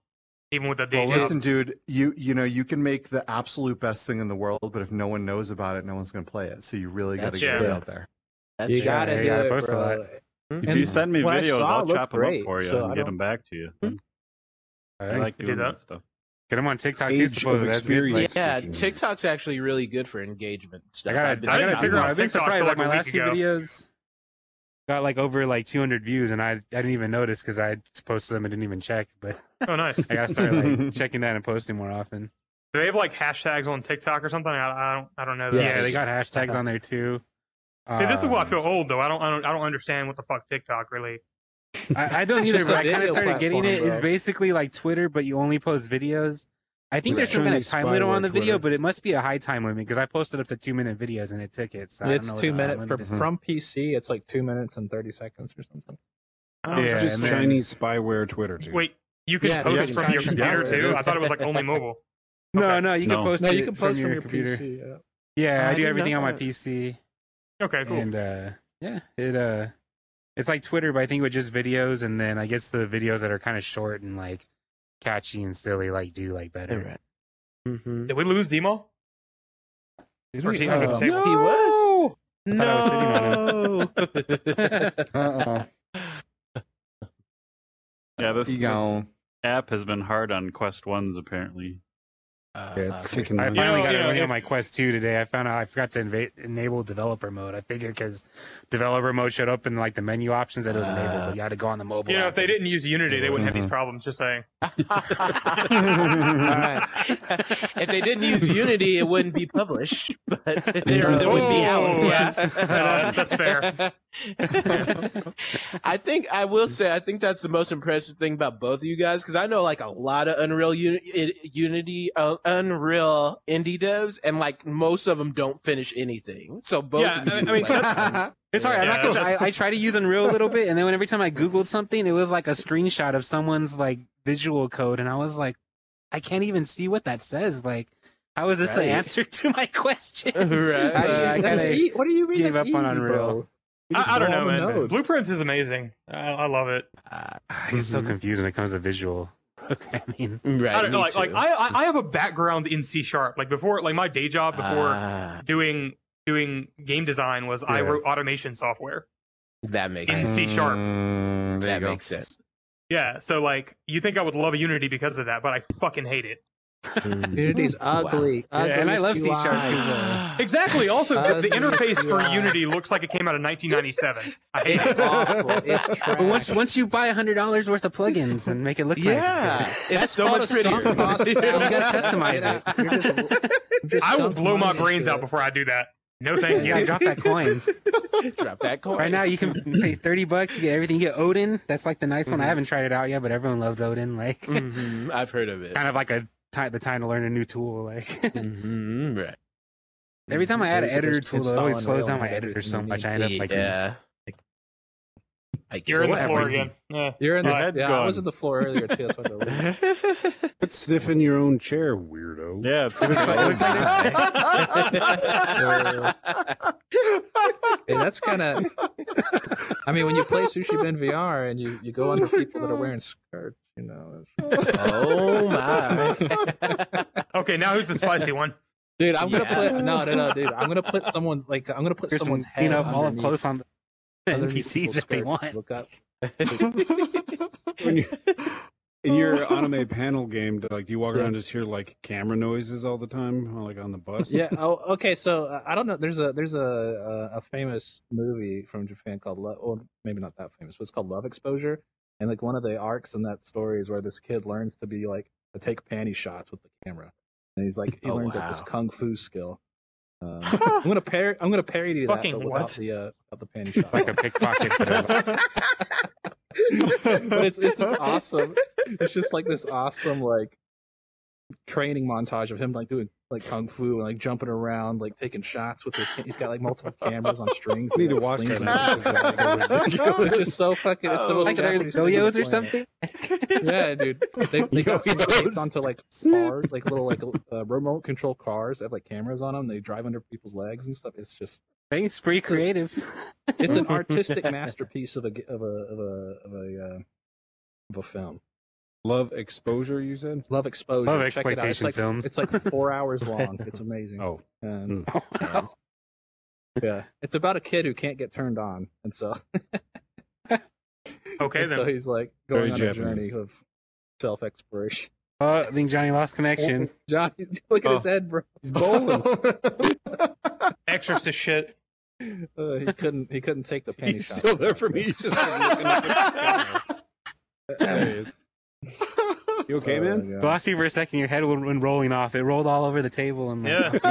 Speaker 2: even with the day
Speaker 5: Well,
Speaker 2: job.
Speaker 5: listen, dude. You you know you can make the absolute best thing in the world, but if no one knows about it, no one's gonna play it. So you really got to
Speaker 6: That's
Speaker 5: get
Speaker 2: true.
Speaker 5: it out there.
Speaker 6: That's
Speaker 7: You
Speaker 6: right.
Speaker 7: gotta
Speaker 3: Yeah,
Speaker 7: do
Speaker 3: you gotta
Speaker 7: it,
Speaker 3: post a
Speaker 7: bro.
Speaker 3: lot.
Speaker 1: If you send me
Speaker 7: What I
Speaker 1: videos,
Speaker 7: saw
Speaker 1: I'll
Speaker 7: looked
Speaker 1: chop them
Speaker 7: great,
Speaker 1: up for you
Speaker 7: so I
Speaker 1: and get
Speaker 7: don't- Hmm?
Speaker 1: them back to you. I like
Speaker 2: Do
Speaker 1: doing
Speaker 2: that.
Speaker 1: that stuff.
Speaker 3: Get them on TikTok
Speaker 4: Age
Speaker 3: too.
Speaker 4: of
Speaker 3: Supposedly. That's good.
Speaker 4: experience.
Speaker 3: Like,
Speaker 6: Yeah,
Speaker 4: speaking.
Speaker 6: TikTok's actually really good for engagement stuff.
Speaker 3: I gotta, I
Speaker 6: I've been-
Speaker 3: gotta
Speaker 2: didn't
Speaker 6: I've
Speaker 3: figure
Speaker 6: been
Speaker 3: out. I've been
Speaker 2: TikTok
Speaker 3: surprised.
Speaker 2: till
Speaker 3: Like
Speaker 2: like a
Speaker 3: my
Speaker 2: week
Speaker 3: last few
Speaker 2: ago.
Speaker 3: videos got like over like 200 views, and I, I didn't even notice because I posted them and didn't even check. But
Speaker 2: Oh, nice.
Speaker 3: I gotta start like checking that and posting more often.
Speaker 2: Do they have like hashtags on TikTok or something? I, I don't I don't know. That.
Speaker 3: Yeah, they got hashtags on there too.
Speaker 2: Uh-huh. See, this is why I
Speaker 3: Um,
Speaker 2: feel old though. I don't I don't I don't understand what the fuck TikTok really.
Speaker 3: I, I don't
Speaker 7: It's
Speaker 3: either,
Speaker 7: just
Speaker 3: but
Speaker 7: a
Speaker 3: I kind of
Speaker 7: video
Speaker 3: started getting it.
Speaker 7: platform,
Speaker 3: It's
Speaker 7: bro.
Speaker 3: basically like Twitter, but you only post videos. I think
Speaker 4: It's
Speaker 3: there's some kind of
Speaker 4: Chinese
Speaker 3: time limit
Speaker 4: spyware
Speaker 3: on the video,
Speaker 4: Twitter.
Speaker 3: but it must be a high time limit because I posted up to two minute videos and it took it. So I don't know
Speaker 7: it's
Speaker 3: what
Speaker 7: two
Speaker 3: the time
Speaker 7: minutes
Speaker 3: limit
Speaker 7: from,
Speaker 3: is.
Speaker 7: from PC. It's like two minutes and thirty seconds or something.
Speaker 2: I don't
Speaker 3: Yeah,
Speaker 4: It's just
Speaker 3: and then-
Speaker 4: Chinese spyware Twitter, dude.
Speaker 2: Wait, you can
Speaker 7: Yeah,
Speaker 2: post
Speaker 5: yeah,
Speaker 2: it from your
Speaker 5: yeah,
Speaker 2: computer
Speaker 5: it
Speaker 2: too.
Speaker 5: is.
Speaker 2: I thought it was like only mobile.
Speaker 3: No,
Speaker 2: Okay.
Speaker 3: no, you
Speaker 1: No.
Speaker 3: can post
Speaker 7: No,
Speaker 3: it
Speaker 7: you can
Speaker 3: from
Speaker 7: post
Speaker 3: your, computer.
Speaker 7: PC. Yeah.
Speaker 3: Yeah, I,
Speaker 5: I
Speaker 3: do
Speaker 5: didn't
Speaker 3: everything
Speaker 5: know
Speaker 3: on my
Speaker 5: that.
Speaker 3: PC.
Speaker 2: Okay, cool.
Speaker 3: And uh yeah, it uh it's like Twitter, but I think with just videos and then I guess the videos that are kind of short and like catchy and silly like do like better.
Speaker 6: Right.
Speaker 3: Mm-hmm.
Speaker 2: Did we lose Demo? Or is he under the
Speaker 5: Um,
Speaker 2: table?
Speaker 6: He was.
Speaker 3: I thought
Speaker 6: No.
Speaker 5: Uh-uh.
Speaker 1: Yeah, this, this
Speaker 5: You go.
Speaker 1: app has been hard on Quest Ones apparently.
Speaker 6: Uh,
Speaker 4: Yeah, it's
Speaker 6: uh,
Speaker 4: kicking.
Speaker 3: I
Speaker 4: my-
Speaker 3: finally
Speaker 2: know,
Speaker 3: got
Speaker 2: you
Speaker 3: a
Speaker 2: know,
Speaker 3: ring
Speaker 2: if-
Speaker 3: on my Quest 2 today. I found out I forgot to inva- enable developer mode. I figured because developer mode showed up in like the menu options that it was enabled,
Speaker 6: Uh,
Speaker 3: but you had to go on the mobile.
Speaker 2: Ah. You know,
Speaker 3: app
Speaker 2: if they
Speaker 3: and-
Speaker 2: didn't use Unity, they wouldn't have these problems. Just saying.
Speaker 6: if they didn't use Unity, it wouldn't be published, but there, there would be out.
Speaker 2: Oh, that's- no, that's- that's fair.
Speaker 6: I think I will say I think that's the most impressive thing about both of you guys because I know like a lot of Unreal Uni- I- Unity, uh, Unreal indie devs, and like most of them don't finish anything. So both.
Speaker 2: Yeah,
Speaker 6: of you,
Speaker 2: I- I mean,
Speaker 6: like,
Speaker 5: that's-
Speaker 3: It's hard. I'm
Speaker 2: Yeah,
Speaker 3: not gonna,
Speaker 2: that's-
Speaker 3: I, I try to use Unreal a little bit, and then when every time I googled something, it was like a screenshot of someone's like visual code, and I was like, I can't even see what that says. Like, how is this
Speaker 6: Right.
Speaker 3: the answer to my question?
Speaker 6: Right.
Speaker 3: So uh, I,
Speaker 6: I
Speaker 7: That's
Speaker 3: kinda-
Speaker 7: e- what do you mean?
Speaker 3: gave
Speaker 7: that's
Speaker 3: up on
Speaker 7: easy,
Speaker 3: Unreal.
Speaker 7: bro? You just
Speaker 2: I, I don't
Speaker 7: go
Speaker 2: know,
Speaker 7: on the
Speaker 2: man.
Speaker 7: node.
Speaker 2: Blueprints is amazing. I, I love it.
Speaker 6: uh,
Speaker 3: It's so confused when it comes to visual. I mean,
Speaker 6: right.
Speaker 2: I don't
Speaker 6: me
Speaker 2: know, like, like
Speaker 6: too.
Speaker 2: I, I- I have a background in C sharp. Like before, like my day job uh, before
Speaker 6: Ah,
Speaker 2: doing doing game design was I
Speaker 4: Yeah.
Speaker 2: wrote automation software.
Speaker 6: that makes
Speaker 2: in
Speaker 6: sense.
Speaker 2: C sharp.
Speaker 5: Mm, there
Speaker 6: That
Speaker 5: you go.
Speaker 6: makes sense.
Speaker 2: Yeah, so like you think I would love Unity because of that, but I fucking hate it.
Speaker 7: Unity's ugly.
Speaker 3: Yeah, and I
Speaker 7: Ugliest
Speaker 3: love C sharp
Speaker 7: UI.
Speaker 3: because uh,
Speaker 2: Exactly. Also, the, the
Speaker 7: Uh,
Speaker 2: interface for
Speaker 7: yeah.
Speaker 2: Unity looks like it came out in 1997. I hate it.
Speaker 7: It's awful. It's trash.
Speaker 3: but once once you buy hundred dollars worth of plugins and make it look nice,
Speaker 6: Yeah,
Speaker 3: it's
Speaker 6: it's so much prettier.
Speaker 7: You
Speaker 3: gotta customize
Speaker 7: You're just- you're just
Speaker 2: I will
Speaker 7: sunk
Speaker 2: blow my
Speaker 7: money
Speaker 2: brains
Speaker 7: into
Speaker 2: out
Speaker 7: it.
Speaker 2: before I do that. No,
Speaker 3: good.
Speaker 2: thank
Speaker 3: yeah,
Speaker 2: you.
Speaker 3: drop that coin.
Speaker 6: Drop that coin
Speaker 3: Right now, you can pay thirty bucks. You get everything. You get Odin. That's like the nice one. I
Speaker 6: Mhm.
Speaker 3: haven't tried it out yet, but everyone loves Odin. Like,
Speaker 6: Mhm, I've heard of it.
Speaker 3: kind of like a ti the time to learn a new tool. Like,
Speaker 6: Mhm, right.
Speaker 3: every time I add an
Speaker 7: Or you could
Speaker 3: editor
Speaker 7: Mm-hmm. just
Speaker 3: tool, it always
Speaker 7: install
Speaker 3: slows
Speaker 7: Unreal
Speaker 3: down
Speaker 7: and
Speaker 3: my
Speaker 7: have
Speaker 3: editor
Speaker 7: everything
Speaker 3: so
Speaker 7: you
Speaker 3: much.
Speaker 7: need.
Speaker 3: I end up like,
Speaker 6: yeah. I get
Speaker 2: You're in the
Speaker 3: Whatever.
Speaker 2: floor again. Yeah.
Speaker 7: You're in
Speaker 2: My
Speaker 7: the,
Speaker 1: head's
Speaker 7: yeah, I
Speaker 1: gone.
Speaker 7: was in the floor earlier too. That's why they're leaving.
Speaker 4: Quit sniffing your own chair, weirdo.
Speaker 1: Yeah, it's
Speaker 3: It looks like- it looks like
Speaker 7: Hey, Eh, that's kind of. I mean, when you play Sushi Ben VR and you, you go under people that are wearing skirts, you know. it's-
Speaker 6: oh my.
Speaker 2: Okay, now who's the spicy one?
Speaker 7: Dude, I'm gonna
Speaker 6: Yeah.
Speaker 7: put no, no, no, dude. I'm gonna put someone's like I'm gonna put
Speaker 3: here's some,
Speaker 7: someone's head
Speaker 3: you know, all up
Speaker 7: underneath-
Speaker 3: close on the
Speaker 7: underneath
Speaker 3: NPCs if
Speaker 7: people's
Speaker 3: they
Speaker 7: skirts.
Speaker 3: want.
Speaker 7: Look up.
Speaker 4: When you, in your anime panel game, do, like, do you walk around and just hear like camera noises all the time, like on the bus?
Speaker 7: Yeah. Oh, okay. So uh, I don't know. There's a there's a a, a famous movie from Japan called Love. Well, maybe not that famous, but it's called Love Exposure. And like one of the arcs in that story is where this kid learns to be like to take panty shots with the camera, and he's like he
Speaker 6: Oh,
Speaker 7: learns like this
Speaker 6: wow.
Speaker 7: kung fu skill. Um, I'm gonna par- I'm gonna parody that,
Speaker 2: Fucking
Speaker 7: but without
Speaker 2: what?
Speaker 7: the uh, without the panty shot.
Speaker 3: Like a pickpocket. but it was-
Speaker 7: but it's it's just awesome. It's just like this awesome like training montage of him like doing like kung fu and like jumping around, like taking shots with. His, he's got like multiple cameras on strings.
Speaker 4: I need
Speaker 7: that,
Speaker 4: to
Speaker 7: like,
Speaker 4: watch
Speaker 7: flings
Speaker 4: that.
Speaker 7: them.
Speaker 4: That's so ridiculous. Oh.
Speaker 7: It's just so fucking. It's so
Speaker 3: like they're
Speaker 7: Japanese thing
Speaker 3: yo-yos
Speaker 7: to
Speaker 3: or
Speaker 7: play.
Speaker 3: something.
Speaker 7: Yeah, dude. They they got some taped
Speaker 3: Yo-yos.
Speaker 7: onto like cars, like little like uh, remote control cars that have like cameras on them. They drive under people's legs and stuff. It's just
Speaker 3: Thanks, pretty creative.
Speaker 7: it's an artistic masterpiece of a g- of a of a of a uh, of a film.
Speaker 4: Love exposure, you said?
Speaker 7: Love exposure.
Speaker 3: Love
Speaker 7: Check it out. It's
Speaker 3: exploitation
Speaker 7: like-
Speaker 3: films.
Speaker 7: It's like four hours long. It's amazing.
Speaker 4: Oh, mm,
Speaker 7: And,
Speaker 3: Oh, wow.
Speaker 7: yeah, it's about a kid who can't get turned on, and so
Speaker 2: Okay,
Speaker 7: and so
Speaker 2: then.
Speaker 7: he's like
Speaker 4: Very
Speaker 7: going on a
Speaker 4: Japanese.
Speaker 7: journey of self exploration.
Speaker 3: Oh, I think Johnny lost connection.
Speaker 7: John, look at his
Speaker 5: Oh.
Speaker 7: head, bro.
Speaker 5: He's bowling.
Speaker 2: Exorcist shit.
Speaker 7: Uh, he couldn't. He couldn't take the panty
Speaker 4: he's
Speaker 7: shot.
Speaker 4: still there for me. He's just like, looking up at the sky. There he is. You okay,
Speaker 7: Oh,
Speaker 4: man?
Speaker 7: yeah.
Speaker 3: Glossy for a second, your head went, went rolling off. It rolled all over the table and like,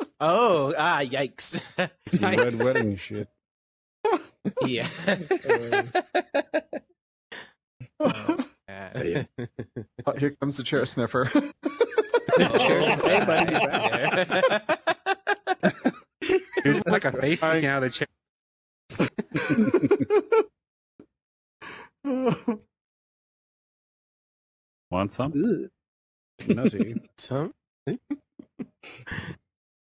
Speaker 6: oh, ah, yikes.
Speaker 4: Some red wedding shit.
Speaker 6: yeah.
Speaker 7: Uh, yeah.
Speaker 5: Oh, here comes the chair sniffer.
Speaker 7: Sure. Hey, buddy, you're
Speaker 3: there's like a face sticking out of the chair.
Speaker 1: Want some?
Speaker 7: Ugh.
Speaker 4: Nutty.
Speaker 6: Some-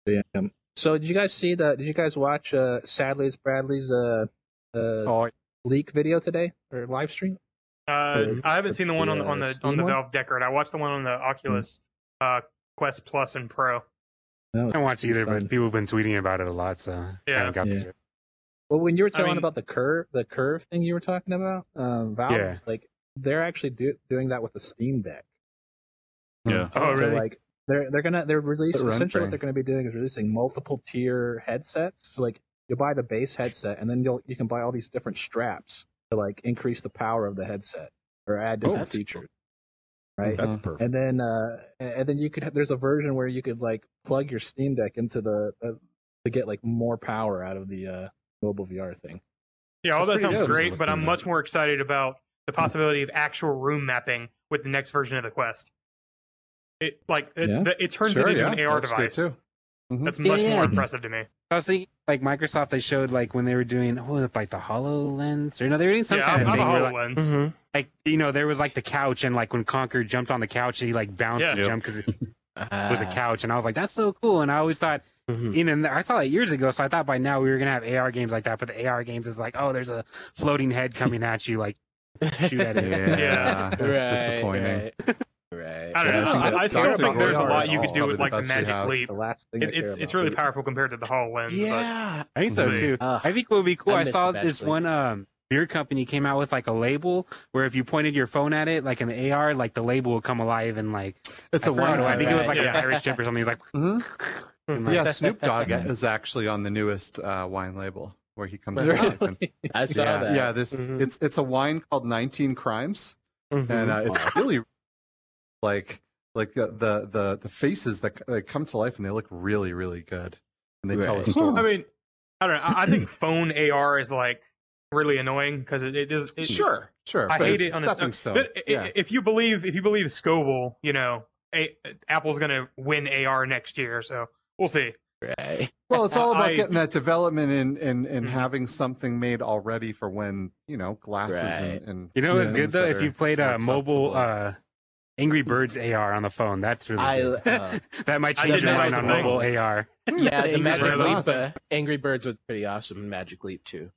Speaker 7: Damn. So did you guys see the? Did you guys watch? Uh, sadly, it's Bradley's uh, uh,
Speaker 5: oh,
Speaker 7: leak video today or live stream.
Speaker 2: Uh, I haven't seen the one on the on
Speaker 7: The, uh,
Speaker 2: the on
Speaker 7: Steam
Speaker 2: the
Speaker 7: one?
Speaker 2: Valve Deckard. I watched the one on the Oculus uh, Quest Plus and Pro.
Speaker 7: No,
Speaker 3: I don't watch either, but people have been tweeting about it a lot, so I
Speaker 2: Yeah.
Speaker 3: kinda got the
Speaker 7: Yeah.
Speaker 3: joke.
Speaker 7: Well, when you were
Speaker 2: I
Speaker 7: telling
Speaker 2: mean-
Speaker 7: about the curve, the curve thing you were talking about, um, Valve,
Speaker 3: Yeah.
Speaker 7: like they're actually do- doing that with the Steam Deck.
Speaker 1: Yeah.
Speaker 2: Oh,
Speaker 7: So,
Speaker 2: really?
Speaker 7: like they're they're gonna they're releasing
Speaker 5: The run
Speaker 7: essentially
Speaker 5: thing.
Speaker 7: what they're gonna be doing is releasing multiple tier headsets. So like you buy the base headset and then you'll you can buy all these different straps to like increase the power of the headset or add
Speaker 4: Oh,
Speaker 7: different
Speaker 4: that's
Speaker 7: features. Right?
Speaker 4: That's perfect.
Speaker 7: and then uh and and then you could there's a version where you could like plug your steam deck into the uh, to get like more power out of the uh mobile vr thing
Speaker 2: Yeah, all
Speaker 4: That's
Speaker 2: that
Speaker 4: pretty
Speaker 2: sounds
Speaker 4: good.
Speaker 2: great, but I'm
Speaker 4: Yeah.
Speaker 2: much more excited about the possibility of actual room mapping with the next version of the Quest. It like it,
Speaker 7: Yeah.
Speaker 2: the, it turns
Speaker 5: sure,
Speaker 2: it into
Speaker 5: yeah,
Speaker 2: an AR
Speaker 5: looks good
Speaker 2: device.
Speaker 5: too. Mhm.
Speaker 2: That's much
Speaker 3: Yeah.
Speaker 2: more impressive to me.
Speaker 3: I was thinking like Microsoft they showed like when they were doing what was it like the HoloLens or no they were doing some
Speaker 2: yeah, I'm,
Speaker 3: kind of
Speaker 2: I'm a
Speaker 3: thing where, like,
Speaker 2: Hololens.
Speaker 3: Mhm.
Speaker 6: Mm-hmm.
Speaker 3: like you know there was like the couch and like when Conquer jumped on the couch he like bounced
Speaker 2: Yeah.
Speaker 3: and
Speaker 1: Yep.
Speaker 3: jumped because it
Speaker 6: Ah.
Speaker 3: was a couch and I was like that's so cool and I always thought
Speaker 8: Mhm.
Speaker 3: you know I saw that years ago so I thought by now we were gonna have AR games like that but the AR games is like oh there's a floating head coming at you like shoot at it
Speaker 5: Yeah,
Speaker 2: Yeah.
Speaker 5: that's disappointing.
Speaker 7: right,
Speaker 3: Ah.
Speaker 2: I don't
Speaker 5: Yeah, I
Speaker 2: know.
Speaker 5: think
Speaker 2: I,
Speaker 5: that
Speaker 2: I still
Speaker 5: Dr.
Speaker 2: think there's a
Speaker 5: Goyard
Speaker 2: lot
Speaker 5: is
Speaker 2: you could do
Speaker 5: probably
Speaker 2: with
Speaker 5: the
Speaker 2: like the
Speaker 5: best we
Speaker 2: Magic
Speaker 5: have.
Speaker 2: Leap.
Speaker 7: the last thing
Speaker 2: It, it's it's really powerful compared to the Hololens.
Speaker 6: Yeah.
Speaker 3: I think so
Speaker 2: Mhm.
Speaker 3: too.
Speaker 6: Ugh.
Speaker 3: I think what would be cool. I,
Speaker 6: I miss
Speaker 3: saw
Speaker 6: Smash
Speaker 3: this
Speaker 6: League.
Speaker 3: one um, beer company came out with like a label where if you pointed your phone at it, like in the AR, like the label would come alive and like
Speaker 5: It's
Speaker 3: I
Speaker 5: a
Speaker 3: forgot
Speaker 5: one.
Speaker 3: what- I think it was like
Speaker 2: Yeah.
Speaker 3: an Irish chip or something. He's like, and, like,
Speaker 5: Yeah, Snoop Dogg
Speaker 3: Mhm.
Speaker 5: is actually on the newest uh, wine label where he comes to life. And,
Speaker 7: Really?
Speaker 6: I saw
Speaker 5: yeah,
Speaker 6: that.
Speaker 5: yeah. This
Speaker 2: Mm-hmm.
Speaker 8: Mhm.
Speaker 5: it's it's a wine called 19 Crimes,
Speaker 8: Mhm.
Speaker 5: and uh, it's really like like the the the, the faces that c- they come to life and they look really really good, and they tell a
Speaker 4: Right.
Speaker 5: story.
Speaker 2: I mean, I don't know. I, I think phone AR is like really annoying because it, it does. It,
Speaker 5: sure, sure.
Speaker 2: I
Speaker 5: but
Speaker 2: hate it
Speaker 5: it's
Speaker 2: on
Speaker 5: a stepping stone.
Speaker 2: But i- i-
Speaker 5: yeah.
Speaker 2: if you believe if you believe Scoville, you know, a, Apple's gonna win AR next year, so we'll see.
Speaker 6: Right.
Speaker 5: Well, it's all about
Speaker 2: I-
Speaker 5: getting that development and and and
Speaker 2: Mhm.
Speaker 5: having something made already for when you know glasses
Speaker 6: Right.
Speaker 5: and, and
Speaker 3: you know, it's good
Speaker 5: things
Speaker 3: though
Speaker 5: that
Speaker 3: if
Speaker 5: are
Speaker 3: you played uh,
Speaker 5: accessible.
Speaker 3: mobile uh, Angry Birds AR on the phone. That's really
Speaker 6: I,
Speaker 3: good.
Speaker 6: uh,
Speaker 3: that might
Speaker 2: I
Speaker 3: change
Speaker 2: didn't
Speaker 3: your
Speaker 2: know
Speaker 3: mind
Speaker 2: that
Speaker 3: on
Speaker 2: was a thing.
Speaker 3: mobile AR.
Speaker 6: Yeah, the
Speaker 2: Angry
Speaker 6: Magic
Speaker 2: Birds.
Speaker 6: Leap.
Speaker 5: Lots.
Speaker 6: Uh, Angry Birds was pretty awesome. and Magic Leap too.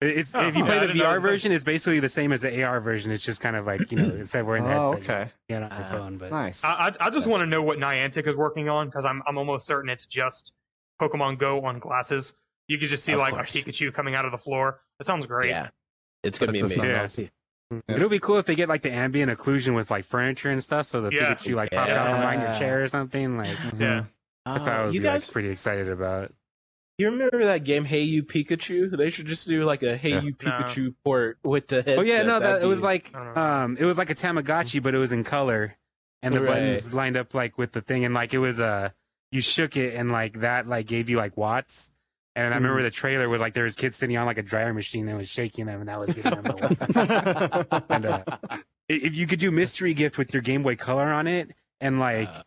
Speaker 3: It's
Speaker 2: Oh,
Speaker 3: if you
Speaker 2: huh.
Speaker 3: play
Speaker 2: Yeah, I
Speaker 3: the
Speaker 2: didn't know it was
Speaker 3: VR
Speaker 2: a thing.
Speaker 3: version, it's basically the same as the AR version. It's just kind of like you know, instead we're in the
Speaker 5: Oh,
Speaker 3: headset,
Speaker 5: okay,
Speaker 3: yeah, on your
Speaker 6: Ah,
Speaker 3: phone, but
Speaker 5: nice.
Speaker 2: I I, I just
Speaker 5: That's
Speaker 2: want to know what Niantic is working on because I'm I'm almost certain it's just Pokemon Go on glasses. You could just see
Speaker 5: Of
Speaker 2: like
Speaker 5: course.
Speaker 2: a Pikachu coming out of the floor. That sounds great.
Speaker 6: Yeah, it's gonna be
Speaker 5: That's
Speaker 6: amazing.
Speaker 5: something
Speaker 3: Yeah.
Speaker 5: else.
Speaker 6: Mm-hmm.
Speaker 5: Yeah.
Speaker 3: It'll be cool if they get like the ambient occlusion with like furniture and stuff, so the
Speaker 2: Yeah.
Speaker 3: Pikachu like pops out from behind your
Speaker 6: Yeah.
Speaker 3: chair or something. Like
Speaker 2: Yeah.
Speaker 3: that's how I
Speaker 6: Oh,
Speaker 3: would
Speaker 6: you
Speaker 3: be
Speaker 6: guys,
Speaker 3: like, pretty excited about.
Speaker 6: you remember that game Hey You Pikachu? They should just do like a Hey
Speaker 3: Yeah.
Speaker 6: You Pikachu port with the headset.
Speaker 3: Oh yeah, no,
Speaker 6: That'd
Speaker 3: that it was
Speaker 6: be-
Speaker 3: like
Speaker 2: I don't know.
Speaker 3: um, it was like a Tamagotchi, but it was in color, and the
Speaker 6: Right.
Speaker 3: buttons lined up like with the thing, and like it was uh, you shook it, and like that like gave you like watts.
Speaker 6: Mm-hmm.
Speaker 3: And I remember the trailer was like there was kids sitting on like a dryer machine that was shaking them, and that was getting them the watts. and uh, i- if you could do mystery gift with your Game Boy Color on it, and like
Speaker 6: Uh.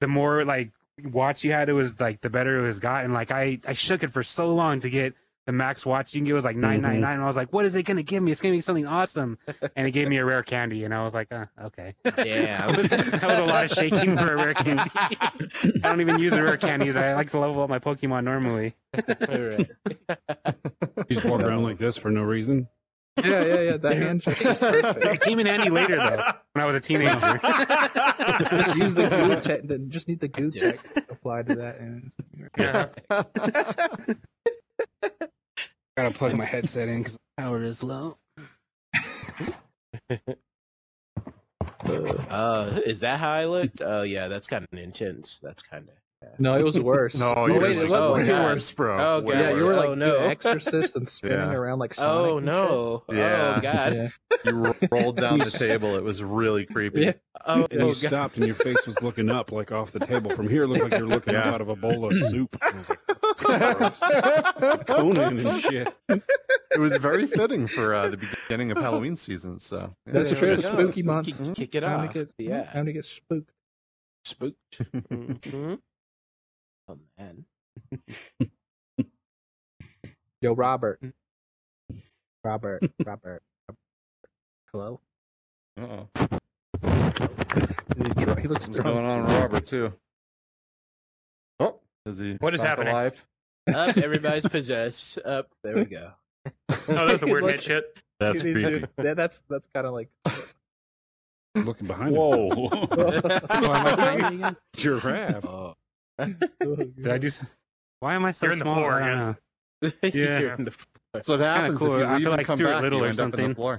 Speaker 3: the more like watch you had, it was like the better it was gotten. Like I I shook it for so long to get the max watch you can get was like nine
Speaker 7: Mm-hmm.
Speaker 3: nine nine. And I was like, what is it gonna give me? It's gonna be something awesome. And it gave me a rare candy, and I was like, uh, okay,
Speaker 6: yeah,
Speaker 3: that was, that was a lot of shaking for a rare candy. I don't even use the rare candies. I like to level up my Pokemon normally.
Speaker 6: Right.
Speaker 4: You just walk around like this for no reason.
Speaker 7: yeah yeah yeah that handshake
Speaker 3: It came in handy Mm-hmm. later though, when I was a teenager.
Speaker 7: just use the goo tech then just need the goo tech applied to that and
Speaker 2: Yeah.
Speaker 3: Gotta plug my headset in because power is low.
Speaker 6: Uh, is that how I looked? Oh yeah, that's kind of intense. That's kind of.
Speaker 7: no it was worse
Speaker 5: no,
Speaker 7: Oh,
Speaker 5: yours
Speaker 7: wait,
Speaker 5: is
Speaker 7: it
Speaker 6: oh,
Speaker 7: was
Speaker 5: way
Speaker 6: God.
Speaker 5: worse, bro.
Speaker 6: Oh,
Speaker 5: Way
Speaker 6: God.
Speaker 7: yeah you were
Speaker 5: worse.
Speaker 7: like
Speaker 6: Oh,
Speaker 7: the
Speaker 6: no.
Speaker 7: exorcist and spinning
Speaker 5: Yeah.
Speaker 7: around like Sonic
Speaker 6: Oh
Speaker 7: and
Speaker 6: no!
Speaker 5: Yeah.
Speaker 6: Oh god!
Speaker 7: shit.
Speaker 5: you ro- rolled down the table. It was really creepy.
Speaker 7: Yeah.
Speaker 6: Oh,
Speaker 4: And
Speaker 6: oh,
Speaker 4: you
Speaker 6: god!
Speaker 4: stopped, and your face was looking up, like off the table. From here, it looked like you're looking up
Speaker 5: Yeah.
Speaker 4: out of a bowl of soup. I was like, Conan and shit.
Speaker 5: it was very fitting for uh, the beginning of Halloween season. So yeah.
Speaker 7: That's
Speaker 6: There
Speaker 7: true.
Speaker 6: we go.
Speaker 7: Spooky month.
Speaker 6: Kick, kick it
Speaker 7: yeah I'm
Speaker 6: off.
Speaker 7: gonna get,
Speaker 6: yeah.
Speaker 7: I'm gonna get spooked
Speaker 6: spooked. Oh man.
Speaker 7: yo Robert
Speaker 5: Mm.
Speaker 7: Robert Robert hello
Speaker 5: Uh-oh.
Speaker 7: he looks
Speaker 5: What's going
Speaker 7: drunk
Speaker 5: on, with Robert? Too. Oh, is he?
Speaker 2: What is
Speaker 5: back
Speaker 2: happening?
Speaker 5: Alive?
Speaker 6: Up, everybody's possessed. Up, there we go.
Speaker 2: oh, that's the weird
Speaker 7: Look.
Speaker 2: head shit.
Speaker 1: That's
Speaker 7: He's
Speaker 1: creepy.
Speaker 7: doing- yeah, that's that's kind of like
Speaker 4: Looking behind him.
Speaker 1: Whoa.
Speaker 4: Giraffe.
Speaker 6: oh.
Speaker 3: Did I do? s- Why am I so
Speaker 2: You're in the
Speaker 3: small?
Speaker 2: floor,
Speaker 3: I don't
Speaker 2: yeah.
Speaker 3: know.
Speaker 6: You're
Speaker 3: Yeah.
Speaker 6: in the-
Speaker 5: That's what
Speaker 3: kinda
Speaker 5: happens
Speaker 3: cool.
Speaker 5: if you
Speaker 3: I
Speaker 5: leave
Speaker 3: feel
Speaker 5: and
Speaker 3: like
Speaker 5: come
Speaker 3: Stuart
Speaker 5: back.
Speaker 3: Little
Speaker 5: you
Speaker 3: or
Speaker 5: end up in the
Speaker 3: something.
Speaker 5: floor.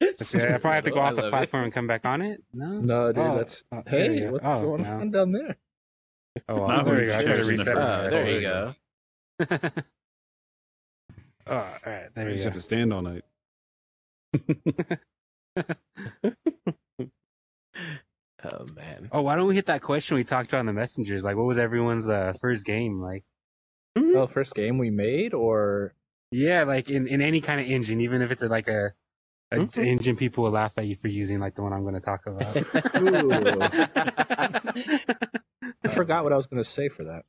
Speaker 3: Let's see, I probably have to go
Speaker 6: I
Speaker 3: off the
Speaker 6: love it.
Speaker 3: platform and come back on it. No,
Speaker 7: No, dude,
Speaker 3: Oh,
Speaker 7: that's
Speaker 3: oh, there we
Speaker 7: hey,
Speaker 3: go.
Speaker 7: what's
Speaker 3: oh,
Speaker 7: going
Speaker 3: no.
Speaker 7: on down there?
Speaker 3: Oh, well,
Speaker 1: Not
Speaker 3: there
Speaker 1: when
Speaker 3: we go. I
Speaker 1: it's
Speaker 3: tried to
Speaker 1: just in the
Speaker 3: reset.
Speaker 1: front.
Speaker 6: Oh, there you go.
Speaker 3: go. oh, all right, there
Speaker 4: You
Speaker 3: we
Speaker 4: just
Speaker 3: go.
Speaker 4: have to stand on it.
Speaker 6: Oh man.
Speaker 3: Oh, why don't we hit that question we talked about in the messengers? Like, what was everyone's uh, first game like?
Speaker 5: Mm-hmm.
Speaker 7: Oh, first game we made, or
Speaker 3: Yeah, like in, in any kind of engine, even if it's a, like a, a
Speaker 4: Mm-hmm.
Speaker 6: Mhm.
Speaker 3: engine people will laugh at you for using, like the one I'm going to talk about.
Speaker 5: Uh,
Speaker 7: I forgot what I was going to say for that.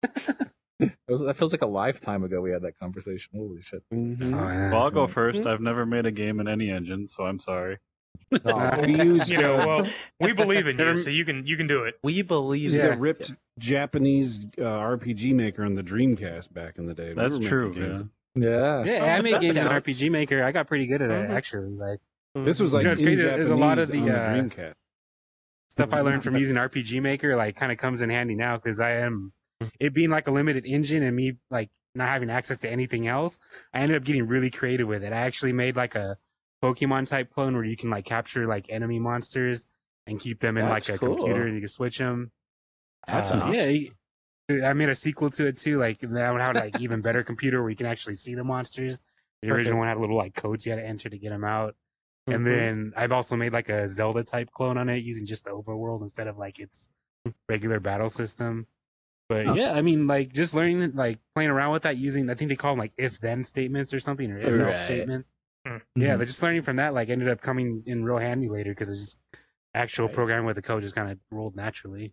Speaker 7: it was, that feels like a lifetime ago we had that conversation. Holy shit!
Speaker 5: Mm-hmm.
Speaker 3: Oh,
Speaker 6: Mhm.
Speaker 3: yeah.
Speaker 1: Well, I'll go first.
Speaker 3: Hmm?
Speaker 1: I've never made a game in any engine, so I'm sorry.
Speaker 3: Oh.
Speaker 4: We used
Speaker 2: You know,
Speaker 4: uh,
Speaker 2: well, we believe in you, so you can you can do it.
Speaker 6: We believe
Speaker 4: used
Speaker 3: Yeah.
Speaker 4: the ripped Japanese uh, RPG maker on the Dreamcast back in the day. We
Speaker 1: That's
Speaker 4: were making
Speaker 1: true.
Speaker 4: games.
Speaker 1: man.
Speaker 7: Yeah,
Speaker 3: Yeah, I made
Speaker 6: that
Speaker 3: games in
Speaker 6: counts.
Speaker 3: RPG Maker. I got pretty good at it
Speaker 4: Mm-hmm.
Speaker 6: Mhm.
Speaker 3: actually. Like
Speaker 4: This was like
Speaker 3: You know, it's
Speaker 4: in
Speaker 3: crazy, there's
Speaker 4: Japanese
Speaker 3: a lot of the,
Speaker 4: on the
Speaker 3: uh,
Speaker 4: Dreamcast.
Speaker 3: stuff I learned from using RPG Maker, like kind of comes in handy now because I am it being like a limited engine and me like not having access to anything else. I ended up getting really creative with it. I actually made like a Pokemon type clone where you can like capture like enemy monsters and keep them in
Speaker 6: That's
Speaker 3: like a
Speaker 6: cool.
Speaker 3: computer and you can switch them.
Speaker 6: That's
Speaker 3: Uh,
Speaker 6: awesome.
Speaker 3: yeah. you- dude, I made a sequel to it too. Like that one had like even better computer where you can actually see the monsters. The original one had little like codes you had to enter to get them out.
Speaker 6: Mm-hmm.
Speaker 3: And then I've also made like a Zelda type clone on it using just the overworld instead of like its
Speaker 6: Mm.
Speaker 3: regular battle system. But
Speaker 6: Oh.
Speaker 7: Huh.
Speaker 3: yeah, I mean, like just learning, like playing around with that using, I think they call them like if then statements or something or if
Speaker 6: Right. Mm-hmm.
Speaker 3: else statement.
Speaker 2: Mm.
Speaker 3: Yeah, but just learning from that, like ended up coming in real handy later because it's just actual
Speaker 6: Right.
Speaker 3: programming with the code just kind of rolled naturally.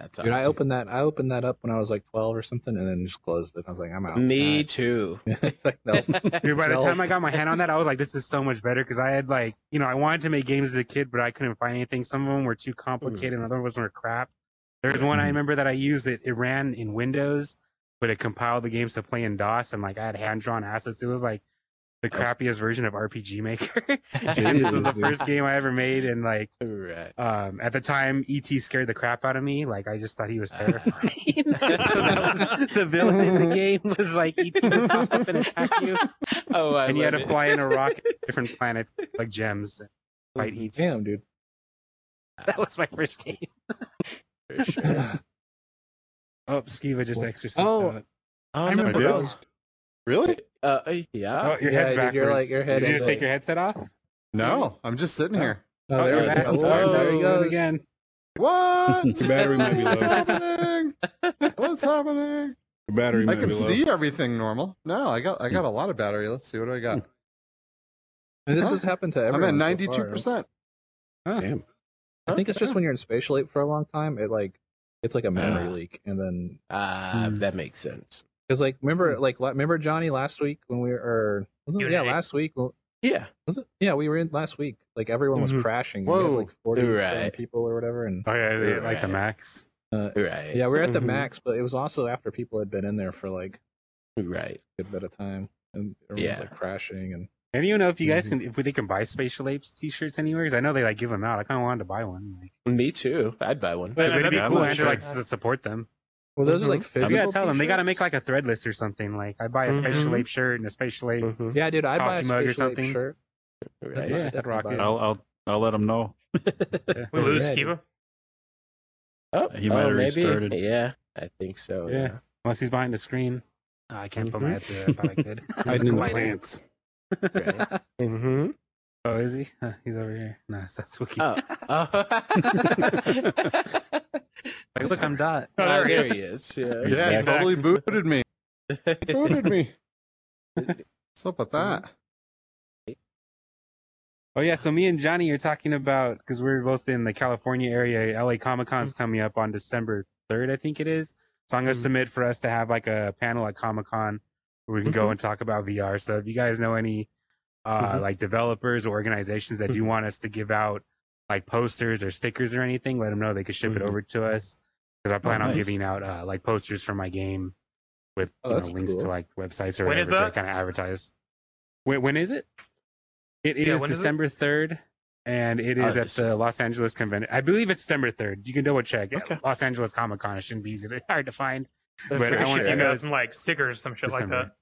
Speaker 6: That's
Speaker 7: dude, I opened that. I opened that up when I was like twelve or something, and then just closed it. I was like, I'm out.
Speaker 6: Me too.
Speaker 7: It's like no.
Speaker 3: Dude, by the
Speaker 7: No.
Speaker 3: time I got my hand on that, I was like, this is so much better because I had like, you know, I wanted to make games as a kid, but I couldn't find anything. Some of them were too complicated, and other ones were crap. There's one I remember that I used that it ran in Windows, but it compiled the games to play in DOS, and like I had hand drawn assets. It was like the crappiest version of RPG Maker. and this was the first game I ever made, and like
Speaker 6: Right.
Speaker 3: um, at the time, ET scared the crap out of me. Like I just thought he was terrifying. so that was the villain in the game was like ET would pop up and attack you
Speaker 6: Oh, I
Speaker 3: and you had
Speaker 6: love
Speaker 3: to
Speaker 6: it.
Speaker 3: fly in a rocket to different planets like gems and fight each.
Speaker 7: Damn, dude.
Speaker 3: That was my first game.
Speaker 6: For sure.
Speaker 3: Oh, Skiva just exercised.
Speaker 7: Oh.
Speaker 3: out.
Speaker 6: Oh,
Speaker 5: I
Speaker 6: no,
Speaker 5: did?
Speaker 6: that was-
Speaker 5: Really?
Speaker 6: Uh, yeah.
Speaker 3: Oh, your
Speaker 7: yeah,
Speaker 3: head's
Speaker 7: dude,
Speaker 3: backwards.
Speaker 7: you're like- your head
Speaker 3: Did you
Speaker 7: is
Speaker 3: just
Speaker 7: like-
Speaker 3: take your headset off?
Speaker 5: No, I'm just sitting here.
Speaker 7: Oh,
Speaker 3: oh,
Speaker 7: there,
Speaker 3: you're
Speaker 7: we go.
Speaker 3: back.
Speaker 5: that's
Speaker 7: Whoa,
Speaker 5: fine.
Speaker 7: there
Speaker 5: That
Speaker 7: he
Speaker 3: Let's
Speaker 5: was
Speaker 3: do it
Speaker 7: goes.
Speaker 3: again.
Speaker 5: What?
Speaker 4: The battery might be
Speaker 5: What's
Speaker 4: low.
Speaker 5: happening? What's happening?
Speaker 4: The battery
Speaker 5: I
Speaker 4: might
Speaker 5: can
Speaker 4: be low.
Speaker 5: see everything normal. No, I got I got a lot of battery. Let's see what do I got.
Speaker 7: And this
Speaker 5: Huh?
Speaker 7: has happened to
Speaker 5: I'm
Speaker 7: everyone.
Speaker 5: at
Speaker 7: so far,
Speaker 5: ninety two percent.
Speaker 4: Damn.
Speaker 7: I think it's just when you're in spatial ape for a long time, it like it's like a memory
Speaker 6: Ah.
Speaker 7: leak, and then
Speaker 6: Uh,
Speaker 7: Hmm.
Speaker 6: that makes sense.
Speaker 7: because like remember
Speaker 3: Hmm.
Speaker 7: like la- remember Johnny last week when we were or, yeah
Speaker 2: Unity.
Speaker 7: last week when-
Speaker 6: Yeah.
Speaker 7: was it yeah we were in last week like everyone was
Speaker 3: Mm-hmm.
Speaker 2: Mhm.
Speaker 7: crashing we had,
Speaker 5: Whoa.
Speaker 7: like forty
Speaker 6: Right.
Speaker 7: people or whatever and
Speaker 3: Oh yeah, is it
Speaker 6: Right.
Speaker 3: like the max.
Speaker 7: uh,
Speaker 6: Right.
Speaker 7: yeah we were at the
Speaker 3: Mm-hmm.
Speaker 5: Mhm.
Speaker 7: max but it was also after people had been in there for like
Speaker 6: Right.
Speaker 7: a good bit of time and everyone
Speaker 6: Yeah.
Speaker 7: was like crashing and
Speaker 3: And you know if you guys
Speaker 7: Mm-hmm.
Speaker 3: can if they can buy spatial apes t-shirts anywhere because I know they like give them out. I kind of wanted to buy one. Like,
Speaker 6: Me too. I'd buy one.
Speaker 2: But
Speaker 3: 'cause it'd be
Speaker 1: I'm
Speaker 3: cool
Speaker 1: not
Speaker 3: and to
Speaker 1: sure.
Speaker 3: like s- support them.
Speaker 7: well those are like
Speaker 3: Mm-hmm. I
Speaker 7: physical
Speaker 3: gotta tell them they gotta
Speaker 7: t-shirts.
Speaker 3: make like a thread list or something. Like I buy a spatial
Speaker 7: Mm-hmm.
Speaker 6: Mhm.
Speaker 3: ape shirt and a spatial ape.
Speaker 7: yeah dude I buy a
Speaker 3: coffee mug or
Speaker 7: spatial ape
Speaker 3: something.
Speaker 7: shirt
Speaker 6: Right.
Speaker 3: Yeah, I'd
Speaker 7: I'd definitely
Speaker 3: rock
Speaker 7: buy
Speaker 3: it.
Speaker 7: one.
Speaker 1: I'll I'll I'll let him know.
Speaker 2: We lose
Speaker 7: Yeah, dude.
Speaker 2: Kiva.
Speaker 6: Oh,
Speaker 1: He might
Speaker 6: oh,
Speaker 1: have
Speaker 6: maybe.
Speaker 1: restarted.
Speaker 6: Yeah, I think so.
Speaker 3: Yeah. Unless he's behind the screen. Oh, I can't put my head through. it. I thought I could.
Speaker 4: Hiding in the
Speaker 3: Gliding.
Speaker 4: plants.
Speaker 6: Right. Mm-hmm.
Speaker 3: Oh, is he? Huh, he's over here. No, it's that's Twiki.
Speaker 6: Oh. oh.
Speaker 3: Like, look, I'm Dot.
Speaker 2: Oh, there he
Speaker 6: there
Speaker 2: is.
Speaker 6: he is. Yeah.
Speaker 5: Yeah,
Speaker 3: back.
Speaker 5: it totally booted me. Booted me. What's up with that?
Speaker 3: Oh yeah, so me and Johnny are talking about because we're both in the California area. LA Comic Con's coming up on December third, I think it is. So I'm gonna submit for us to have like a panel at Comic Con where we can go and talk about VR. So if you guys know any uh like developers or organizations that do want us to give out like posters or stickers or anything, let them know they could ship it
Speaker 6: Mhm.
Speaker 3: over to us because I plan on
Speaker 1: nice.
Speaker 3: giving out uh like posters for my game with
Speaker 7: Oh,
Speaker 3: you know,
Speaker 7: that's
Speaker 3: links to
Speaker 7: cool.
Speaker 3: like websites or
Speaker 2: When is
Speaker 3: whatever to
Speaker 2: that?
Speaker 3: kind of advertise. When, when is it? It is
Speaker 2: Yeah, when is it?
Speaker 3: December third, and it
Speaker 6: Oh,
Speaker 3: is at
Speaker 6: December.
Speaker 3: the Los Angeles Convention. I believe it's December third. You can double check.
Speaker 6: Okay.
Speaker 3: Los Angeles Comic Con. It shouldn't be easy to, hard to find. But
Speaker 6: For
Speaker 3: I want
Speaker 6: sure.
Speaker 3: you
Speaker 2: You
Speaker 3: know.
Speaker 2: got some like stickers, some shit like
Speaker 3: December.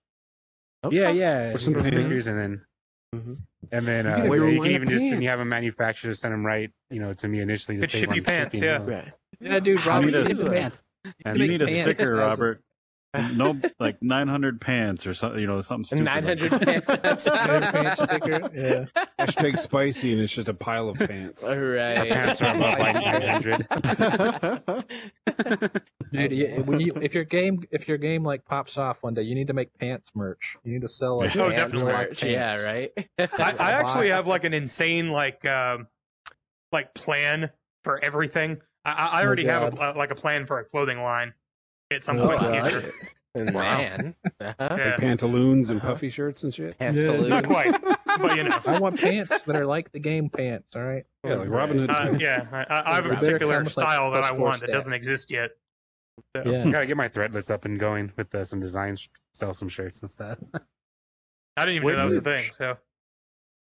Speaker 2: that.
Speaker 6: Okay.
Speaker 3: Yeah, yeah.
Speaker 4: Or some
Speaker 3: figures
Speaker 4: pins.
Speaker 3: and then And then
Speaker 4: You
Speaker 3: uh, you,
Speaker 4: get a
Speaker 3: you
Speaker 4: great
Speaker 3: can
Speaker 4: line of
Speaker 3: even just and you have a
Speaker 4: pants.
Speaker 3: manufacturer send them right, you know, to me initially to
Speaker 2: Good
Speaker 3: save
Speaker 2: shitty
Speaker 3: on
Speaker 2: pants,
Speaker 3: shipping,
Speaker 2: yeah.
Speaker 3: uh,
Speaker 6: Right.
Speaker 7: Yeah, dude,
Speaker 1: How do
Speaker 7: Robbie
Speaker 1: you
Speaker 7: did
Speaker 1: do
Speaker 7: it.
Speaker 1: that?
Speaker 3: and-
Speaker 1: You need a
Speaker 7: pants.
Speaker 1: sticker,
Speaker 7: That's-
Speaker 1: Robert. No, like 900 pants or something. You know, something stupid. like
Speaker 6: Nine hundred
Speaker 1: that.
Speaker 6: pants.
Speaker 7: Pants sticker. Yeah.
Speaker 4: Hashtag spicy, and it's just a pile of pants.
Speaker 6: All
Speaker 3: Our
Speaker 6: right.
Speaker 3: pants are about like 900.
Speaker 7: Dude, you, when you, if your game if your game like pops off one day, you need to make pants merch. You need to sell like
Speaker 1: Oh,
Speaker 7: pants
Speaker 2: definitely.
Speaker 7: off
Speaker 6: Merch, Yeah,
Speaker 7: pants.
Speaker 6: right.
Speaker 2: I, I actually
Speaker 7: Why?
Speaker 2: have like an insane like um like plan for everything. I, I I
Speaker 7: Oh,
Speaker 2: already have a, uh, like a plan for a clothing line at
Speaker 7: uh,
Speaker 2: some
Speaker 5: Oh,
Speaker 2: point in
Speaker 5: I
Speaker 2: the
Speaker 5: like
Speaker 2: future.
Speaker 5: it.
Speaker 6: Man. Uh-huh.
Speaker 2: Yeah.
Speaker 4: Like pantaloons and
Speaker 6: Uh-huh.
Speaker 4: puffy shirts and shit.
Speaker 6: Pants
Speaker 7: Yeah.
Speaker 6: to
Speaker 2: Not
Speaker 6: lose.
Speaker 2: quite, but you know.
Speaker 7: I want pants that are like the game pants. All right.
Speaker 4: Yeah, like Robin Hood.
Speaker 2: Uh,
Speaker 4: pants.
Speaker 2: yeah, I- I, I have a
Speaker 7: They better
Speaker 2: particular
Speaker 7: come with, like,
Speaker 2: style that
Speaker 7: plus
Speaker 2: I
Speaker 7: four
Speaker 2: want that
Speaker 7: stat.
Speaker 2: doesn't exist yet. So,
Speaker 7: Yeah.
Speaker 3: Gotta get my thread list up and going with uh, some designs, sell some shirts and stuff.
Speaker 2: I didn't even know that was a thing. So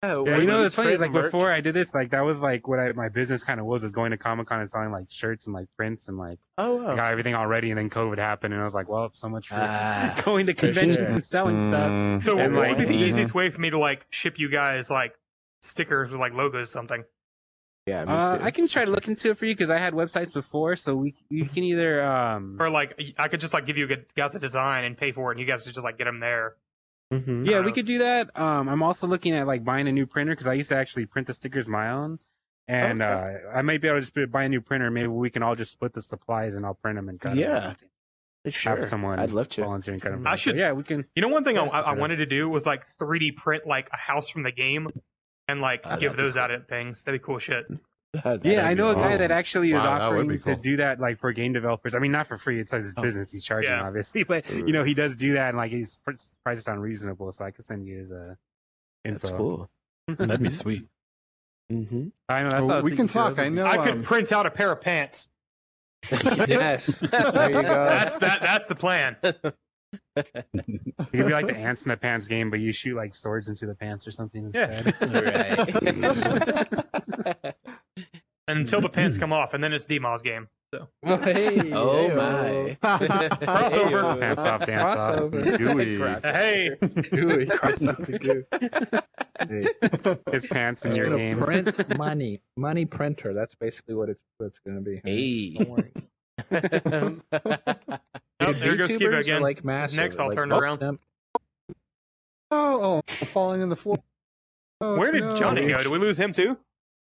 Speaker 6: Oh,
Speaker 3: Yeah,
Speaker 6: wait,
Speaker 3: you know
Speaker 6: you
Speaker 3: what's funny is
Speaker 6: print
Speaker 3: like
Speaker 6: merch?
Speaker 3: before I did this, like that was like what I, my business kind of was is going to Comic Con and selling like shirts and like prints and like
Speaker 6: Oh,
Speaker 3: I
Speaker 6: wow.
Speaker 3: got everything already, and then COVID happened, and I was like, well, so much for
Speaker 6: Ah,
Speaker 3: going to conventions
Speaker 6: sure. Mm.
Speaker 3: and selling stuff.
Speaker 2: So
Speaker 3: And,
Speaker 2: what
Speaker 3: like,
Speaker 2: would be the
Speaker 5: uh,
Speaker 2: easiest way for me to like ship you guys like stickers with like logos or something?
Speaker 6: yeah, me
Speaker 3: Uh,
Speaker 6: too.
Speaker 3: I can try to look into it for you because I had websites before, so we you can either um
Speaker 2: Or like I could just like give you guys a design and pay for it, and you guys could just like get them there.
Speaker 7: Mm-hmm.
Speaker 6: Mhm.
Speaker 3: yeah
Speaker 2: Uh,
Speaker 3: we could do that. Um, I'm also looking at like buying a new printer because I used to actually print the stickers my own, and
Speaker 6: Okay.
Speaker 3: uh, I might be able to just buy a new printer. Maybe we can all just split the supplies and I'll print them and cut 'em or
Speaker 6: Yeah.
Speaker 3: something.
Speaker 6: Sure.
Speaker 3: have someone
Speaker 6: I'd love to.
Speaker 3: volunteer and cut them.
Speaker 2: I should-
Speaker 3: yeah, we can.
Speaker 2: You know, one thing I,
Speaker 3: Yeah.
Speaker 2: I I wanted to do was like 3D print like a house from the game, and like
Speaker 6: Ah, that'd
Speaker 2: give
Speaker 6: be
Speaker 2: those
Speaker 6: cool.
Speaker 2: out at things. That'd be cool shit.
Speaker 6: That'd
Speaker 3: Yeah,
Speaker 6: be
Speaker 3: I know a guy
Speaker 5: awesome.
Speaker 3: that actually is
Speaker 5: Wow, that would
Speaker 3: offering
Speaker 5: be
Speaker 3: to
Speaker 5: cool.
Speaker 3: do that, like for game developers. I mean, not for free. It's his
Speaker 6: Oh.
Speaker 3: business; he's charging,
Speaker 2: Yeah.
Speaker 3: obviously. But
Speaker 5: Mm.
Speaker 3: you know, he does do that, and like his pr- prices sound reasonable. So I could send you his uh, info.
Speaker 6: That's cool.
Speaker 1: That'd be sweet.
Speaker 6: Mm-hmm.
Speaker 3: I know. That's what
Speaker 5: Well,
Speaker 3: I was
Speaker 5: Oh, we
Speaker 3: thinking,
Speaker 5: can
Speaker 3: too.
Speaker 5: talk. I
Speaker 3: Those would be-
Speaker 5: know.
Speaker 2: I
Speaker 5: um,
Speaker 2: could print out a pair of pants.
Speaker 7: yes. There you go.
Speaker 2: That's that. That's the plan.
Speaker 3: It could be like the ants in the pants game, but you shoot like swords into the pants or something
Speaker 2: Yeah.
Speaker 3: instead.
Speaker 6: All right.
Speaker 2: Until the pants come off, and then it's D-Mo's game.
Speaker 7: Oh, hey,
Speaker 6: oh
Speaker 7: hey,
Speaker 6: my.
Speaker 2: Crossover.
Speaker 3: Pants off, dance off.
Speaker 7: Crossover.
Speaker 5: Gooey.
Speaker 2: Uh, Hey,
Speaker 7: Gooey, cross out the goo. Hey,
Speaker 3: His pants in
Speaker 7: it's
Speaker 3: your
Speaker 7: gonna
Speaker 3: game.
Speaker 7: Print money, money printer. That's basically what it's what it's going to be.
Speaker 6: Hey.
Speaker 7: Don't worry.
Speaker 2: Oh,
Speaker 7: Dude,
Speaker 2: there goes
Speaker 7: VTubers
Speaker 2: Skiba
Speaker 7: are,
Speaker 2: again.
Speaker 7: Like massive.
Speaker 2: next, I'll
Speaker 7: like,
Speaker 2: turn around.
Speaker 7: simp-
Speaker 5: oh, oh, falling on the floor. Oh,
Speaker 2: where did
Speaker 5: no.
Speaker 2: Johnny go? Did we lose him too?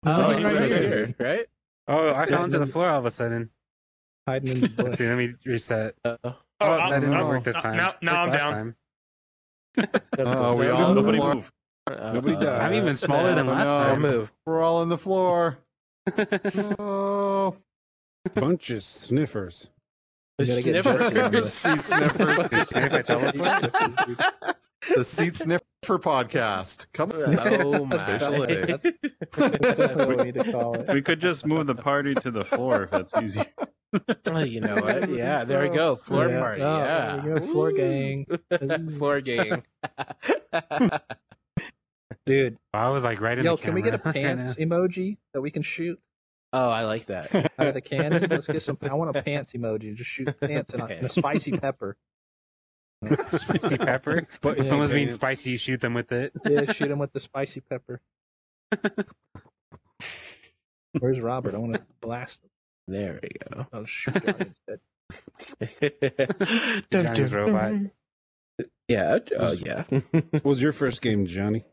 Speaker 6: Oh,
Speaker 7: he's
Speaker 6: right
Speaker 7: right
Speaker 6: here,
Speaker 7: here.
Speaker 6: right?
Speaker 3: Oh, I fell into the floor all of a sudden.
Speaker 7: Hiding in the
Speaker 3: Let's
Speaker 7: bush.
Speaker 3: see. Let me reset.
Speaker 6: Uh-oh.
Speaker 2: Oh,
Speaker 3: that
Speaker 2: I'm-
Speaker 3: didn't
Speaker 2: I'm-
Speaker 3: work this
Speaker 2: uh,
Speaker 3: time.
Speaker 2: now- now I'm
Speaker 3: Worked last
Speaker 2: down.
Speaker 3: time.
Speaker 5: Oh, we all on the
Speaker 1: Nobody
Speaker 5: floor.
Speaker 1: move.
Speaker 4: Nobody died.
Speaker 3: I'm even smaller than
Speaker 5: Uh, no,
Speaker 3: last
Speaker 5: no.
Speaker 3: time.
Speaker 6: move.
Speaker 5: We're all on the floor. Oh,
Speaker 4: Bunch of sniffers.
Speaker 7: You gotta get jerky on
Speaker 5: the
Speaker 7: this.
Speaker 5: seat sniffers. the seat sniffer podcast. Come on.
Speaker 6: Oh my.
Speaker 5: Especially.
Speaker 7: That's definitely what we need to call it.
Speaker 1: We could just move the party to the floor if that's easier.
Speaker 6: Oh, you know what? Yeah, there we go. Floor
Speaker 7: Yeah.
Speaker 6: party.
Speaker 7: Oh,
Speaker 6: yeah.
Speaker 7: there we go, floor
Speaker 6: Woo.
Speaker 7: gang. Ooh.
Speaker 6: floor gang.
Speaker 7: Dude,
Speaker 3: I was like right in
Speaker 7: yo,
Speaker 3: the
Speaker 7: can we get a
Speaker 3: camera. I know.
Speaker 7: pants emoji that we can shoot
Speaker 6: oh, I like that.
Speaker 7: out of the cannon? Let's get some. I want a pants emoji. Just shoot pants and a, and a spicy pepper.
Speaker 3: spicy pepper.
Speaker 7: Yeah,
Speaker 3: if someone's being
Speaker 7: okay.
Speaker 3: spicy, you shoot them with it.
Speaker 7: Yeah, shoot him with the spicy pepper. Where's Robert? I want to blast him.
Speaker 6: There we go.
Speaker 7: I'll shoot him instead.
Speaker 3: Johnny's robot.
Speaker 6: Yeah. Oh, yeah.
Speaker 4: What was your first game, Johnny?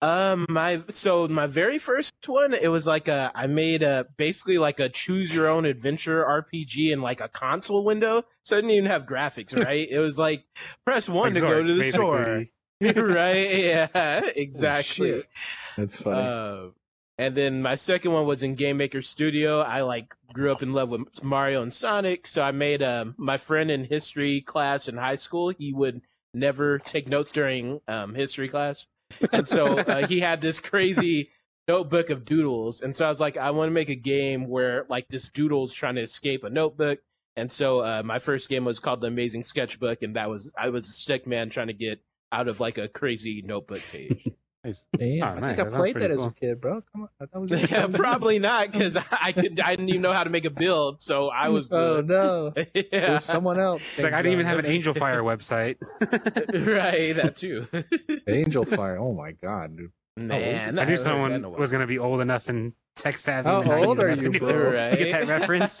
Speaker 6: Um, my so my very first one, it was like a I made a basically like a choose your own adventure RPG in like a console window, so I didn't even have graphics, right? it was like press one
Speaker 3: Like
Speaker 6: to go
Speaker 3: Zork,
Speaker 6: to the
Speaker 3: basically.
Speaker 6: store, right? Yeah, exactly.
Speaker 7: shit. That's
Speaker 6: Uh, and then my second one was in Game Maker Studio. I like grew up in love with Mario and Sonic, so I made um, my friend in history class in high school. He would never take notes during um, history class, and so uh, he had this crazy notebook of doodles. And so I was like, I want to make a game where like this doodle's trying to escape a notebook. And so uh, my first game was called The Amazing Sketchbook, and that was I was a stick man trying to get out of like a crazy notebook page.
Speaker 3: Nice.
Speaker 7: Damn,
Speaker 3: Oh, nice.
Speaker 7: I think I
Speaker 3: That sounds
Speaker 7: played that
Speaker 3: pretty
Speaker 7: as a
Speaker 3: cool.
Speaker 7: kid, bro. Come on, I thought we just
Speaker 6: yeah,
Speaker 7: played it.
Speaker 6: probably not because I could. I didn't even know how to make a build, so I was.
Speaker 7: Oh
Speaker 6: Uh,
Speaker 7: no, it
Speaker 6: yeah.
Speaker 7: was someone else. uh,
Speaker 3: Like I didn't even have an Angel Fire website.
Speaker 6: right, that too.
Speaker 7: Oh, Angel Fire. Oh my god, dude.
Speaker 6: Man,
Speaker 3: I
Speaker 6: haven't
Speaker 3: knew
Speaker 6: heard that in a
Speaker 3: someone
Speaker 6: while.
Speaker 3: was gonna be old enough and tech savvy.
Speaker 7: How
Speaker 3: in the
Speaker 7: old
Speaker 3: 90s
Speaker 7: are
Speaker 3: enough to do-
Speaker 7: you, bro?
Speaker 3: Get that reference?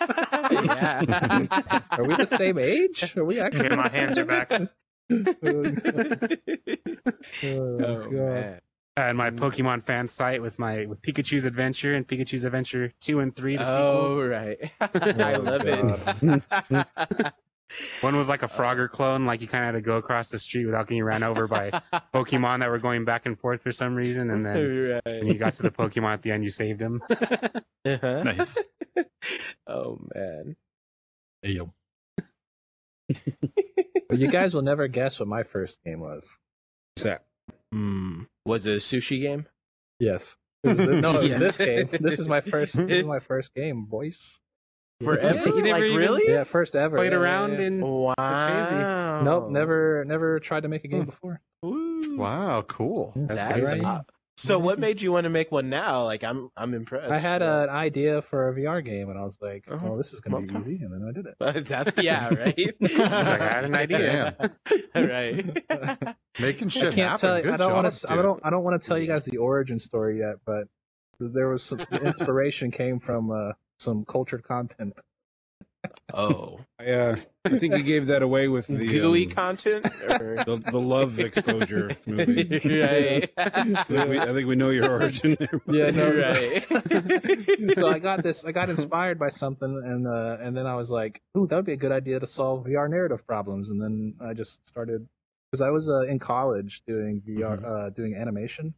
Speaker 6: yeah.
Speaker 7: Are we the same age? Are we actually?
Speaker 2: Yeah, my
Speaker 7: the same-
Speaker 2: hands are back.
Speaker 7: oh,
Speaker 6: Oh,
Speaker 7: God.
Speaker 6: man.
Speaker 3: Uh, and my Pokemon fan site with my with Pikachu's Adventure and Pikachu's Adventure two and three. The
Speaker 6: Oh,
Speaker 3: sequels.
Speaker 6: right. I
Speaker 3: Oh,
Speaker 6: love
Speaker 7: Oh,
Speaker 6: it.
Speaker 3: One was like a Frogger clone. Like you kind of had to go across the street without getting ran over by Pokemon that were going back and forth for some reason. And then when you
Speaker 6: right.
Speaker 3: got to the Pokemon at the end, you saved him.
Speaker 6: Uh-huh.
Speaker 1: Nice.
Speaker 6: Oh man.
Speaker 7: But you guys will never guess what my first game was.
Speaker 4: Zach.
Speaker 3: Hmm.
Speaker 6: Was it a sushi game?
Speaker 7: Yes. It was the- no, it was
Speaker 6: Yes.
Speaker 7: this game. This is my first. This is my first game, boys.
Speaker 6: Forever?
Speaker 3: You never
Speaker 6: like
Speaker 3: even
Speaker 6: really?
Speaker 7: Yeah, first ever.
Speaker 3: Played
Speaker 7: Yeah, yeah,
Speaker 3: around
Speaker 7: yeah.
Speaker 3: in.
Speaker 6: Wow.
Speaker 3: crazy.
Speaker 6: Oh.
Speaker 7: Nope, never, never tried to make a game before.
Speaker 5: Wow, cool.
Speaker 3: That's
Speaker 6: That's
Speaker 3: crazy.
Speaker 6: awesome. So what made you want to make one now? Like I'm I'm impressed.
Speaker 7: I had an idea for a VR game, and I was like,
Speaker 6: Uh-huh.
Speaker 7: "Oh, this is gonna be
Speaker 6: Okay.
Speaker 7: easy," and then I did it.
Speaker 6: But That's yeah, right.
Speaker 5: I
Speaker 3: had an idea.
Speaker 6: right.
Speaker 5: Making shit
Speaker 7: I can't
Speaker 5: happen.
Speaker 7: tell.
Speaker 5: Good
Speaker 7: I don't
Speaker 5: job,
Speaker 7: want to. I
Speaker 5: dude.
Speaker 7: don't. I don't want to tell you guys the origin story yet, but there was some the inspiration came from uh, some cultured content.
Speaker 6: Oh,
Speaker 4: I, uh, I think he gave that away with the
Speaker 6: gooey
Speaker 4: um,
Speaker 6: content. Or...
Speaker 4: the, the love exposure movie.
Speaker 6: right.
Speaker 4: I think, we, I think we know your origin. there, bud.
Speaker 7: Yeah, no,
Speaker 6: right.
Speaker 7: so I got this. I got inspired by something, and uh, and then I was like, "Ooh, that would be a good idea to solve VR narrative problems." And then I just started because I was uh, in college doing VR,
Speaker 6: Mm-hmm.
Speaker 7: uh, doing animation,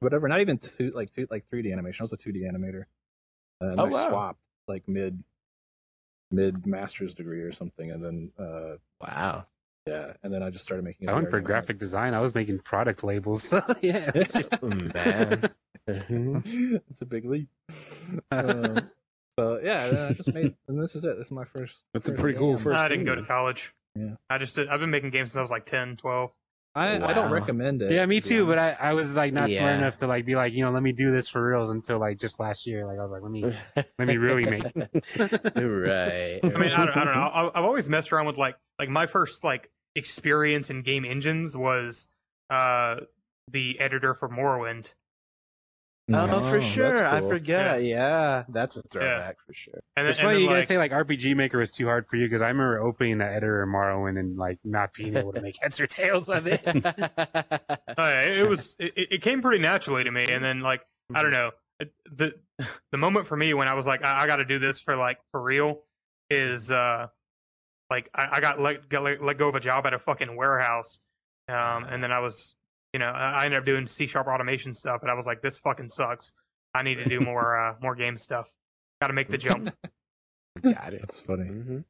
Speaker 7: whatever. Not even two, like two, like 3D animation. I was a 2D animator, Uh, and
Speaker 6: Oh,
Speaker 7: I
Speaker 6: wow.
Speaker 7: swapped like mid mid master's degree or something, and then uh,
Speaker 6: wow.
Speaker 7: yeah, and then I just started making.
Speaker 3: I went for
Speaker 7: VR games.
Speaker 3: graphic design. I was making product labels. Mm-hmm. So yeah.
Speaker 6: Man.
Speaker 7: it's a big leap. Um, so yeah, then I just made, and this is it. This is my first.
Speaker 4: That's a
Speaker 7: first
Speaker 4: pretty cool
Speaker 7: game.
Speaker 4: first
Speaker 2: I didn't
Speaker 4: game,
Speaker 2: go
Speaker 4: man.
Speaker 2: to college.
Speaker 7: Yeah.
Speaker 2: I just did, I've been making games since I was like 10, 12.
Speaker 7: I, I don't
Speaker 5: Wow.
Speaker 7: recommend it.
Speaker 3: Yeah, me too. But I, I was like not
Speaker 6: Yeah.
Speaker 3: smart enough to like be like, you know, let me do this for reals until like just last year. Like I was like, let me let me really make. it.
Speaker 6: right.
Speaker 2: I mean, I don't, I don't know. I, I've always messed around with like like my first like experience in game engines was uh the editor for Morrowind,
Speaker 6: Oh, for
Speaker 7: that's
Speaker 6: sure. I
Speaker 7: cool.
Speaker 6: forgot. Yeah. that's a throwback for sure.
Speaker 2: and
Speaker 3: It's
Speaker 2: then,
Speaker 3: funny
Speaker 2: and
Speaker 3: you
Speaker 2: then, like,
Speaker 3: guys say like RPG Maker was too hard for you because I remember opening the editor in Morrowind and like not being able to make heads or tails of it.
Speaker 2: uh, it was it, it came pretty naturally to me, and then like I don't know it- the the moment for me when I was like I, I got to do this for like for real is uh like I, I got let got let, let go of a job at a fucking warehouse, um, and then I was you know I, I ended up doing C sharp automation stuff, and I was like this fucking sucks. I need to do more uh more game stuff. Got to make the jump.
Speaker 6: Got it.
Speaker 7: That's funny.
Speaker 6: Mhm.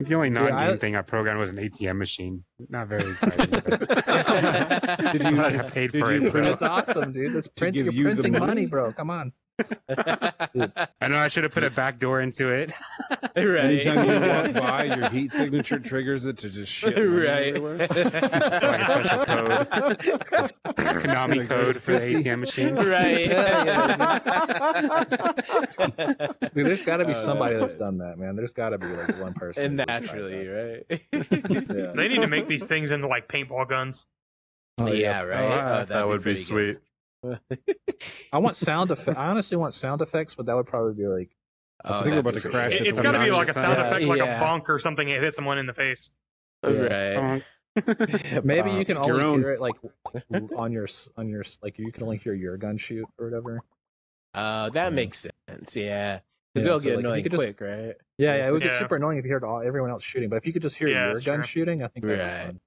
Speaker 3: The only non-game
Speaker 7: I-
Speaker 3: thing I programmed was an ATM machine. Not very exciting. but
Speaker 4: Did
Speaker 3: I
Speaker 4: you-
Speaker 3: got paid
Speaker 4: did
Speaker 3: for
Speaker 4: you
Speaker 3: it.
Speaker 4: print
Speaker 3: So.
Speaker 7: That's awesome, dude. That's print,
Speaker 4: give
Speaker 7: you're
Speaker 4: you the
Speaker 7: printing money?
Speaker 4: money?
Speaker 7: bro. Come on.
Speaker 3: I know I should have put a back door into it.
Speaker 4: Anytime you walk
Speaker 6: Right.
Speaker 4: by, your heat signature triggers it to just shit. money everywhere.
Speaker 3: Konami
Speaker 4: Like,
Speaker 3: code
Speaker 4: that's
Speaker 3: for the ATM machine.
Speaker 6: Right.
Speaker 7: Yeah,
Speaker 6: yeah,
Speaker 7: Dude, there's got to
Speaker 6: Oh,
Speaker 7: be
Speaker 6: that's
Speaker 7: somebody that's
Speaker 6: good.
Speaker 7: done that, man. There's got to be like one person.
Speaker 6: And
Speaker 7: that tried
Speaker 6: naturally,
Speaker 7: that.
Speaker 6: right?
Speaker 7: Yeah.
Speaker 2: They need to make these things into like paintball guns.
Speaker 7: Oh, yeah.
Speaker 6: yeah,
Speaker 5: Oh,
Speaker 6: right. Oh,
Speaker 5: that, would be,
Speaker 6: pretty good.
Speaker 5: sweet.
Speaker 7: I want sound effects. I honestly want sound effects, but that would probably be like
Speaker 6: Oh,
Speaker 4: I think we're about
Speaker 6: that'd
Speaker 4: to
Speaker 6: be
Speaker 4: crash
Speaker 6: great.
Speaker 2: It,
Speaker 4: Shit,
Speaker 2: it's
Speaker 4: the
Speaker 2: got to be like
Speaker 4: obnoxious
Speaker 2: a sound
Speaker 6: sound.
Speaker 2: effect, like
Speaker 6: Yeah.
Speaker 2: a bonk or something. It hit someone in the face.
Speaker 6: Right.
Speaker 7: maybe you can
Speaker 4: Pick your
Speaker 7: only
Speaker 4: own.
Speaker 7: hear it like on your s- on your s- like you can only hear your gun shoot or whatever.
Speaker 6: Uh, that makes sense. Yeah. Because
Speaker 7: Yeah,
Speaker 6: it'll
Speaker 7: so, like, if
Speaker 6: get
Speaker 7: you
Speaker 6: annoying
Speaker 7: could just-
Speaker 6: quick, right?
Speaker 7: Yeah, yeah, it would
Speaker 2: Yeah.
Speaker 7: get super annoying if you heard all, everyone else shooting, but if you could just hear
Speaker 2: Yeah,
Speaker 7: your
Speaker 2: that's
Speaker 7: gun
Speaker 2: true.
Speaker 7: shooting, I think that'd
Speaker 6: Right.
Speaker 7: be fun.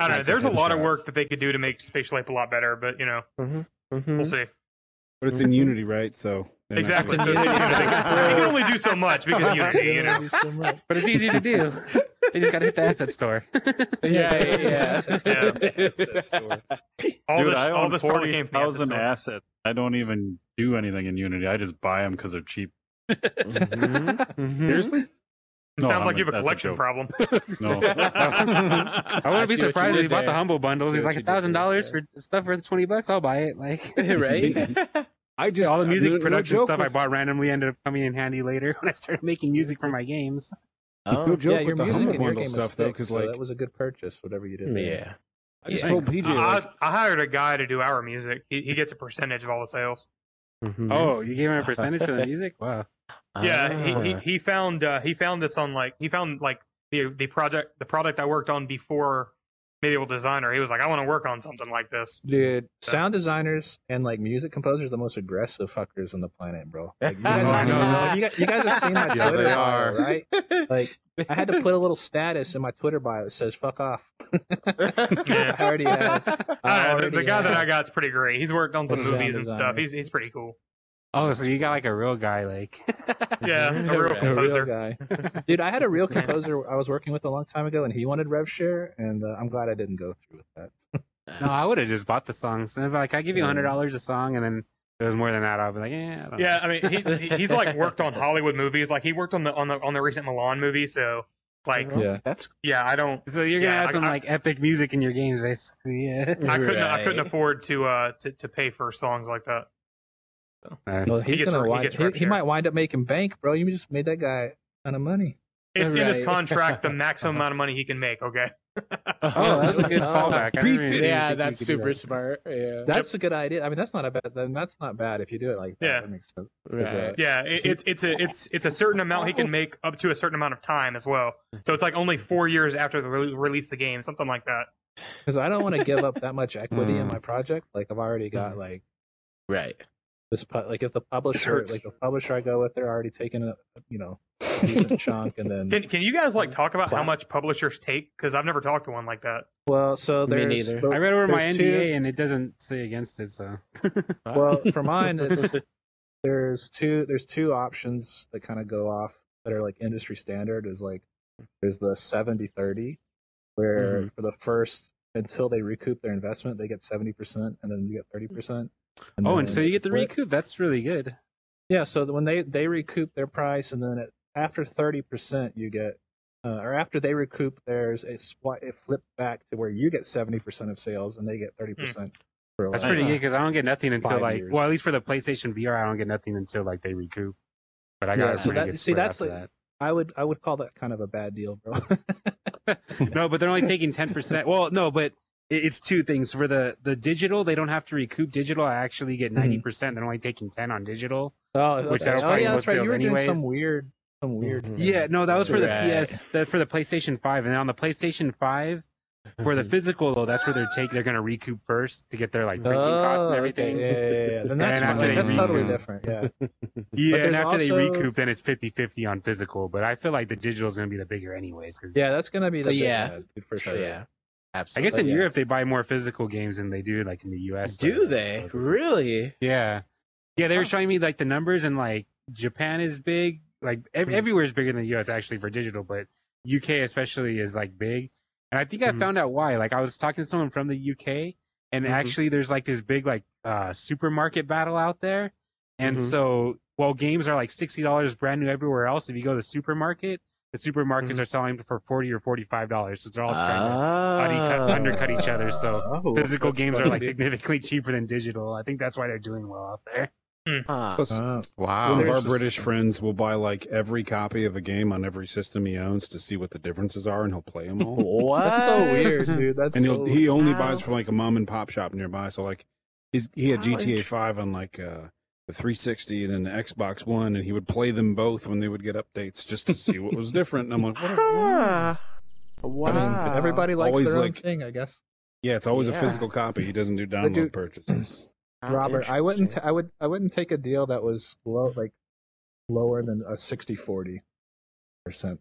Speaker 2: I don't know.
Speaker 4: Just the
Speaker 2: There's a lot of
Speaker 4: headshots.
Speaker 2: work that they could do to make Spatial Ape a lot better, but you know, we'll
Speaker 6: Mm-hmm.
Speaker 2: see.
Speaker 4: But it's in Unity, right? So they're not
Speaker 2: Exactly. So
Speaker 4: gonna-
Speaker 2: they, you know, they, can, they can only do so much because of Unity, you know.
Speaker 3: But it's easy to do. You just got to hit the asset store.
Speaker 6: Yeah, yeah,
Speaker 2: Yeah.
Speaker 6: yeah.
Speaker 2: All
Speaker 1: Dude,
Speaker 2: this,
Speaker 1: I
Speaker 2: all
Speaker 1: own
Speaker 2: this probably
Speaker 1: forty
Speaker 2: came from the asset
Speaker 1: thousand
Speaker 2: store.
Speaker 1: assets. I don't even do anything in Unity. I just buy them because they're cheap.
Speaker 3: Mm-hmm.
Speaker 6: Mhm.
Speaker 4: Seriously?
Speaker 2: It
Speaker 1: No,
Speaker 2: sounds
Speaker 1: I'm
Speaker 2: like
Speaker 1: a-
Speaker 2: you have
Speaker 1: that's a
Speaker 2: a collection
Speaker 1: joke.
Speaker 2: problem.
Speaker 1: No.
Speaker 3: Mm-hmm. I wouldn't
Speaker 6: see
Speaker 3: be
Speaker 6: what you
Speaker 3: surprised if
Speaker 6: did
Speaker 3: he bought the
Speaker 6: there.
Speaker 3: humble bundles.
Speaker 6: See
Speaker 3: He's
Speaker 6: what
Speaker 3: like
Speaker 6: you
Speaker 3: a
Speaker 6: did there,
Speaker 3: thousand dollars
Speaker 6: yeah.
Speaker 3: for stuff worth twenty bucks. I'll buy it. Like
Speaker 6: right?
Speaker 4: I just
Speaker 3: all the music
Speaker 4: no- no
Speaker 3: production
Speaker 4: joke
Speaker 3: stuff I
Speaker 4: with-
Speaker 3: bought randomly ended up coming in handy later when I started making music for my games.
Speaker 4: No
Speaker 6: oh,
Speaker 4: joke
Speaker 7: yeah,
Speaker 4: with
Speaker 7: your
Speaker 4: the
Speaker 7: music
Speaker 4: humble
Speaker 7: and your
Speaker 4: bundle
Speaker 7: game
Speaker 4: stuff
Speaker 7: was
Speaker 4: though,
Speaker 7: fixed,
Speaker 4: because
Speaker 7: so
Speaker 4: like
Speaker 7: that was a good purchase. Whatever you did, there.
Speaker 6: yeah.
Speaker 4: I just
Speaker 6: yeah.
Speaker 4: told
Speaker 3: Uh,
Speaker 4: PJ, like,
Speaker 2: I, I hired a guy to do our music. He, he gets a percentage of all the sales.
Speaker 3: Oh, you gave him a percentage for the music? Wow.
Speaker 2: Yeah, he, he,
Speaker 6: Ah.
Speaker 2: he found uh, he found this on like he found like the the project the product I worked on before Medieval Designer. He was like, I want to work on something like this.
Speaker 7: Dude, sound designers and like music composers are the most aggressive fuckers on the planet, bro. Like, you, guys,
Speaker 3: Oh, I know.
Speaker 7: you guys- you guys have seen my
Speaker 5: Yeah,
Speaker 7: Twitter
Speaker 5: they
Speaker 7: bio,
Speaker 5: are.
Speaker 7: right? Like, I had to put a little status in my Twitter bio that says "fuck off." I already have. I
Speaker 2: Uh, the, the
Speaker 7: already
Speaker 2: guy that
Speaker 7: have.
Speaker 2: I got's pretty great. He's worked on some
Speaker 7: Sound
Speaker 2: movies and stuff.
Speaker 7: designer.
Speaker 2: He's he's pretty cool.
Speaker 3: Oh, so you got like a real guy, like
Speaker 2: Yeah, a real
Speaker 6: Right.
Speaker 7: A real
Speaker 2: composer.
Speaker 7: guy. Dude, I had a real composer I was working with a long time ago, and he wanted rev share, and uh, I'm glad I didn't go through with that.
Speaker 3: No, I would have just bought the songs. And if, like I give you hundred dollars a song, and then if it was more than that, I'll be like, eh, I don't
Speaker 2: Yeah, I mean, he, he- he's like worked on Hollywood movies. Like he worked on the on the on the recent Milan movie. So like,
Speaker 7: Yeah.
Speaker 6: That's
Speaker 2: yeah, I don't.
Speaker 3: Know. So you're gonna
Speaker 2: Yeah,
Speaker 3: have
Speaker 2: I-
Speaker 3: some
Speaker 2: I-
Speaker 3: like epic music in your games, basically. Yeah.
Speaker 2: I couldn't. I couldn't
Speaker 6: Right.
Speaker 2: afford to uh to, to pay for songs like that.
Speaker 3: Nice.
Speaker 7: Well, he's
Speaker 2: gets
Speaker 7: gonna
Speaker 2: rev- he
Speaker 7: wind,
Speaker 2: gets
Speaker 7: he,
Speaker 2: rev
Speaker 7: he
Speaker 2: share.
Speaker 7: might wind up making bank, bro. You just made that guy a ton of money.
Speaker 2: It's in his
Speaker 6: Right. Uh-huh.
Speaker 2: contract the maximum amount of money he can make. Okay.
Speaker 3: oh, that's a good
Speaker 7: Oh.
Speaker 3: fallback. I didn't even think
Speaker 6: yeah,
Speaker 3: you could
Speaker 6: that's
Speaker 3: do
Speaker 6: super
Speaker 3: that.
Speaker 6: smart. Yeah.
Speaker 7: That's a good idea. I mean, that's not a bad. Then that's not bad if you do it like that.
Speaker 2: Yeah.
Speaker 7: That makes sense.
Speaker 6: Right.
Speaker 2: Yeah. It, it's it's a it's it's a certain amount he can make up to a certain amount of time as well. So it's like only four years after the re- release of the game, something like that.
Speaker 7: Because I don't want to give up that much equity
Speaker 2: Hmm.
Speaker 7: in my project. Like I've already got like
Speaker 6: Right.
Speaker 7: this. pu- Like if the publisher,
Speaker 4: hurts.
Speaker 7: like the publisher I go with, they're already taking a you know decent chunk, and then
Speaker 2: Can can you guys like talk about how much publishers take? Because I've never talked to one like that.
Speaker 7: well, so
Speaker 6: Me
Speaker 7: there's
Speaker 6: neither.
Speaker 7: but-
Speaker 3: I read over my
Speaker 7: There's
Speaker 3: NDA
Speaker 7: two-
Speaker 3: and it doesn't say against it, so
Speaker 7: well for mine it's there's two there's two options that kind of go off that are like industry standard is like there's the 70 30 where
Speaker 3: Mm-hmm.
Speaker 7: for the first until they recoup their investment they get 70% and then you get 30%
Speaker 3: Oh,
Speaker 7: then
Speaker 3: and so you get the
Speaker 7: split.
Speaker 3: recoup. That's really good.
Speaker 7: yeah so when they they recoup their price and then it, after 30% you get uh, or after they recoup theirs it, split, it flipped back to where you get 70% of sales and they get 30% for
Speaker 3: Hmm. That's
Speaker 7: like-
Speaker 3: pretty good because I don't get nothing until
Speaker 7: Five
Speaker 3: like
Speaker 7: years.
Speaker 3: well, at least for the PlayStation VR, I don't get nothing until like they recoup. But I got
Speaker 7: Yeah,
Speaker 3: a
Speaker 7: so
Speaker 3: pretty
Speaker 7: that-
Speaker 3: good
Speaker 7: see,
Speaker 3: split
Speaker 7: that's
Speaker 3: after
Speaker 7: like-
Speaker 3: that.
Speaker 7: i would i would call that kind of a bad deal bro
Speaker 3: no, but they're only taking ten percent. Well, no, but it- it's two things for the the digital. They don't have to recoup digital. I actually get
Speaker 7: Mhm.
Speaker 3: ninety percent. They're only taking ten on digital.
Speaker 7: Oh,
Speaker 3: Which
Speaker 7: okay.
Speaker 3: that was
Speaker 7: Oh,
Speaker 3: probably
Speaker 7: yeah,
Speaker 3: most
Speaker 7: that's right. You
Speaker 3: sales
Speaker 7: were doing
Speaker 3: anyways.
Speaker 7: some weird, some weird. thing.
Speaker 3: Yeah, no, that was for the
Speaker 6: Right.
Speaker 3: PS the, for the PlayStation Five, and then on the PlayStation Five for the physical though, that's where they're take they're gonna recoup first to get their like printing costs
Speaker 7: Oh,
Speaker 3: and
Speaker 7: okay.
Speaker 3: everything.
Speaker 7: Yeah, yeah, yeah. Then
Speaker 3: And
Speaker 7: that's,
Speaker 3: after
Speaker 7: fine.
Speaker 3: they
Speaker 7: that's totally
Speaker 5: recoup.
Speaker 7: different. Yeah.
Speaker 3: Yeah,
Speaker 7: But
Speaker 3: and
Speaker 7: there's
Speaker 3: after they
Speaker 7: also-
Speaker 3: recoup, then it's 50-50 on physical. But I feel like the digital's gonna be the bigger anyways. Because
Speaker 7: Yeah, that's gonna be the
Speaker 6: So,
Speaker 7: big
Speaker 6: yeah.
Speaker 7: ad, dude, for
Speaker 6: So,
Speaker 7: sure.
Speaker 6: yeah.
Speaker 3: I
Speaker 6: Absolutely.
Speaker 3: guess in
Speaker 7: yeah.
Speaker 3: Europe they buy more physical games than they do like in the U.S.
Speaker 6: Do
Speaker 3: so-
Speaker 6: they
Speaker 3: so-
Speaker 6: really?
Speaker 3: Yeah, yeah. They
Speaker 6: Huh.
Speaker 3: were showing me like the numbers, and like Japan is big. Like ev-
Speaker 6: Hmm.
Speaker 3: everywhere is bigger than the U.S. actually for digital, but U.K. especially is like big. And I think I
Speaker 7: Mm-hmm.
Speaker 6: Mhm.
Speaker 3: found out why. Like I was talking to someone from the U.K. and
Speaker 6: Mhm.
Speaker 3: actually there's like this big like uh supermarket battle out there, and
Speaker 7: Mm-hmm.
Speaker 6: Mhm.
Speaker 3: so while games are like sixty dollars brand new everywhere else, if you go to the supermarket, the supermarkets
Speaker 7: Mm-hmm.
Speaker 3: are selling for forty or forty five dollars. So they're all trying to
Speaker 6: Ah.
Speaker 3: undercut each other, so
Speaker 7: Oh,
Speaker 3: physical
Speaker 7: that's
Speaker 3: games are
Speaker 7: funny,
Speaker 3: like
Speaker 7: dude.
Speaker 3: significantly cheaper than digital. I think that's why they're doing well out there.
Speaker 6: Huh.
Speaker 4: plus,
Speaker 7: Oh,
Speaker 4: one
Speaker 5: wow.
Speaker 4: of our
Speaker 5: There's just-
Speaker 4: British friends will buy like every copy of a game on every system he owns to see what the differences are, and he'll play them all.
Speaker 6: What?
Speaker 7: that's so weird, dude. That's
Speaker 4: and
Speaker 7: so
Speaker 4: he'll, he only
Speaker 6: Wow.
Speaker 4: buys from like a mom and pop shop nearby. So like, he's he had
Speaker 6: Wow,
Speaker 4: GTA
Speaker 6: int-
Speaker 4: Five on like uh, the 360 and then the Xbox One, and he would play them both when they would get updates just to see what was different. And I'm like, what a-
Speaker 6: Huh. Wow.
Speaker 4: mean, it's
Speaker 7: everybody likes
Speaker 4: always
Speaker 7: their own
Speaker 4: like-
Speaker 7: thing, I guess.
Speaker 4: yeah, it's always
Speaker 6: Yeah.
Speaker 4: a physical copy. He doesn't do download
Speaker 7: dude-
Speaker 4: purchases.
Speaker 6: How
Speaker 7: Robert, I wouldn't.
Speaker 6: interesting.
Speaker 7: I would. I wouldn't take a deal that was low, like lower than a 60-40 percent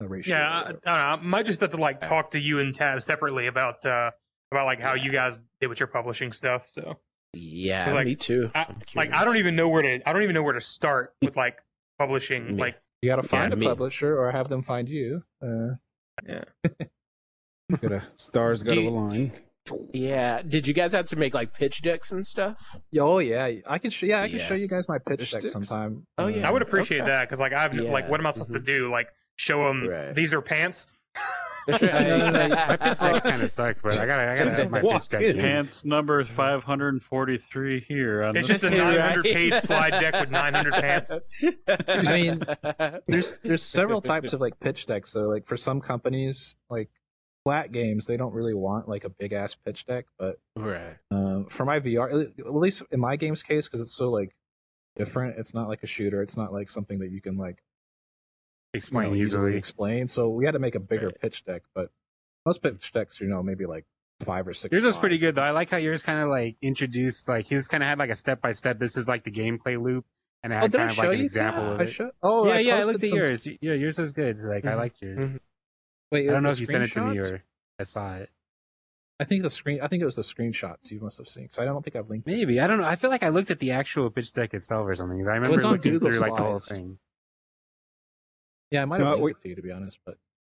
Speaker 7: ratio.
Speaker 2: Yeah, I, I
Speaker 7: or
Speaker 2: don't know. I might just have to like talk to you and Tab separately about uh about like how you guys did with your publishing stuff. So
Speaker 6: yeah,
Speaker 2: 'Cause, like,
Speaker 6: me too.
Speaker 2: I,
Speaker 6: I'm
Speaker 2: like
Speaker 6: curious.
Speaker 2: I don't even know where to I don't even know where to start with like publishing.
Speaker 6: Me.
Speaker 2: Like
Speaker 7: You got to find a
Speaker 6: me.
Speaker 7: publisher or have them find you. Uh,
Speaker 4: Gotta, stars gotta
Speaker 6: Do-
Speaker 4: align.
Speaker 6: Yeah. Did you guys have to make like pitch decks and stuff?
Speaker 7: yeah, oh yeah, I can. Sh- yeah, I can
Speaker 6: Yeah.
Speaker 7: show you guys my pitch
Speaker 4: Pitch
Speaker 7: deck
Speaker 4: decks?
Speaker 7: sometime.
Speaker 6: Oh,
Speaker 7: Uh,
Speaker 6: yeah.
Speaker 2: I would appreciate
Speaker 6: Okay.
Speaker 2: that 'cause that because like I've like
Speaker 6: Yeah, Mm-hmm.
Speaker 2: what am I supposed to do? Like show them
Speaker 6: Right.
Speaker 2: these are pants.
Speaker 3: No, no, no, my pitch decks kind of suck, but I gotta, I gotta
Speaker 4: Just
Speaker 3: have my
Speaker 4: walk
Speaker 3: pitch deck.
Speaker 4: in.
Speaker 3: in.
Speaker 1: Pants number 543 here. On
Speaker 2: It's
Speaker 1: the-
Speaker 2: just a 900 page slide deck with 900 pants.
Speaker 7: I mean, there's there's several types of like pitch decks. So like for some companies, like flat games, they don't really want like a big ass pitch deck. But
Speaker 6: right.
Speaker 7: um, for my VR, at least in my game's case, because it's so like different, it's not like a shooter. It's not like something that you can like you
Speaker 3: Explain
Speaker 7: know,
Speaker 3: easily.
Speaker 7: explain. So we had to make a bigger pitch deck. But most pitch decks, you know, maybe like five or six.
Speaker 3: Yours was
Speaker 7: slides.
Speaker 3: pretty good though. I like how yours kind of like introduced, like his kind of had like a step by step. This is like the gameplay loop, and it
Speaker 7: Oh,
Speaker 3: had
Speaker 7: did I
Speaker 3: kind of
Speaker 7: show
Speaker 3: like an
Speaker 7: you?
Speaker 3: example
Speaker 7: Yeah,
Speaker 3: of
Speaker 7: I
Speaker 3: it.
Speaker 7: show- Oh,
Speaker 3: yeah,
Speaker 7: I
Speaker 3: yeah. I
Speaker 7: posted
Speaker 3: looked at
Speaker 7: some- Mm-hmm.
Speaker 3: yours. Y- Yeah, yours was good. Like I
Speaker 2: Mhm.
Speaker 3: liked yours.
Speaker 2: Mhm.
Speaker 7: Wait,
Speaker 3: I don't know if
Speaker 7: the
Speaker 3: you sent it to me
Speaker 7: screenshots?
Speaker 3: or I saw it.
Speaker 7: I think the screen. I think it was the screenshots you must have seen because I don't think I've linked. it.
Speaker 3: Maybe I don't know. I feel like I looked at the actual pitch deck itself or something. 'cause I
Speaker 7: it's
Speaker 3: remember
Speaker 7: on
Speaker 3: looking
Speaker 7: Google
Speaker 3: through like the whole
Speaker 7: Slides.
Speaker 3: thing.
Speaker 7: Yeah, I might have
Speaker 4: No,
Speaker 7: linked
Speaker 4: wait.
Speaker 7: it to you to be honest, but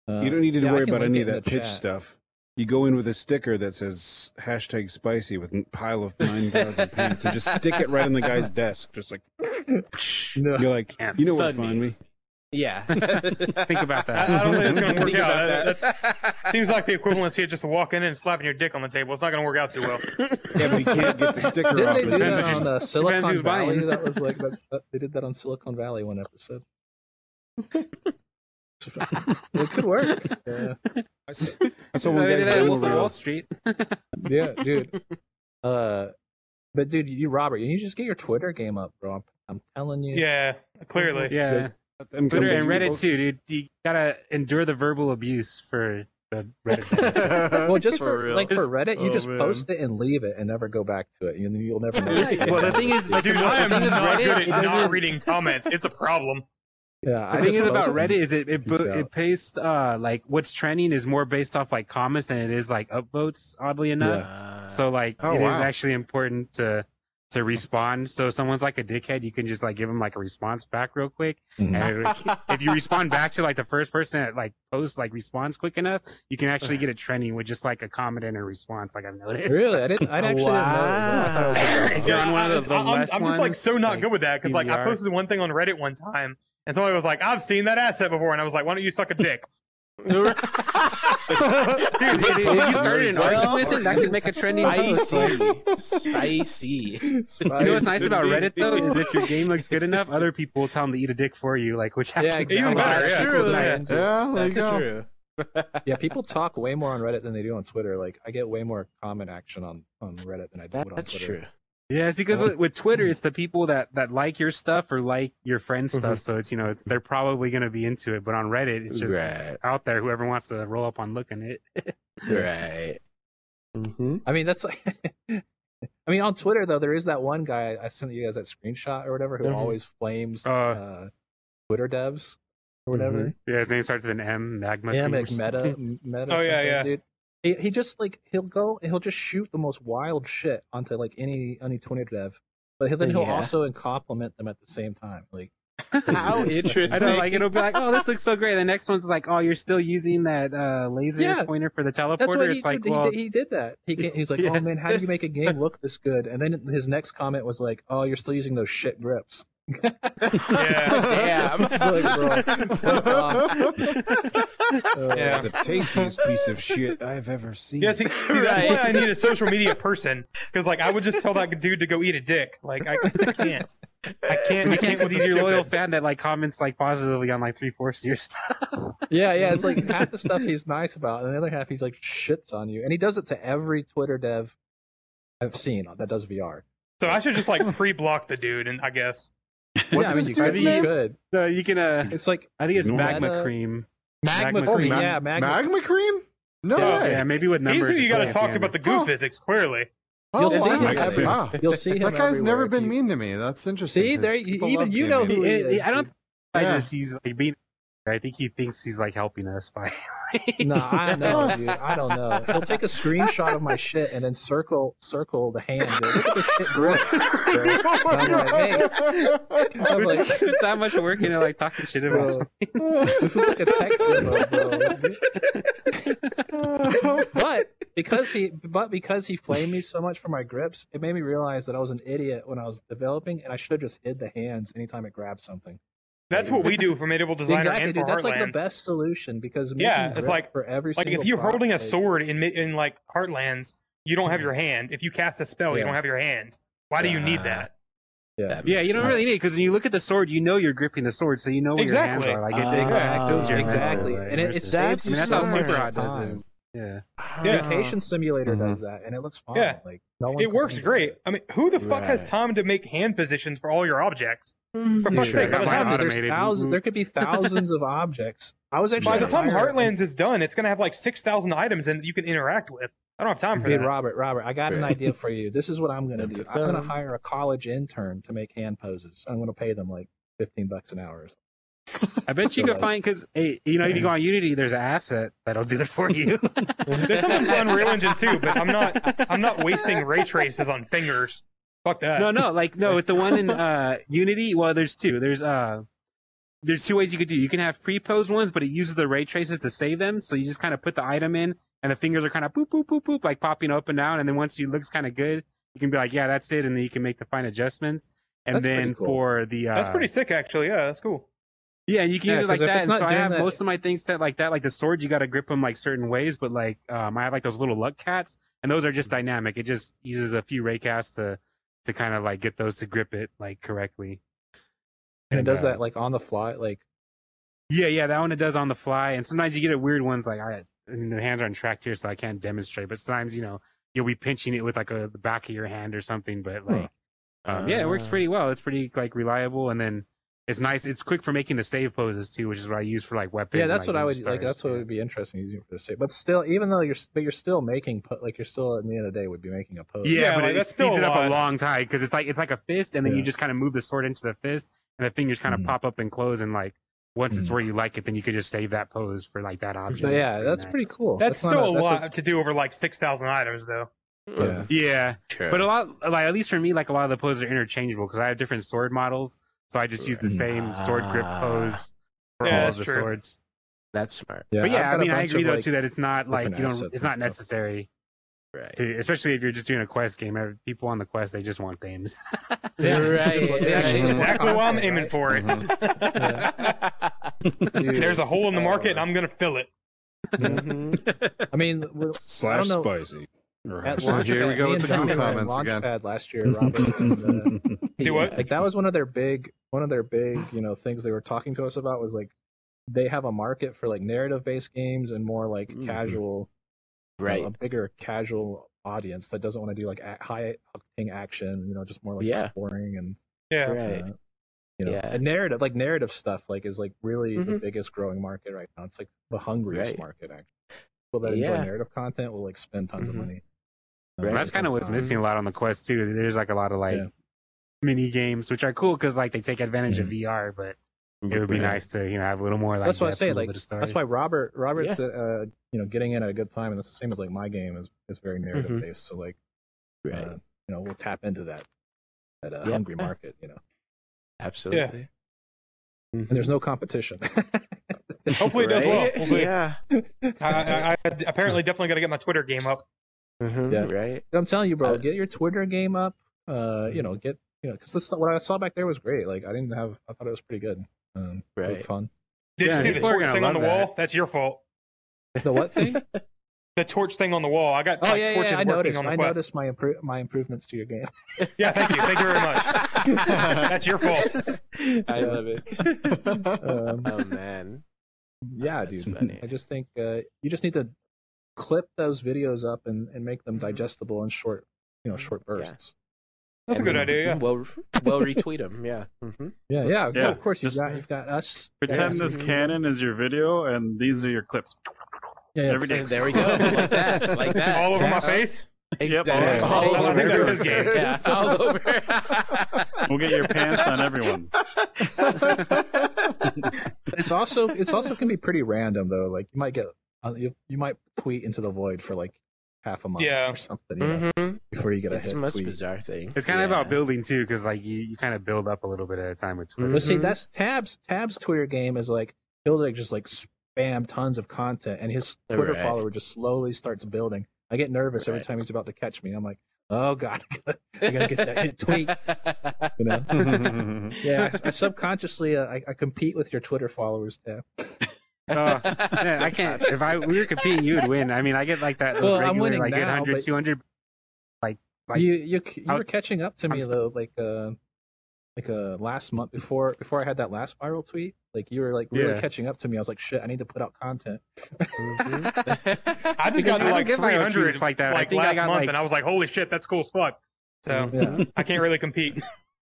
Speaker 7: uh,
Speaker 4: you don't need to
Speaker 7: yeah, I
Speaker 4: worry
Speaker 7: can
Speaker 4: about
Speaker 7: link
Speaker 4: any
Speaker 7: it
Speaker 4: of
Speaker 7: in
Speaker 4: that
Speaker 7: the
Speaker 4: pitch
Speaker 7: chat.
Speaker 4: stuff. You go in with a sticker that says hashtag spicy with a pile of nine thousand pants and just stick it right on the guy's desk. Just like
Speaker 7: No.
Speaker 4: you're like,
Speaker 3: Pants.
Speaker 4: you know where to
Speaker 6: Sudden.
Speaker 4: find me.
Speaker 6: Yeah.
Speaker 3: Think about that.
Speaker 2: I- I don't think it's gonna work
Speaker 6: Think
Speaker 2: out.
Speaker 6: about
Speaker 2: That-
Speaker 6: that.
Speaker 2: Seems like the equivalency of just walking in and slapping your dick on the table. It's not going to work out too well.
Speaker 4: Yeah, but you can't get the sticker
Speaker 7: Didn't
Speaker 4: off.
Speaker 7: they do
Speaker 4: his-
Speaker 3: Depends
Speaker 7: that
Speaker 3: if
Speaker 7: on uh,
Speaker 3: who's
Speaker 7: Silicon
Speaker 3: buying.
Speaker 7: Valley? that was like that's, that, they did that on Silicon Valley one episode. it could work. Yeah,
Speaker 4: I s- I saw one
Speaker 3: Maybe
Speaker 4: guy's
Speaker 3: that
Speaker 4: name
Speaker 3: Wolf of
Speaker 4: over
Speaker 3: Wall
Speaker 4: a-
Speaker 3: Street.
Speaker 7: yeah, dude. Uh, but dude, you Robert, you need to just get your Twitter game up, bro. I'm, I'm telling you.
Speaker 2: Yeah, clearly.
Speaker 3: Yeah,
Speaker 4: them
Speaker 3: Twitter
Speaker 4: companies
Speaker 3: and
Speaker 4: be
Speaker 3: Reddit
Speaker 4: both-
Speaker 3: too, dude. You gotta endure the verbal abuse for the Reddit. deck.
Speaker 7: Well, just for, like for Reddit, you
Speaker 5: Oh,
Speaker 7: just
Speaker 5: man.
Speaker 7: post it and leave it and never go back to it, and you'll never know.
Speaker 5: Right. Well, the thing is,
Speaker 6: Mm-hmm.
Speaker 5: like,
Speaker 2: Dude,
Speaker 5: the-
Speaker 2: I am
Speaker 5: the thing is
Speaker 2: not
Speaker 5: Reddit,
Speaker 2: good
Speaker 5: it
Speaker 2: at not
Speaker 5: doesn't-
Speaker 2: reading comments. It's a problem.
Speaker 7: yeah,
Speaker 3: The
Speaker 7: I
Speaker 3: thing
Speaker 7: just
Speaker 3: is about
Speaker 7: post
Speaker 3: Reddit
Speaker 7: it.
Speaker 3: is it it,
Speaker 7: Peace
Speaker 3: bo-
Speaker 7: out.
Speaker 3: it pastes uh like what's trending is more based off like comments than it is like upvotes. Oddly enough, so like it
Speaker 5: Oh,
Speaker 3: is
Speaker 5: wow.
Speaker 3: actually important to to respond. So if someone's like a dickhead, you can just like give them like a response back real quick.
Speaker 7: Mhm.
Speaker 3: And it- if you respond back to like the first person that like posts like responds quick enough, you can actually get it trending with just like a comment and a response. Like I've noticed.
Speaker 7: Really, I didn't. I actually didn't know. it was- I thought it was
Speaker 3: If you're on one of the, the
Speaker 2: I, am
Speaker 3: less
Speaker 2: I'm just like
Speaker 3: ones,
Speaker 2: so not good with that because like I
Speaker 3: PVR.
Speaker 2: posted one thing on Reddit one time and somebody was like, "I've seen that asset before," and I was like, "Why don't you suck a dick?"
Speaker 3: Dude, if you started an argument with it, that could make a trending post. Like,
Speaker 6: Spicy. Spicy.
Speaker 7: a-
Speaker 3: You know what's nice
Speaker 5: Could
Speaker 3: about
Speaker 5: be.
Speaker 3: Reddit though is if your game looks good enough, other people will tell them to eat a dick for you, like which
Speaker 7: Yeah,
Speaker 3: actually
Speaker 7: exactly.
Speaker 2: Even better,
Speaker 3: sounds
Speaker 2: yeah. True,
Speaker 3: nice. Nice.
Speaker 5: Yeah, there you
Speaker 6: That's
Speaker 5: go.
Speaker 6: true.
Speaker 7: Yeah, people talk way more on Reddit than they do on Twitter. Like, I get way more comment action on on Reddit than I do on
Speaker 6: That's
Speaker 7: Twitter.
Speaker 6: true.
Speaker 3: Yeah, it's because with, with
Speaker 2: hmm.
Speaker 3: Twitter, it's the people that that like your stuff or like your friend's
Speaker 2: Mm-hmm.
Speaker 3: stuff, so it's you know it's, they're probably going to be into it. But on Reddit, it's just
Speaker 6: right.
Speaker 3: out there. Whoever wants to roll up on looking it.
Speaker 6: Right.
Speaker 3: Mm-hmm.
Speaker 7: I mean, that's like. I mean, on Twitter though, there is that one guy I sent you guys that screenshot or whatever who
Speaker 6: Mhm.
Speaker 7: always flames
Speaker 3: Uh,
Speaker 7: uh, Twitter devs or whatever.
Speaker 3: Yeah, his name starts with an M. Magma.
Speaker 7: yeah,
Speaker 3: Cream or
Speaker 7: like meta,
Speaker 3: something.
Speaker 7: m- meta.
Speaker 2: Oh, yeah,
Speaker 7: something,
Speaker 2: yeah.
Speaker 7: Dude. He, he just like he'll go and he'll just shoot the most wild shit onto like any any Twitter dev, but he'll, then he'll
Speaker 6: Yeah.
Speaker 7: also compliment them at the same time. Like,
Speaker 6: How
Speaker 3: I
Speaker 6: interesting.
Speaker 3: know, like it'll be like, oh, this looks so great. The next one's like, oh, you're still using that uh, laser
Speaker 7: Yeah.
Speaker 3: pointer for the teleporter.
Speaker 7: that's what he,
Speaker 3: it's like,
Speaker 7: did, he
Speaker 3: well,
Speaker 7: did- he, did that. He can, he's like,
Speaker 3: Yeah.
Speaker 7: oh man, how do you make a game look this good? And then his next comment was like, oh, you're still using those shit grips.
Speaker 2: Yeah,
Speaker 6: Damn.
Speaker 7: It's like, bro, Uh,
Speaker 2: yeah.
Speaker 4: The tastiest piece of shit I've ever seen.
Speaker 2: Yeah, see, see that's why I need a social media person because, like, I would just tell that dude to go eat a dick. Like, I, I can't, I can't, I
Speaker 3: you can't
Speaker 2: can't with
Speaker 3: because
Speaker 2: these
Speaker 3: he's your loyal
Speaker 2: stupid.
Speaker 3: fan that like comments like positively on like three fourths of your stuff.
Speaker 7: Yeah, yeah. It's like half the stuff he's nice about, and the other half he's like shits on you. And he does it to every Twitter dev I've seen that does VR.
Speaker 2: So I should just like pre-block the dude, and I guess
Speaker 5: What's
Speaker 7: yeah,
Speaker 5: this
Speaker 7: I mean,
Speaker 5: dude's
Speaker 7: you- I mean,
Speaker 5: name?
Speaker 7: you could.
Speaker 3: So you can. uh
Speaker 7: It's like
Speaker 3: I think it's
Speaker 4: No.
Speaker 3: magma
Speaker 7: Meta-
Speaker 3: cream.
Speaker 7: magma,
Speaker 3: Magma
Speaker 7: cream.
Speaker 5: cream.
Speaker 7: Yeah, magma.
Speaker 5: Oh, Magma cream? No
Speaker 2: Yeah.
Speaker 5: way.
Speaker 3: Yeah, maybe with
Speaker 2: he's
Speaker 3: numbers.
Speaker 2: who you
Speaker 3: it's
Speaker 2: got to
Speaker 3: like-
Speaker 2: talk to about the goo
Speaker 5: Huh.
Speaker 2: physics. Clearly,
Speaker 5: Oh,
Speaker 7: You'll see
Speaker 5: wow.
Speaker 7: him every-
Speaker 5: Wow.
Speaker 7: You'll see him.
Speaker 5: That guy's never
Speaker 7: everywhere
Speaker 5: been
Speaker 7: if you-
Speaker 5: mean to me. That's interesting.
Speaker 7: See,
Speaker 5: 'cause
Speaker 7: there you-
Speaker 5: people
Speaker 7: even
Speaker 5: love
Speaker 7: you
Speaker 5: being
Speaker 7: know
Speaker 5: mean to
Speaker 7: who
Speaker 5: me.
Speaker 7: he
Speaker 3: He-
Speaker 7: is,
Speaker 3: I don't.
Speaker 7: dude.
Speaker 3: I
Speaker 5: Yeah.
Speaker 3: just he's like being. I think he thinks he's like helping us by.
Speaker 7: No, I know, dude. I don't know. He'll take a screenshot of my shit and then circle, circle the hand. and Look at this shit grip. I'm like, I'm
Speaker 3: It's-
Speaker 7: like,
Speaker 3: it's that much work into like talking shit about.
Speaker 7: Bro.
Speaker 3: someone.
Speaker 7: this is like a tech demo, bro. but because he but because he flamed me so much for my grips, it made me realize that I was an idiot when I was developing, and I should have just hid the hands anytime it grabbed something.
Speaker 2: That's what we do for medieval designer
Speaker 7: exactly,
Speaker 2: and
Speaker 7: dude.
Speaker 2: for
Speaker 7: That's like the
Speaker 2: Heartlands.
Speaker 7: best solution because
Speaker 2: Yeah,
Speaker 7: mission
Speaker 2: it's
Speaker 7: grip
Speaker 2: like-
Speaker 7: for every
Speaker 2: like if
Speaker 7: single
Speaker 2: you're
Speaker 7: boss
Speaker 2: holding a
Speaker 7: fight-
Speaker 2: sword in mi- in like Heartlands, you don't have your hand. If you cast a spell, you
Speaker 7: Yeah.
Speaker 2: don't have your hands. Why do you need that?
Speaker 7: Yeah.
Speaker 3: Yeah, you don't really need it because when you look at the sword, you know you're gripping the sword, so you know where
Speaker 2: Exactly.
Speaker 3: your hands are. Like it, it
Speaker 5: Ah,
Speaker 3: kinda fills your hands
Speaker 7: exactly.
Speaker 3: that way
Speaker 7: And it, it
Speaker 3: versus-
Speaker 7: saves
Speaker 3: I mean, that's how
Speaker 7: so much
Speaker 3: Super Hot does
Speaker 7: time.
Speaker 3: it. Yeah, Mm-hmm.
Speaker 7: Vacation Simulator does that, and it looks fine.
Speaker 2: Yeah.
Speaker 7: Like no one
Speaker 2: It works
Speaker 7: complains.
Speaker 2: great. I mean, who the fuck has
Speaker 5: Right.
Speaker 2: time to make hand positions for all your objects? For
Speaker 3: Yeah,
Speaker 2: fuck's
Speaker 3: sure.
Speaker 2: sake, by the
Speaker 3: Got mine
Speaker 2: time
Speaker 7: Dude, there's
Speaker 3: automated.
Speaker 7: thousands.
Speaker 3: Woo-woo.
Speaker 7: There could be thousands of objects. I was actually
Speaker 2: by the time
Speaker 7: gonna hire-
Speaker 2: Heartlands is done, it's gonna have like six thousand items and you can interact with. I don't have time for
Speaker 7: Dude,
Speaker 2: that.
Speaker 7: Robert, Robert, I got an
Speaker 5: Yeah.
Speaker 7: idea for you. This is what I'm gonna do. I'm gonna
Speaker 5: Dun-dun-dun.
Speaker 7: hire a college intern to make hand poses. I'm gonna pay them like fifteen bucks an hour. or something.
Speaker 3: I bet you
Speaker 7: So,
Speaker 3: could
Speaker 7: like-
Speaker 3: find because hey, you know if you go on Unity, there's an asset that'll do it for you.
Speaker 2: There's something for Unreal Engine too, but I'm not. I'm not wasting ray traces on fingers. Fuck that.
Speaker 3: no, no, like no, with the one in uh Unity, well, there's two. There's uh there's two ways you could do. You can have pre-posed ones, but it uses the ray traces to save them, so you just kind of put the item in, and the fingers are kind of boop boop boop boop, like popping up and down, and then once you looks kind of good, you can be like, yeah, that's it, and then you can make the fine adjustments. And
Speaker 7: That's pretty
Speaker 3: then
Speaker 7: cool.
Speaker 3: for the uh,
Speaker 2: that's pretty sick actually. Yeah, that's cool.
Speaker 3: Yeah, and you can
Speaker 7: Yeah,
Speaker 3: use it like
Speaker 7: 'cause if
Speaker 3: that.
Speaker 7: it's
Speaker 3: And
Speaker 7: not
Speaker 3: so I
Speaker 7: doing
Speaker 3: have
Speaker 7: that-
Speaker 3: most of my things set like that. Like the swords, you got to grip them like certain ways, but like um, I have like those little luck cats, and those are just dynamic. It just uses a few ray casts to to kind of like get those to grip it like correctly.
Speaker 7: And it does
Speaker 3: uh,
Speaker 7: that like on the fly. Like
Speaker 3: Yeah, yeah, that one it does on the fly, and sometimes you get it weird ones like I, I mean, the hands are on track here, so I can't demonstrate. But sometimes you know you'll be pinching it with like a the back of your hand or something. But like, um, yeah, it
Speaker 7: Ah.
Speaker 3: works pretty well. It's pretty like reliable, and then it's nice. It's quick for making the save poses too, which is what I use for like weapons.
Speaker 7: yeah,
Speaker 3: and,
Speaker 7: that's what I
Speaker 3: new
Speaker 7: would like.
Speaker 3: stars,
Speaker 7: That's what
Speaker 3: yeah.
Speaker 7: would be interesting using it for the state. But still, even though you're s- but you're still making po- like you're still at the end of the day would be making a pose.
Speaker 3: Yeah,
Speaker 2: Yeah,
Speaker 3: but
Speaker 2: like,
Speaker 3: it
Speaker 2: that's still
Speaker 3: speeds
Speaker 2: a
Speaker 3: it up a
Speaker 2: lot.
Speaker 3: long time because it's like it's like a fist, and then you
Speaker 7: Yeah. Mm-hmm.
Speaker 3: just kind of move the sword into the fist, and the fingers kind of
Speaker 8: Mhm.
Speaker 3: pop up and close, and like once it's
Speaker 8: Mhm.
Speaker 3: where you like it, then you could just save that pose for like that object.
Speaker 7: So,
Speaker 3: It's
Speaker 7: Mm. yeah, that's pretty
Speaker 3: nice.
Speaker 7: cool.
Speaker 2: That's,
Speaker 7: not
Speaker 2: still a,
Speaker 7: that's
Speaker 2: lot to do over like six thousand items though.
Speaker 8: Uh,
Speaker 7: yeah.
Speaker 3: Yeah, but a lot like at least for me, like a lot of the poses are interchangeable because I have different sword models, so I just use the same sword grip
Speaker 8: Ah.
Speaker 3: pose for
Speaker 2: Yeah,
Speaker 3: all of
Speaker 2: that's
Speaker 3: the
Speaker 2: true.
Speaker 3: swords.
Speaker 8: That's smart.
Speaker 3: but
Speaker 7: I've
Speaker 3: yeah, I
Speaker 7: got a
Speaker 3: mean, I
Speaker 7: bunch
Speaker 3: agree
Speaker 7: of,
Speaker 3: though
Speaker 7: like-
Speaker 3: too that it's not like
Speaker 7: different
Speaker 3: you don't,
Speaker 7: assets
Speaker 3: it's
Speaker 7: and
Speaker 3: not
Speaker 7: stuff.
Speaker 3: necessary.
Speaker 8: Right.
Speaker 3: To, especially if you're just doing a quest game, Every- people on the quest they just want games.
Speaker 8: Right.
Speaker 7: They actually
Speaker 8: right.
Speaker 7: just want
Speaker 2: Exactly why I'm
Speaker 7: content,
Speaker 2: aiming
Speaker 7: right?
Speaker 2: for it.
Speaker 7: Mm-hmm. Dude,
Speaker 2: There's a hole in the
Speaker 7: Oh,
Speaker 2: market.
Speaker 7: right.
Speaker 2: I'm gonna fill it.
Speaker 7: I mean, we're-
Speaker 4: Slash
Speaker 7: I don't know.
Speaker 4: spicy.
Speaker 7: at
Speaker 5: Here
Speaker 7: launch,
Speaker 5: we go
Speaker 7: me
Speaker 5: with
Speaker 7: and
Speaker 5: the goo
Speaker 7: John were at
Speaker 5: comments again.
Speaker 7: Launchpad last year, Robert. and, uh,
Speaker 2: Do what?
Speaker 7: like that was one of their big one of their big you know things they were talking to us about was like they have a market for like narrative based games and more like
Speaker 5: Mhm.
Speaker 7: casual
Speaker 8: Right.
Speaker 7: a bigger casual audience that doesn't want to do like a- high octane action you know just more like
Speaker 8: Yeah.
Speaker 7: exploring and
Speaker 2: Yeah.
Speaker 8: Right.
Speaker 7: uh, you know
Speaker 8: Yeah.
Speaker 7: and narrative like narrative stuff like is like really the
Speaker 5: Mm-hmm.
Speaker 8: Mhm.
Speaker 7: biggest growing market right now it's like the hungriest
Speaker 8: Right.
Speaker 7: market actually people that enjoy
Speaker 8: Yeah.
Speaker 7: narrative content will like spend tons
Speaker 8: Mhm.
Speaker 7: of money
Speaker 8: Right.
Speaker 3: Well, that's kind of what's missing a lot on the quest too. There's like a lot of like
Speaker 7: Yeah.
Speaker 3: mini games, which are cool because like they take advantage of VR, but it would be nice to you know have a little more like
Speaker 7: Mm-hmm. That's what I
Speaker 3: depth,
Speaker 7: say,
Speaker 3: a little
Speaker 7: like,
Speaker 3: bit of story.
Speaker 7: That's why Robert Robert's
Speaker 8: Yeah.
Speaker 7: uh, you know getting in at a good time, and that's the same as like my game is is very narrative
Speaker 8: Mhm.
Speaker 7: based. So like
Speaker 8: Right.
Speaker 7: uh, you know we'll tap into that that uh,
Speaker 8: Yeah.
Speaker 7: hungry market. You know,
Speaker 8: Absolutely.
Speaker 7: and there's no competition.
Speaker 2: Hopefully it does
Speaker 8: Right?
Speaker 2: well. Hopefully.
Speaker 8: Yeah.
Speaker 2: I, I, I apparently definitely got to get my Twitter game up.
Speaker 8: Mhm.
Speaker 7: Yeah.
Speaker 8: Right.
Speaker 7: I'm telling you, bro,
Speaker 8: Uh,
Speaker 7: get your Twitter game up. Uh,
Speaker 8: Mm-hmm.
Speaker 7: you know, get you know because what I saw back there was great. Like I didn't have, I thought it was pretty good. Um, really
Speaker 8: Right.
Speaker 7: fun.
Speaker 2: Did
Speaker 3: Yeah,
Speaker 2: you see the
Speaker 3: people are
Speaker 2: torch
Speaker 3: gonna
Speaker 2: thing on the
Speaker 3: love
Speaker 2: wall? That's your fault.
Speaker 7: The what thing?
Speaker 2: The torch thing on the wall. I got
Speaker 7: oh
Speaker 2: like,
Speaker 7: yeah,
Speaker 2: torches
Speaker 7: yeah, I
Speaker 2: working
Speaker 7: noticed.
Speaker 2: on the
Speaker 7: I
Speaker 2: quest.
Speaker 7: noticed my impro- my improvements to your game.
Speaker 2: Yeah, thank you. Thank you very much. That's your fault.
Speaker 8: I love it.
Speaker 7: Um,
Speaker 8: oh man.
Speaker 7: yeah
Speaker 8: Ah, That's
Speaker 7: dude
Speaker 8: funny.
Speaker 7: i just think uh, you just need to clip those videos up and, and make them
Speaker 8: Mhm.
Speaker 7: digestible in short you know short bursts
Speaker 2: That's a good idea. Yeah.
Speaker 8: Well, well, retweet them. Yeah. hmm
Speaker 7: yeah yeah,
Speaker 1: Yeah,
Speaker 7: of course you've
Speaker 1: just-
Speaker 7: got you've got us
Speaker 1: Pretend
Speaker 7: yeah,
Speaker 1: this cannon is your video, and these are your clips.
Speaker 7: yeah, yeah.
Speaker 1: Every day.
Speaker 8: There we go. Like that. Like that.
Speaker 2: All over my
Speaker 8: That's-
Speaker 2: face.
Speaker 1: Yep,
Speaker 8: Exactly.
Speaker 1: all
Speaker 2: over. I think
Speaker 8: over.
Speaker 2: that's his game.
Speaker 8: Yeah, all over.
Speaker 1: We'll get your pants on everyone.
Speaker 7: it's also it's also can be pretty random though like you might get uh, you, you might tweet into the void for like half a month
Speaker 2: Yeah.
Speaker 7: or something you know,
Speaker 8: Mhm.
Speaker 1: Mm-hmm.
Speaker 7: before you get a
Speaker 8: It's the
Speaker 7: hit
Speaker 8: most
Speaker 7: tweet.
Speaker 8: bizarre thing.
Speaker 3: Mm-hmm. it's kind of
Speaker 8: Yeah.
Speaker 3: about building too, because like you, you kind of build up a little bit at a time with Twitter.
Speaker 7: But see,
Speaker 8: Mhm.
Speaker 7: that's Tab's Tab's Twitter game is like he'll like just like spam tons of content, and his Twitter
Speaker 8: Right.
Speaker 7: follower just slowly starts building. I get nervous every
Speaker 8: Right.
Speaker 7: time he's about to catch me. I'm like, oh god, I gotta get that hit tweet. You know?
Speaker 3: Mm-hmm.
Speaker 7: Yeah, I, I subconsciously uh, I, I compete with your Twitter followers. Yeah.
Speaker 3: Oh, Man, I can't. If I we were competing, you would win. I mean, I get like that those
Speaker 7: Well, I'm
Speaker 3: regular
Speaker 7: winning
Speaker 3: like
Speaker 7: now,
Speaker 3: 800,
Speaker 7: but-
Speaker 3: 200. Like-
Speaker 7: you you c- you
Speaker 3: I
Speaker 7: were
Speaker 3: was-
Speaker 7: catching up to
Speaker 3: I'm
Speaker 7: me
Speaker 3: st-
Speaker 7: though, like uh, like uh last month before before I had that last viral tweet. Like you were like really
Speaker 3: Yeah.
Speaker 7: catching up to me. I was like, shit, I need to put out content.
Speaker 2: I just
Speaker 3: Because
Speaker 2: got to
Speaker 3: I
Speaker 2: like
Speaker 3: don't get my own
Speaker 2: 300
Speaker 3: tweets like that. I
Speaker 2: like
Speaker 3: think I
Speaker 2: last
Speaker 3: got,
Speaker 2: month,
Speaker 3: like-
Speaker 2: and I was like, "Holy shit, that's cool as fuck." So
Speaker 7: Yeah.
Speaker 2: I can't really compete.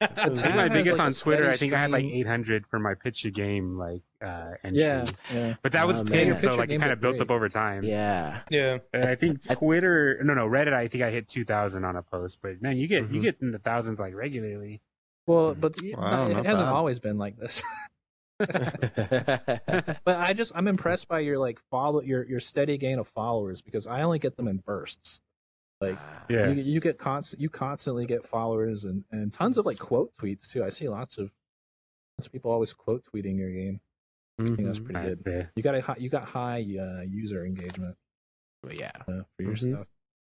Speaker 7: The
Speaker 3: I
Speaker 7: tab
Speaker 3: think my
Speaker 7: has,
Speaker 3: biggest
Speaker 7: like, a
Speaker 3: on Twitter. I
Speaker 7: steady
Speaker 3: think I had like
Speaker 7: stream.
Speaker 3: 800 for my picture game like uh entry.
Speaker 7: Yeah, yeah.
Speaker 3: But that was
Speaker 8: Oh, man.
Speaker 3: ping,
Speaker 8: Your
Speaker 3: so
Speaker 7: picture
Speaker 3: like it
Speaker 7: games
Speaker 3: kind
Speaker 7: are
Speaker 3: of built up
Speaker 7: great.
Speaker 3: over time.
Speaker 8: yeah.
Speaker 2: Yeah,
Speaker 3: And I think Twitter, no, no, Reddit. I think I hit 2,000 on a post. But man, you get you
Speaker 5: Mhm.
Speaker 3: get in the thousands like regularly.
Speaker 7: Well,
Speaker 3: Mm-hmm.
Speaker 7: but y-
Speaker 5: Wow,
Speaker 7: it
Speaker 5: not
Speaker 7: hasn't
Speaker 5: bad.
Speaker 7: always been like this. But I just I'm impressed by your like follow your your steady gain of followers because I only get them in bursts. Like
Speaker 3: Yeah.
Speaker 7: you, you get constant you constantly get followers and and tons of like quote tweets too. I see lots of lots of people always quote tweeting your game. I think that's
Speaker 8: Mhm.
Speaker 3: Mm-hmm.
Speaker 7: pretty good.
Speaker 3: Yeah.
Speaker 7: You got a hi- you got high uh, user engagement
Speaker 8: Yeah.
Speaker 7: uh, for your
Speaker 8: Mhm.
Speaker 7: stuff.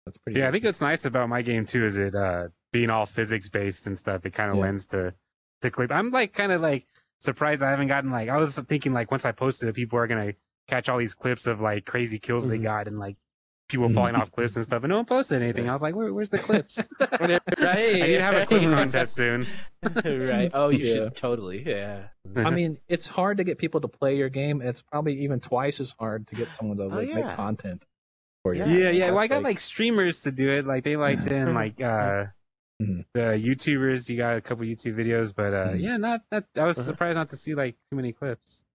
Speaker 7: That's pretty.
Speaker 3: Mm-hmm. Yeah, I
Speaker 7: good.
Speaker 3: think what's nice about my game too is it uh being all physics based and stuff. It kind of
Speaker 7: Yeah.
Speaker 3: lends to to clip. I'm like kind of like surprised I haven't gotten like I was thinking like once I posted it, people are gonna catch all these clips of like crazy kills they
Speaker 8: Mhm.
Speaker 3: got and like people
Speaker 7: Mhm.
Speaker 3: falling off cliffs and stuff, and no one posted anything. I was like, Where, where's the clips? I need to have a clip contest soon.
Speaker 8: right. Oh, you
Speaker 7: Yeah.
Speaker 8: should totally. Yeah.
Speaker 7: I mean, it's hard to get people to play your game. and It's probably even twice as hard to get someone to like
Speaker 8: Oh, yeah.
Speaker 7: make content for you.
Speaker 8: Yeah.
Speaker 3: Yeah, yeah. Well, I
Speaker 7: That's
Speaker 3: got like streamers to do it. Like they liked it, and like uh, the
Speaker 7: Mhm.
Speaker 3: YouTubers. You got a couple YouTube videos, but uh,
Speaker 7: Mhm.
Speaker 3: yeah, not that. I was
Speaker 8: Uh-huh.
Speaker 3: surprised not to see like too many clips.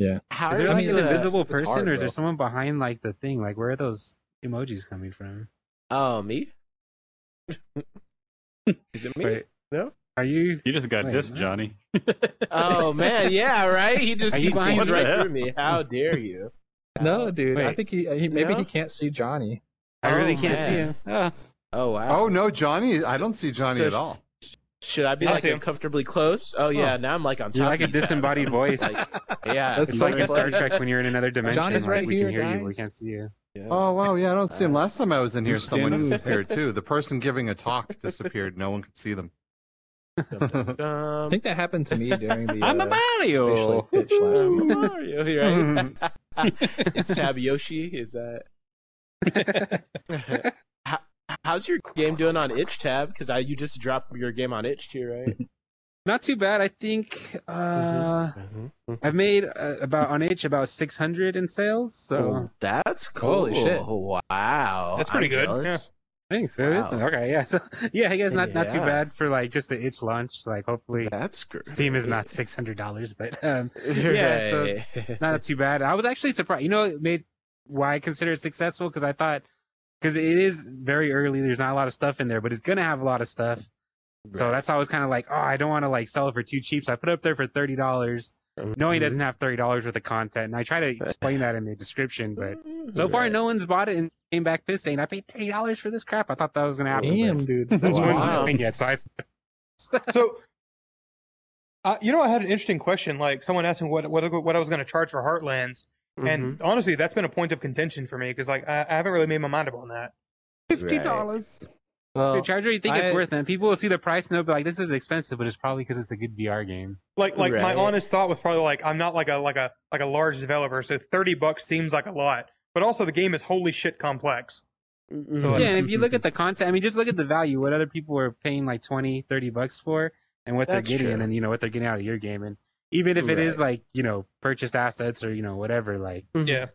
Speaker 8: How
Speaker 3: Is
Speaker 8: are
Speaker 3: there like
Speaker 8: you,
Speaker 3: an
Speaker 8: uh,
Speaker 3: invisible
Speaker 7: it's
Speaker 3: person,
Speaker 7: hard,
Speaker 3: or is there
Speaker 7: though.
Speaker 3: someone behind like the thing? Like, where are those emojis coming from?
Speaker 8: Oh, me? Is it me?
Speaker 3: Wait,
Speaker 8: No?
Speaker 3: Are you?
Speaker 1: You just got
Speaker 3: Wait,
Speaker 1: dissed,
Speaker 3: no.
Speaker 1: Johnny.
Speaker 8: Oh man, yeah, right. He just
Speaker 3: Are
Speaker 8: he
Speaker 3: you behind
Speaker 8: sees
Speaker 1: me?
Speaker 8: right through me. How dare you?
Speaker 7: No, dude. I
Speaker 3: Wait.
Speaker 7: think he, uh, he maybe
Speaker 8: No?
Speaker 7: he can't see Johnny.
Speaker 3: I really
Speaker 8: Oh,
Speaker 3: can't see
Speaker 8: man.
Speaker 3: him. Oh.
Speaker 8: Oh wow.
Speaker 5: Oh no, Johnny! I don't see Johnny
Speaker 8: So-
Speaker 5: at all.
Speaker 8: Should I be
Speaker 2: Yeah, I
Speaker 8: like
Speaker 2: see him.
Speaker 8: uncomfortably close? Oh yeah, now I'm like on top.
Speaker 3: You're like a
Speaker 8: of you.
Speaker 3: disembodied voice.
Speaker 8: Yeah.
Speaker 7: That's
Speaker 3: it's like in
Speaker 7: like-
Speaker 3: Star Trek when you're in another dimension.
Speaker 7: Johnny's
Speaker 3: like,
Speaker 7: right
Speaker 3: we
Speaker 7: here,
Speaker 3: can hear you, but we
Speaker 7: guys.
Speaker 3: can't see you.
Speaker 5: Oh wow, yeah, I don't see him. Last time I was in
Speaker 4: You
Speaker 5: here, someone
Speaker 4: standing in the
Speaker 5: disappeared too. The person giving a talk disappeared. No one could see them.
Speaker 7: I think that happened to me during the.
Speaker 1: I'm a
Speaker 7: uh,
Speaker 1: Mario.
Speaker 7: spatially pitched
Speaker 8: Uh,
Speaker 7: last week.
Speaker 8: Mario,
Speaker 3: Mm.
Speaker 8: right? it's Tab Yoshi. Is that? How, how's your game doing on itch tab? Because I you just dropped your game on itch too, right?
Speaker 3: Not too bad. I think uh,
Speaker 2: Mm-hmm.
Speaker 3: I've made uh, about on H about 600 in sales. So
Speaker 8: Oh, That's cool.
Speaker 7: Holy shit.
Speaker 8: Wow,
Speaker 2: That's pretty good,
Speaker 8: jealous.
Speaker 3: thanks. It is-
Speaker 8: Wow.
Speaker 3: Okay. Yeah. So yeah, I guess not not too
Speaker 8: Yeah.
Speaker 3: bad for like just the itch launch. Like hopefully
Speaker 8: That's great.
Speaker 3: Steam is not 600 dollars, but um,
Speaker 8: Yeah,
Speaker 3: it's a- not too bad. I was actually surprised. You know, it made why I consider it successful because I thought because it is very early. There's not a lot of stuff in there, but it's gonna have a lot of stuff. So that's why I was kind of like, oh, I don't want to like sell it for too cheap. So I put it up there for thirty dollars, knowing
Speaker 6: Mm-hmm.
Speaker 3: it doesn't have thirty dollars worth of content. And I try to explain that in the description, but
Speaker 8: Mm-hmm.
Speaker 3: so far no one's bought it and came back pissed saying I paid thirty dollars for this crap. I thought that was gonna happen.
Speaker 7: Damn, dude.
Speaker 3: but there's one
Speaker 8: Wow.
Speaker 3: thing yet, so I-
Speaker 2: so uh, you know, I had an interesting question. Like someone asked me what what, what I was going to charge for Heartlands,
Speaker 1: Mm-hmm.
Speaker 2: and honestly, that's been a point of contention for me because like I, I haven't really made my mind up on that.
Speaker 8: fifty dollars.
Speaker 7: Well,
Speaker 3: Dude, charge what you think
Speaker 7: I-
Speaker 3: it's worth, and people will see the price and they'll be like, "This is expensive," but it's probably because it's a good VR game.
Speaker 2: Like like my
Speaker 8: Right.
Speaker 2: honest thought was probably like I'm not like a like a like a large developer, so thirty bucks seems like a lot. But also, the game is holy shit complex.
Speaker 8: Mm-hmm.
Speaker 2: So, like-
Speaker 3: yeah, and if you look at the content, I mean, just look at the value. What other people are paying like 20, 30 bucks for, and what
Speaker 8: That's
Speaker 3: they're getting,
Speaker 8: true.
Speaker 3: and then you know what they're getting out of your game, and even if it is like you know purchased assets or you know whatever, like
Speaker 1: Mm-hmm.
Speaker 2: Yeah,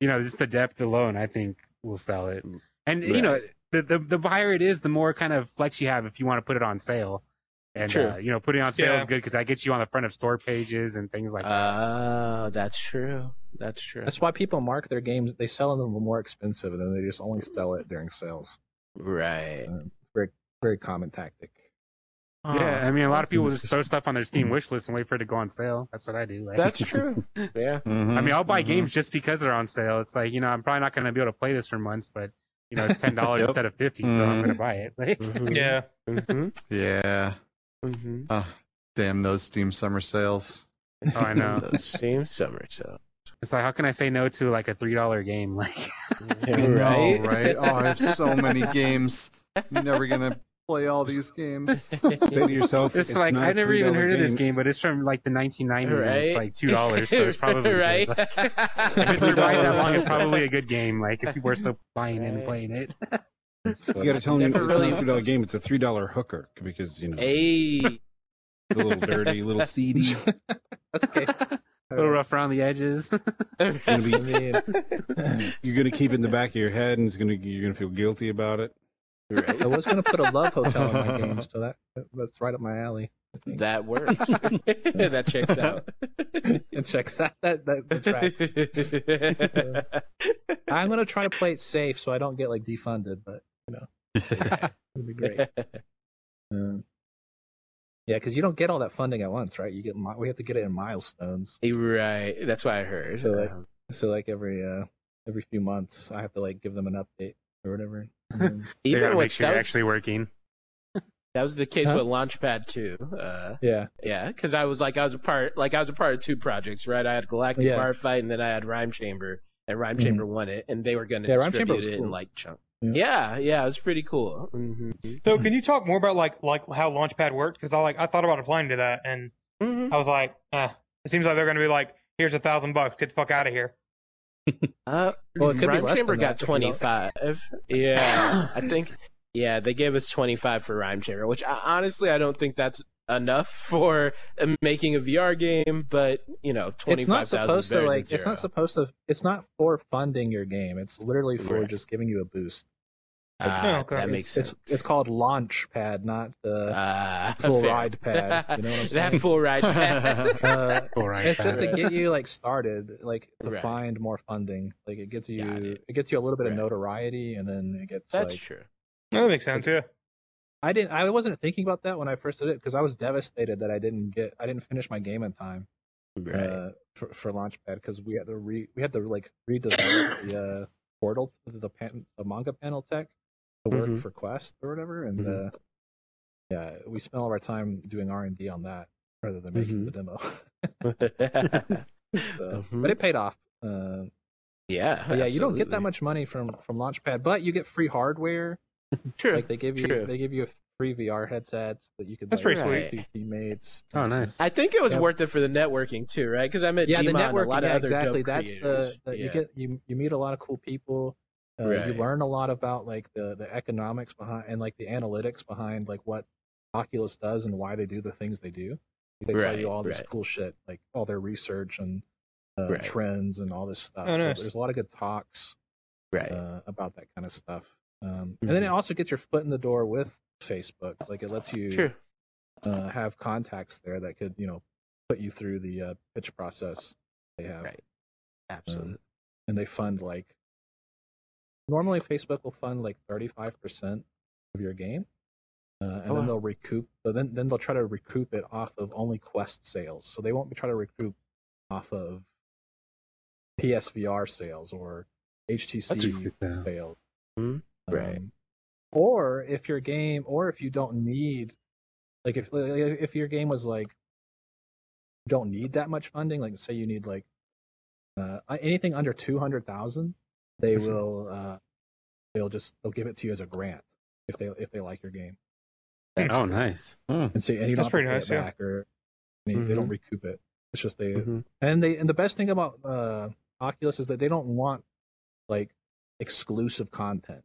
Speaker 3: you know just the depth alone, I think will sell it.
Speaker 8: Mm.
Speaker 3: And you know, the, the the higher it is, the more kind of flex you have if you want to put it on sale. And
Speaker 8: True.
Speaker 3: uh, you know, putting it on sale
Speaker 2: Yeah.
Speaker 3: is good because that gets you on the front of store pages and things
Speaker 8: Uh,
Speaker 3: like that.
Speaker 8: Oh, that's true. That's true.
Speaker 7: that's why people mark their games. They sell them more expensive, and then they just only sell it during sales.
Speaker 8: right.
Speaker 7: Very common tactic.
Speaker 3: Yeah, I mean, a lot of people
Speaker 7: Mhm.
Speaker 3: just throw stuff on their
Speaker 8: Mm.
Speaker 3: Steam wish list and wait for it to go on sale. That's what I do. Like,
Speaker 8: That's true. Yeah.
Speaker 3: I mean, I'll buy
Speaker 5: Mm-hmm.
Speaker 3: games just because they're on sale. It's like you know, I'm probably not going to be able to play this for months, but you know, it's ten dollars instead of fifty, so I'm
Speaker 5: Mhm.
Speaker 3: going to buy it. Like,
Speaker 2: yeah.
Speaker 8: Mm-hmm.
Speaker 5: Yeah.
Speaker 8: Mm-hmm.
Speaker 5: Ah, damn those Steam summer sales.
Speaker 3: oh, I know.
Speaker 8: Those same summer sales.
Speaker 3: It's like, how can I say no to like a three dollar game? Like,
Speaker 5: I know, right? Oh, I have so many games. I'm never gonna play all these games.
Speaker 4: Say to yourself,
Speaker 3: it's, like
Speaker 4: not a
Speaker 3: I never even
Speaker 4: $3
Speaker 3: heard of this game, but it's from like the 1990s. And
Speaker 6: Right?
Speaker 3: it's like two dollars, so it's probably
Speaker 6: right.
Speaker 3: Good. Like, if it's survived that long, it's probably a good game. Like if people are still buying it and
Speaker 6: Right.
Speaker 3: playing it.
Speaker 4: You got to tell them it's
Speaker 6: Never
Speaker 4: not a
Speaker 6: really-
Speaker 4: three dollar game; it's a three dollar hooker because you know
Speaker 6: hey,
Speaker 4: it's a little dirty, a little seedy.
Speaker 7: Okay.
Speaker 3: a little rough around the edges.
Speaker 4: Gonna be-
Speaker 7: I mean,
Speaker 4: you're gonna keep it in the back of your head, and it's gonna you're gonna feel guilty about it.
Speaker 7: I was going to put a love hotel in my game, so that that's right up my alley.
Speaker 6: that works. that checks out.
Speaker 7: It checks that that that, that tracks. I'm going to try to play it safe so I don't get like defunded, but it'd be great. Um, yeah, because you don't get all that funding at once, right? You get mi- we have to get it in milestones.
Speaker 6: right. That's what I heard.
Speaker 7: So like, so like every uh every few months, I have to like give them an update or whatever. Um,
Speaker 3: You
Speaker 6: Even
Speaker 3: gotta
Speaker 6: with-
Speaker 3: make sure
Speaker 6: that
Speaker 3: you're
Speaker 6: was-
Speaker 3: actually working.
Speaker 6: That was the case
Speaker 7: Huh?
Speaker 6: with Launchpad 2. Uh,
Speaker 7: yeah,
Speaker 6: yeah, because I was like, I was a part, like I was a part of two projects, right? I had Galactic
Speaker 7: Yeah.
Speaker 6: Bar Fight, and then I had Rhyme Chamber, and Rhyme
Speaker 7: Mhm.
Speaker 6: Chamber won it, and they were going to
Speaker 7: Yeah, Rhyme Chamber
Speaker 6: distribute it
Speaker 7: was
Speaker 6: in
Speaker 7: cool.
Speaker 6: like chunk.
Speaker 7: Yeah.
Speaker 6: Yeah, yeah, it was pretty cool. hmm
Speaker 2: So
Speaker 1: Mm-hmm.
Speaker 2: can you talk more about like like how Launchpad worked? Because I like I thought about applying to that, and
Speaker 1: Mm-hmm.
Speaker 2: I was like, uh, it seems like they're going to be like, here's a thousand bucks, get the fuck out of here.
Speaker 6: Uh,
Speaker 7: Well, it could be
Speaker 6: Rhyme
Speaker 7: less
Speaker 6: Chamber
Speaker 7: than
Speaker 6: got
Speaker 7: that if you don't-
Speaker 6: twenty five. Yeah, I think. Yeah, they gave us twenty five for Rhyme Chamber, which I, honestly I don't think that's enough for uh, making a VR game. But you know, twenty
Speaker 7: it's not
Speaker 6: five thousand.
Speaker 7: supposed to like. It's not supposed to. It's not for funding your game. It's literally for
Speaker 6: Right.
Speaker 7: just giving you a boost.
Speaker 2: Oh, okay.
Speaker 6: Ah, that
Speaker 7: it's,
Speaker 6: makes
Speaker 7: it's,
Speaker 6: sense.
Speaker 7: It's called launch pad, not the
Speaker 6: Ah,
Speaker 7: full
Speaker 6: fair.
Speaker 7: ride pad. You know what I'm saying?
Speaker 6: that full ride pad.
Speaker 7: uh,
Speaker 3: All right.
Speaker 7: it's just to get you like started, like to
Speaker 6: Right.
Speaker 7: find more funding. Like it gets you,
Speaker 6: Got
Speaker 7: it.
Speaker 6: it.
Speaker 7: gets you a little bit of
Speaker 6: Right.
Speaker 7: notoriety, and then it gets
Speaker 6: That's
Speaker 7: like.
Speaker 6: true.
Speaker 2: No, that makes sense. Yeah.
Speaker 7: I didn't. I wasn't thinking about that when I first did it because I was devastated that I didn't get. I didn't finish my game in time uh, for, for Launchpad because we had to re we had to like redesign the uh, portal to the, pan, the manga panel tech to work
Speaker 6: Mhm.
Speaker 7: for Quest or whatever, and
Speaker 5: Mhm.
Speaker 7: uh, yeah, we spent all our time doing R and D on that rather than making the demo.
Speaker 6: Oh,
Speaker 7: so, but it paid off. Uh,
Speaker 6: yeah,
Speaker 7: but yeah, you don't get that
Speaker 6: absolutely.
Speaker 7: much money from from Launchpad, but you get free hardware.
Speaker 6: True.
Speaker 7: Like they give you
Speaker 6: True.
Speaker 7: they give you free VR headsets that you could
Speaker 2: That's
Speaker 7: like,
Speaker 2: pretty
Speaker 6: sweet.
Speaker 7: to your teammates.
Speaker 3: Oh, nice.
Speaker 6: I think it was
Speaker 7: Yeah.
Speaker 6: worth it for the networking too, right? Because I met
Speaker 7: yeah, the
Speaker 6: Gmod and
Speaker 7: network.
Speaker 6: a lot
Speaker 7: yeah,
Speaker 6: of other
Speaker 7: exactly.
Speaker 6: dope
Speaker 7: That's the,
Speaker 6: creators.
Speaker 7: the you
Speaker 6: Yeah.
Speaker 7: get you you meet a lot of cool people. Uh, You
Speaker 6: Right.
Speaker 7: learn a lot about like the the economics behind and like the analytics behind like what Oculus does and why they do the things they do. They tell
Speaker 6: Right,
Speaker 7: you all this
Speaker 6: right.
Speaker 7: cool shit, like all their research and uh,
Speaker 6: Right.
Speaker 7: trends and all this stuff.
Speaker 2: Oh,
Speaker 7: So
Speaker 2: nice.
Speaker 7: there's a lot of good talks
Speaker 6: right. Mm-hmm.
Speaker 7: uh, about that kind of stuff. Um, And then it also gets your foot in the door with Facebook. Like it lets you
Speaker 6: True.
Speaker 7: uh, have contacts there that could you know put you through the uh, pitch process they have
Speaker 6: Right.
Speaker 7: Uh,
Speaker 6: Absolutely.
Speaker 7: and they fund like normally facebook will fund like 35% of your game uh, and
Speaker 6: Oh,
Speaker 7: then
Speaker 6: wow.
Speaker 7: they'll recoup so then, then they'll try to recoup it off of only quest sales so they won't be trying to recoup off of psvr sales or htc failed.
Speaker 6: Mhm. Right.
Speaker 7: Um, or if your game, or if you don't need, like if like, if your game was like, you don't need that much funding. Like say you need like uh, anything under two hundred thousand, they will uh, they'll just they'll give it to you as a grant if they if they like your game.
Speaker 3: Oh, nice.
Speaker 7: And so and
Speaker 2: That's
Speaker 7: you don't have to
Speaker 2: pretty
Speaker 7: pay
Speaker 2: nice,
Speaker 7: it
Speaker 2: yeah.
Speaker 7: back or I mean, they don't
Speaker 6: Mm-hmm.
Speaker 5: Mhm.
Speaker 7: recoup it. It's just they
Speaker 5: Mhm.
Speaker 7: and they and the best thing about uh, Oculus is that they don't want like exclusive content.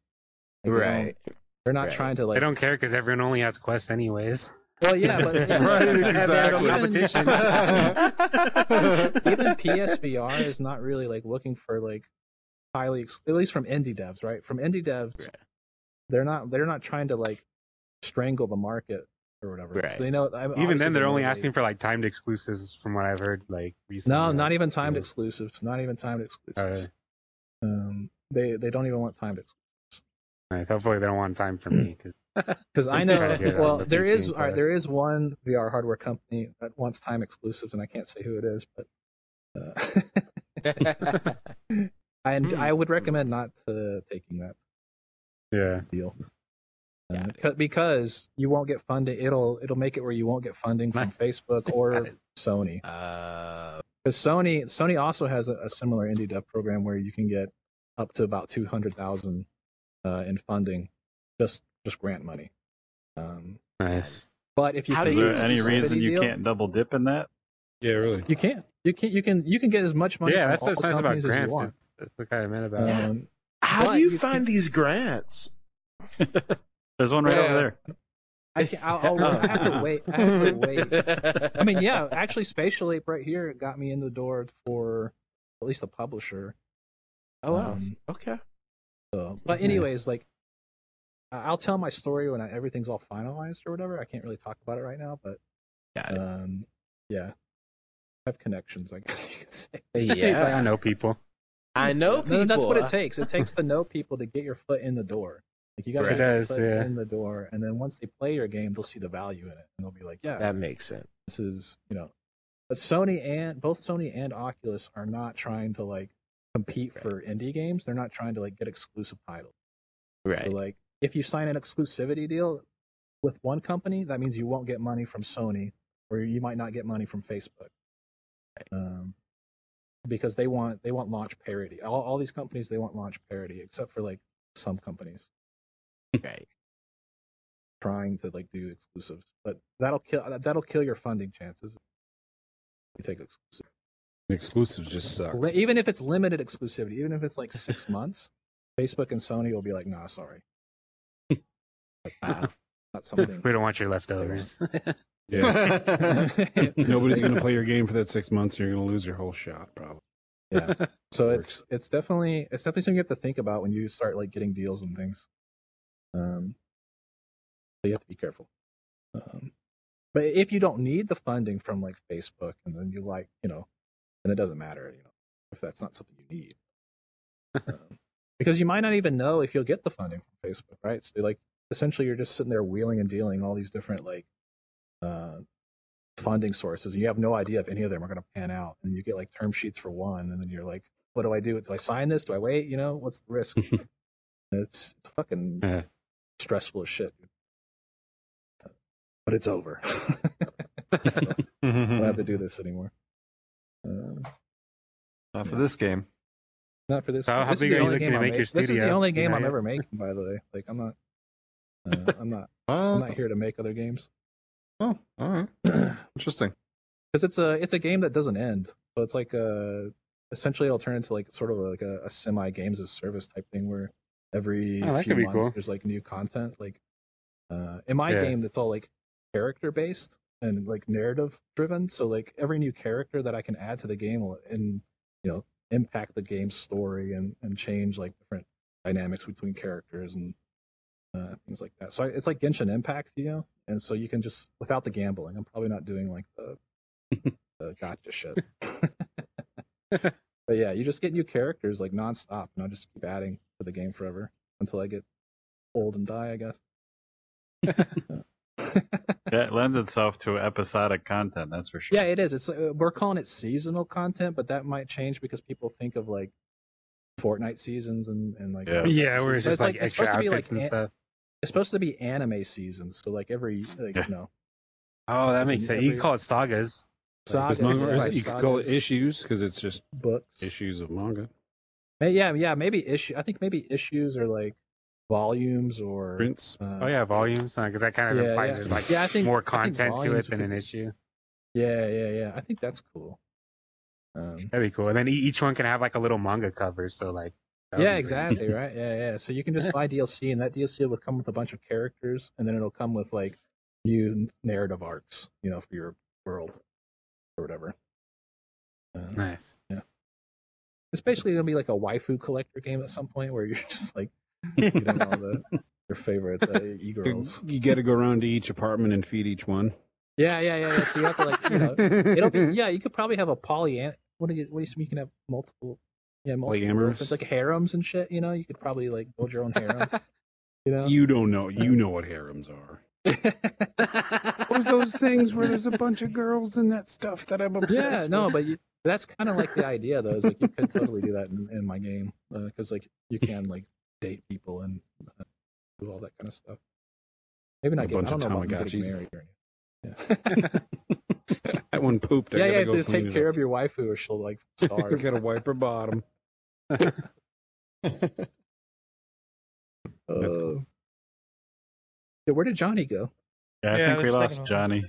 Speaker 7: Like, they don't-
Speaker 6: Right.
Speaker 7: They're not
Speaker 6: Right.
Speaker 7: trying to like.
Speaker 3: I don't care because everyone only has quests anyways.
Speaker 7: Well, yeah, but yeah,
Speaker 5: Right,
Speaker 7: but-
Speaker 5: exactly.
Speaker 7: but even-
Speaker 3: Competition.
Speaker 7: Even PSVR is not really like looking for like highly, ex- at least from indie devs, right? From indie devs,
Speaker 6: Right.
Speaker 7: they're not they're not trying to like strangle the market or whatever. 'Cause
Speaker 6: Right.
Speaker 7: They know I- obviously
Speaker 3: Even then,
Speaker 7: they
Speaker 3: they're
Speaker 7: know
Speaker 3: only
Speaker 7: they-
Speaker 3: asking for like timed exclusives, from what I've heard. Like recently.
Speaker 7: No, not even timed
Speaker 3: Yeah.
Speaker 7: exclusives. Not even timed exclusives.
Speaker 3: Alright.
Speaker 7: Um, they they don't even want timed exclusives.
Speaker 3: Nice. Hopefully, they don't want time from
Speaker 7: Mm.
Speaker 3: me. 'cause-
Speaker 7: Because I
Speaker 3: Just
Speaker 7: know,
Speaker 3: try to get it
Speaker 7: well,
Speaker 3: on the
Speaker 7: there
Speaker 3: PC
Speaker 7: is
Speaker 3: and
Speaker 7: all right, there is one VR hardware company that wants time exclusives, and I can't say who it is, but uh, and I would recommend not uh, taking that
Speaker 3: yeah.
Speaker 7: deal Uh,
Speaker 6: Got
Speaker 7: c- because you won't get funding. It'll it'll make it where you won't get funding from
Speaker 3: Nice.
Speaker 7: Facebook
Speaker 3: Got
Speaker 7: or
Speaker 3: it.
Speaker 7: Sony.
Speaker 6: uh,
Speaker 7: Because Sony Sony also has a, a similar indie dev program where you can get up to about two hundred thousand uh, in funding, just just grant money. Um,
Speaker 3: Nice.
Speaker 7: but if you
Speaker 6: How
Speaker 7: take
Speaker 1: Is
Speaker 6: do
Speaker 1: there
Speaker 6: you-
Speaker 1: any
Speaker 7: exclusivity
Speaker 1: reason you
Speaker 7: deal-
Speaker 1: can't double dip in that?
Speaker 4: Yeah, really.
Speaker 7: You can. You can. You can. You can get as much money.
Speaker 3: yeah,
Speaker 7: from
Speaker 3: that's
Speaker 7: all
Speaker 3: what's nice about
Speaker 7: companies as you
Speaker 3: grants.
Speaker 7: want.
Speaker 3: That's, that's the kind I meant about. it.
Speaker 7: Um,
Speaker 6: How
Speaker 7: But
Speaker 6: do you,
Speaker 7: you
Speaker 6: find these grants?
Speaker 1: There's one right
Speaker 2: Yeah.
Speaker 1: over there.
Speaker 7: I can, I'll, I'll, I have to wait. I have to wait. I mean, yeah, actually, Spatial Ape right here got me in the door for at least a publisher.
Speaker 6: Oh wow.
Speaker 7: Um,
Speaker 6: Okay.
Speaker 7: so, but
Speaker 3: Nice.
Speaker 7: anyways, like, I- I'll tell my story when I, everything's all finalized or whatever. I can't really talk about it right now, but
Speaker 6: Got it.
Speaker 7: um, yeah, I have connections. I guess you could say.
Speaker 3: It's like, I
Speaker 6: Yeah.
Speaker 3: know people.
Speaker 6: I know
Speaker 7: No,
Speaker 6: people.
Speaker 7: that's what it takes. It takes to know people to get your foot in the door. Like you got to
Speaker 6: Right.
Speaker 7: get
Speaker 6: It
Speaker 7: your
Speaker 3: does,
Speaker 7: foot
Speaker 3: yeah.
Speaker 7: in the door, and then once they play your game, they'll see the value in it, and they'll be like, "Yeah,
Speaker 6: That makes sense.
Speaker 7: this is you know." But Sony and both Sony and Oculus are not trying to like compete for indie games. They're not trying to like get exclusive titles. So,
Speaker 6: Right.
Speaker 7: like if you sign an exclusivity deal with one company, that means you won't get money from Sony, or you might not get money from Facebook, um, because they want they want launch parity. All, all these companies they want launch parity, except for like some companies
Speaker 6: Right.
Speaker 7: trying to like do exclusives. But that'll kill that'll kill your funding chances. if You take exclusive,
Speaker 4: Exclusives just suck.
Speaker 7: Li- even if it's limited exclusivity, even if it's like six months, Facebook and Sony will be like, "Nah, sorry, that's not, not something."
Speaker 3: We don't want your leftovers.
Speaker 4: Yeah. Nobody's
Speaker 7: Ex-
Speaker 4: going to play your game for that six months. You're going to lose your whole shot, probably.
Speaker 7: yeah so
Speaker 4: Works.
Speaker 7: it's it's definitely it's definitely something you have to think about when you start like getting deals and things um so you have to be careful um but if you don't need the funding from like facebook and then you like you know then it doesn't matter you know if that's not something you need um, because you might not even know if you'll get the funding from facebook right so like essentially you're just sitting there wheeling and dealing all these different like uh funding sources and you have no idea if any of them are going to pan out and you get like term sheets for one and then you're like what do i do do i sign this do i wait you know what's the risk it's, it's fucking
Speaker 3: Yeah.
Speaker 7: stressful as shit but it's over i don't have to do this anymore uh,
Speaker 5: Not for this game.
Speaker 7: not for this
Speaker 3: So
Speaker 7: one.
Speaker 3: how
Speaker 7: this
Speaker 3: big
Speaker 7: is the
Speaker 3: are you
Speaker 7: only
Speaker 3: looking
Speaker 7: game
Speaker 3: to
Speaker 7: I'm
Speaker 3: make your
Speaker 7: mak- this is the
Speaker 3: studio?
Speaker 7: only
Speaker 3: You
Speaker 7: game
Speaker 3: know
Speaker 7: i'm
Speaker 3: yet?
Speaker 7: ever making by the way like i'm not uh, i'm not i'm
Speaker 5: Well,
Speaker 7: not here to make other games
Speaker 5: oh, all right. Interesting.
Speaker 7: because it's a it's a game that doesn't end. So it's like uh essentially it'll turn into like sort of like a, a semi games as service type thing where every
Speaker 3: Oh, that
Speaker 7: few
Speaker 3: could be
Speaker 7: months
Speaker 3: cool.
Speaker 7: there's like new content. Like uh in my
Speaker 3: Yeah.
Speaker 7: game that's all like character based and like narrative driven. So like every new character that I can add to the game will and you know impact the game's story and and change like different dynamics between characters and uh, things like that. So I, it's like Genshin Impact, you know. And so you can just without the gambling. I'm probably not doing like the the gotcha shit. but yeah, you just get new characters like nonstop, and I'll just keep adding to the game forever until I get old and die, I guess.
Speaker 1: That lends itself to episodic content, that's for sure.
Speaker 7: yeah, it is. It's uh, we're calling it seasonal content, but that might change because people think of like Fortnite seasons and and like
Speaker 1: Yeah.
Speaker 3: yeah,
Speaker 7: So
Speaker 3: we're
Speaker 7: it's
Speaker 3: just like,
Speaker 7: like- it's
Speaker 3: extra
Speaker 7: supposed to be
Speaker 3: outfits
Speaker 7: like
Speaker 3: and
Speaker 7: an-
Speaker 3: stuff.
Speaker 7: it's supposed to be anime seasons. So like every like
Speaker 1: Yeah.
Speaker 7: you know
Speaker 3: Oh, that makes sense. You
Speaker 7: every-
Speaker 3: can call it sagas.
Speaker 7: saga,
Speaker 4: Because manga,
Speaker 7: yeah,
Speaker 4: you could call it
Speaker 7: sagas,
Speaker 4: issues because it's just
Speaker 7: books.
Speaker 4: issues of manga.
Speaker 7: Uh, Yeah, yeah, maybe issue. I think maybe issues are like volumes or
Speaker 4: Prints.
Speaker 7: uh,
Speaker 3: Oh yeah, volumes, because that kind of
Speaker 7: yeah,
Speaker 3: implies
Speaker 7: yeah.
Speaker 3: there's like
Speaker 7: Yeah, I think- I
Speaker 3: more
Speaker 7: think
Speaker 3: content to
Speaker 7: volumes
Speaker 3: it than
Speaker 7: would
Speaker 3: an
Speaker 7: be-
Speaker 3: issue.
Speaker 7: Yeah, yeah, yeah. I think that's cool. Um,
Speaker 3: That'd be cool. And then e- each one can have like a little manga cover. So like, that would
Speaker 7: yeah,
Speaker 3: be great.
Speaker 7: exactly, right? Yeah, yeah. So you can just buy DLC, and that DLC will come with a bunch of characters, and then it'll come with like new narrative arcs, you know, for your world or whatever. Um,
Speaker 3: Nice.
Speaker 7: It's basically gonna be like a waifu collector game at some point, where you're just like getting all the your favorite uh, e
Speaker 4: You,
Speaker 7: girls.
Speaker 4: you got to go around to each apartment and feed each one.
Speaker 7: Yeah, yeah, yeah, yeah. So you have to like, you know, it'll be yeah. You could probably have a poly. What do you? What do you? mean You can have multiple. Yeah, multiple
Speaker 4: Polyamorous?
Speaker 7: girlfriends, like harems and shit. You know, you could probably like build your own harem. You know,
Speaker 4: You don't know. You know what harems are. What was those things where there's a bunch of girls and that stuff that I'm obsessed
Speaker 7: yeah, no, but you, that's kind of like the idea though. Is like you could totally do that in, in my game because like you can like date people and uh, do all that kind of stuff. Maybe not
Speaker 4: A
Speaker 7: get, I
Speaker 4: bunch
Speaker 7: don't
Speaker 4: of
Speaker 7: know about you getting
Speaker 4: Tamagotchis.
Speaker 7: married or anything. Yeah.
Speaker 4: That one pooped. I
Speaker 7: yeah, you
Speaker 4: gotta
Speaker 7: have
Speaker 4: go
Speaker 7: to
Speaker 4: clean
Speaker 7: take
Speaker 4: it
Speaker 7: care
Speaker 4: up.
Speaker 7: of your waifu or she'll like
Speaker 4: I
Speaker 7: starve.
Speaker 4: gotta wipe her bottom. That's cool.
Speaker 7: Uh, yeah, where did Johnny go?
Speaker 1: Yeah, I
Speaker 2: Yeah,
Speaker 1: think we
Speaker 2: let's
Speaker 1: lost
Speaker 2: think about
Speaker 1: Johnny.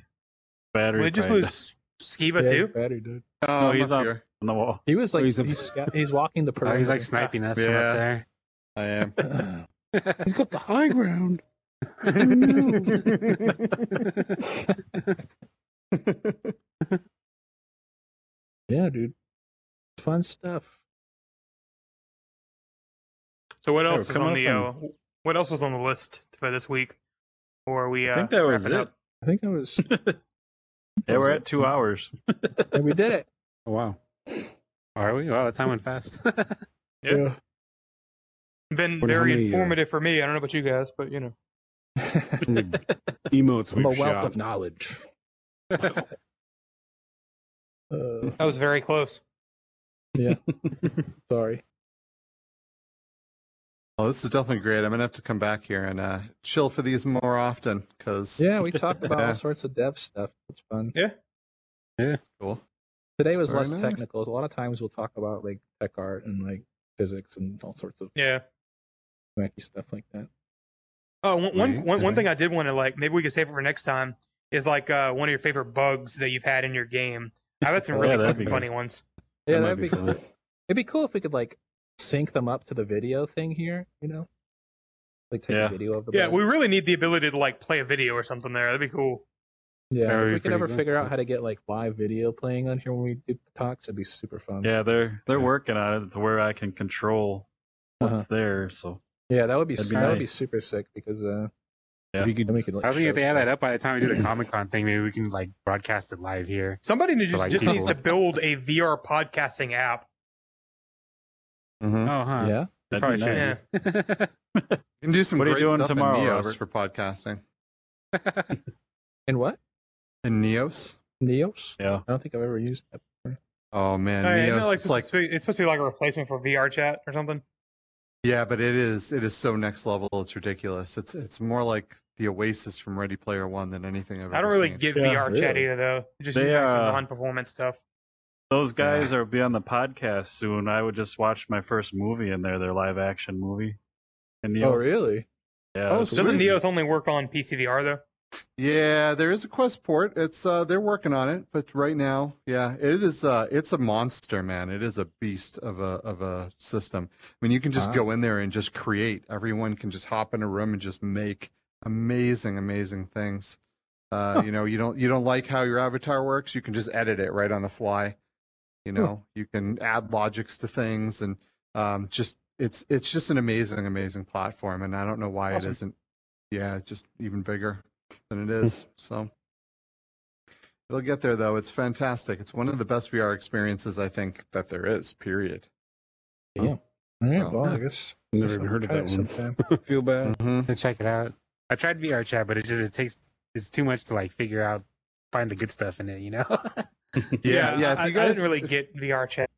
Speaker 1: Battery
Speaker 2: We just
Speaker 1: died
Speaker 2: lose Skiba
Speaker 7: Yeah,
Speaker 2: too.
Speaker 7: his battery died.
Speaker 5: Oh,
Speaker 1: he's
Speaker 5: he's
Speaker 1: on-
Speaker 5: up here.
Speaker 1: on the wall.
Speaker 7: He was
Speaker 4: Oh,
Speaker 7: like
Speaker 4: he's
Speaker 7: he's,
Speaker 4: a-
Speaker 7: sca- he's walking the
Speaker 3: Oh,
Speaker 7: perimeter.
Speaker 3: he's like sniping us from
Speaker 5: Yeah.
Speaker 3: up there.
Speaker 5: I am.
Speaker 4: He's got the high ground.
Speaker 7: yeah, dude. Fun stuff.
Speaker 2: So what
Speaker 1: Yeah,
Speaker 2: else is
Speaker 1: come
Speaker 2: on
Speaker 1: up
Speaker 2: the
Speaker 1: and-
Speaker 2: uh, what else was on the list for this week? Or are we
Speaker 1: I
Speaker 2: uh,
Speaker 1: think that was it.
Speaker 2: wrapping up?
Speaker 7: I think I was.
Speaker 1: Yeah, we're at two hours.
Speaker 7: and we did it.
Speaker 4: Oh, wow.
Speaker 3: Are we? Wow, that time went fast.
Speaker 2: Yeah. Been
Speaker 4: Wonder how
Speaker 2: very
Speaker 4: many, uh,
Speaker 2: informative for me. I don't know about you guys, but you know.
Speaker 4: How many Emotes
Speaker 7: I'm a
Speaker 4: we've
Speaker 7: wealth
Speaker 4: shot.
Speaker 7: of knowledge. Uh,
Speaker 2: That was very close.
Speaker 7: sorry.
Speaker 5: Well, Oh, this is definitely great. I'm gonna have to come back here and uh, chill for these more often because
Speaker 7: Yeah, we talked about
Speaker 5: Yeah.
Speaker 7: all sorts of dev stuff. It's fun.
Speaker 5: cool.
Speaker 7: Today was
Speaker 5: Very
Speaker 7: less
Speaker 5: nice.
Speaker 7: technical. A lot of times we'll talk about like tech art and like physics and all sorts of
Speaker 2: Yeah.
Speaker 7: wacky stuff like that.
Speaker 2: Oh, one, one,
Speaker 5: Sweet,
Speaker 2: one, one thing
Speaker 5: sweet.
Speaker 2: I did want to like, maybe we could save it for next time, is like uh, one of your favorite bugs that you've had in your game. I've had some
Speaker 1: Yeah,
Speaker 2: really
Speaker 1: that'd
Speaker 2: fucking
Speaker 1: be
Speaker 2: funny
Speaker 1: nice.
Speaker 2: ones.
Speaker 7: Yeah,
Speaker 4: might
Speaker 7: that'd
Speaker 4: be
Speaker 7: be
Speaker 4: fun.
Speaker 7: cool. It'd be cool if we could like sync them up to the video thing here, you know? Like take
Speaker 1: Yeah.
Speaker 7: a video of the
Speaker 2: Yeah,
Speaker 7: bug.
Speaker 2: we really need the ability to like play a video or something there. That'd be cool.
Speaker 7: Yeah,
Speaker 3: That would be
Speaker 7: if we could
Speaker 3: pretty
Speaker 7: ever
Speaker 3: cool.
Speaker 7: figure out how to get like live video playing on here when we do talks, it'd be super fun.
Speaker 1: Yeah, they're they're
Speaker 5: Yeah.
Speaker 1: working on it. It's where I can control what's
Speaker 7: Uh-huh.
Speaker 1: there. So
Speaker 7: Yeah, that would be,
Speaker 1: That'd
Speaker 7: s
Speaker 1: be
Speaker 7: that would be
Speaker 1: nice.
Speaker 7: super sick because uh,
Speaker 1: Yeah.
Speaker 4: If you could
Speaker 7: then we could like.
Speaker 3: I was thinking if
Speaker 7: show
Speaker 3: they had that
Speaker 7: stuff.
Speaker 3: up by the time we do the Comic Con thing, maybe we can like broadcast it live here.
Speaker 2: Somebody needs,
Speaker 3: like,
Speaker 2: just needs to
Speaker 3: people.
Speaker 2: build a VR podcasting app.
Speaker 5: Mm-hmm.
Speaker 3: Oh, huh.
Speaker 7: Yeah,
Speaker 1: that'd
Speaker 3: Probably
Speaker 1: be
Speaker 3: should.
Speaker 1: nice.
Speaker 2: Yeah.
Speaker 5: You can do some
Speaker 1: What are you
Speaker 5: great
Speaker 1: doing
Speaker 5: stuff
Speaker 1: tomorrow,
Speaker 5: in Neos
Speaker 1: Robert?
Speaker 5: for podcasting.
Speaker 7: and what
Speaker 5: In Neos?
Speaker 7: Neos?
Speaker 1: Yeah.
Speaker 7: I don't think I've ever used that.
Speaker 5: Oh man,
Speaker 2: Oh, yeah,
Speaker 5: Neos.
Speaker 2: no, like,
Speaker 5: it's like
Speaker 2: supposed to be- it's supposed to be like a replacement for VR chat or something.
Speaker 5: yeah, but it is it is so next level. It's ridiculous. It's it's more like the Oasis from Ready Player One than anything I've
Speaker 2: I don't
Speaker 5: ever
Speaker 2: really
Speaker 5: seen.
Speaker 2: give
Speaker 1: Yeah,
Speaker 2: VR chat
Speaker 1: really.
Speaker 2: either, though. Just
Speaker 1: They,
Speaker 2: using like, some
Speaker 1: uh,
Speaker 2: non-performance stuff.
Speaker 1: Those guys will be on the podcast soon. I would just watch my first movie in there, their live action movie. And
Speaker 7: Oh,
Speaker 1: Neos-
Speaker 7: really?
Speaker 1: Yeah.
Speaker 5: Oh,
Speaker 1: that's-
Speaker 5: sweet.
Speaker 2: Doesn't Neos only work on PCVR though?
Speaker 5: Yeah, there is a quest port. It's uh they're working on it, but right now, yeah, it is uh it's a monster, man. It is a beast of a of a system. I mean, you can just
Speaker 7: Ah.
Speaker 5: go in there and just create. Everyone can just hop in a room and just make amazing amazing things. Uh you know, you don't you don't like how your avatar works, you can just edit it right on the fly. You know, you can add logics to things and um just it's it's just an amazing amazing platform and I don't know why
Speaker 2: Awesome.
Speaker 5: it isn't yeah, just even bigger than it
Speaker 4: Hmm.
Speaker 5: is. So it'll get there though. It's fantastic. It's one of the best VR experiences I think that there is, period.
Speaker 7: All right,
Speaker 5: So-
Speaker 7: well, I guess
Speaker 4: Never
Speaker 7: guess
Speaker 4: even
Speaker 7: I'll
Speaker 4: heard of
Speaker 7: try
Speaker 4: that
Speaker 7: it
Speaker 4: one.
Speaker 7: sometime.
Speaker 4: feel bad.
Speaker 5: Mm-hmm.
Speaker 3: Let's check it out. I tried VR chat, but it just it takes it's too much to like figure out find the good stuff in it, you know?
Speaker 5: Yeah, yeah. If
Speaker 2: I, I
Speaker 5: you guys,
Speaker 2: didn't really
Speaker 5: if-
Speaker 2: get VR chat.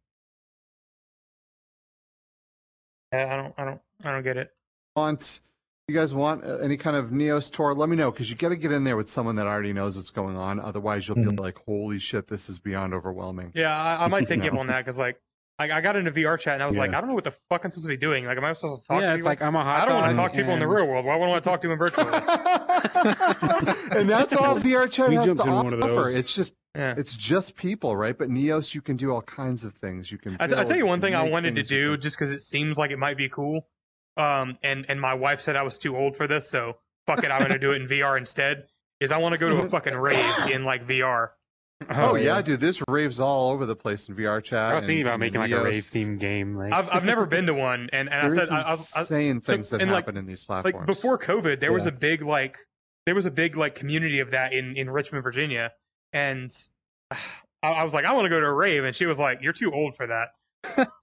Speaker 2: Yeah, I don't, I don't, I don't get it.
Speaker 5: want you guys want uh, any kind of neos tour let me know because you got to get in there with someone that already knows what's going on otherwise you'll
Speaker 4: Mm-hmm.
Speaker 5: be like holy shit this is beyond overwhelming
Speaker 2: Yeah, I, I might take you up
Speaker 5: No.
Speaker 2: on that because like, I, I got into VR chat and I was like,
Speaker 4: Yeah.
Speaker 2: I don't know what the fuck I'm supposed to be doing. Like, am I supposed to talk?
Speaker 3: yeah,
Speaker 2: to
Speaker 3: it's
Speaker 2: people?
Speaker 3: like I'm a hot
Speaker 2: I don't
Speaker 3: want
Speaker 2: want to talk to people in the real world. Why would I want to talk to them in virtual? world?
Speaker 5: and that's all VR chat
Speaker 4: We
Speaker 5: has to
Speaker 4: jumped in one of
Speaker 5: offer.
Speaker 4: those.
Speaker 5: It's just
Speaker 2: yeah.
Speaker 5: it's just people, right? But Neos, you can do all kinds of things. You can.
Speaker 2: I, t- I
Speaker 5: build,
Speaker 2: tell you one
Speaker 5: can
Speaker 2: thing I
Speaker 5: make
Speaker 2: wanted to
Speaker 5: things, you
Speaker 2: do
Speaker 5: can-
Speaker 2: just because it seems like it might be cool. Um, and and my wife said I was too old for this, so fuck it, I'm gonna do it in VR instead. Is I want to go to a fucking rave in like VR.
Speaker 5: Oh, yeah, dude, there's raves all over the place in VR chat.
Speaker 3: I was thinking
Speaker 5: and-
Speaker 3: about
Speaker 5: and
Speaker 3: making like a
Speaker 5: Neos.
Speaker 3: rave themed game. Like
Speaker 2: I've I've never been to one, and and I
Speaker 5: There's
Speaker 2: said I, I've, I,
Speaker 5: insane things that
Speaker 2: and, like-
Speaker 5: happen in these platforms.
Speaker 2: like before COVID, there was
Speaker 7: Yeah.
Speaker 2: a big like there was a big like community of that in in Richmond, Virginia, and I, I was like, I want to go to a rave, and she was like, You're too old for that.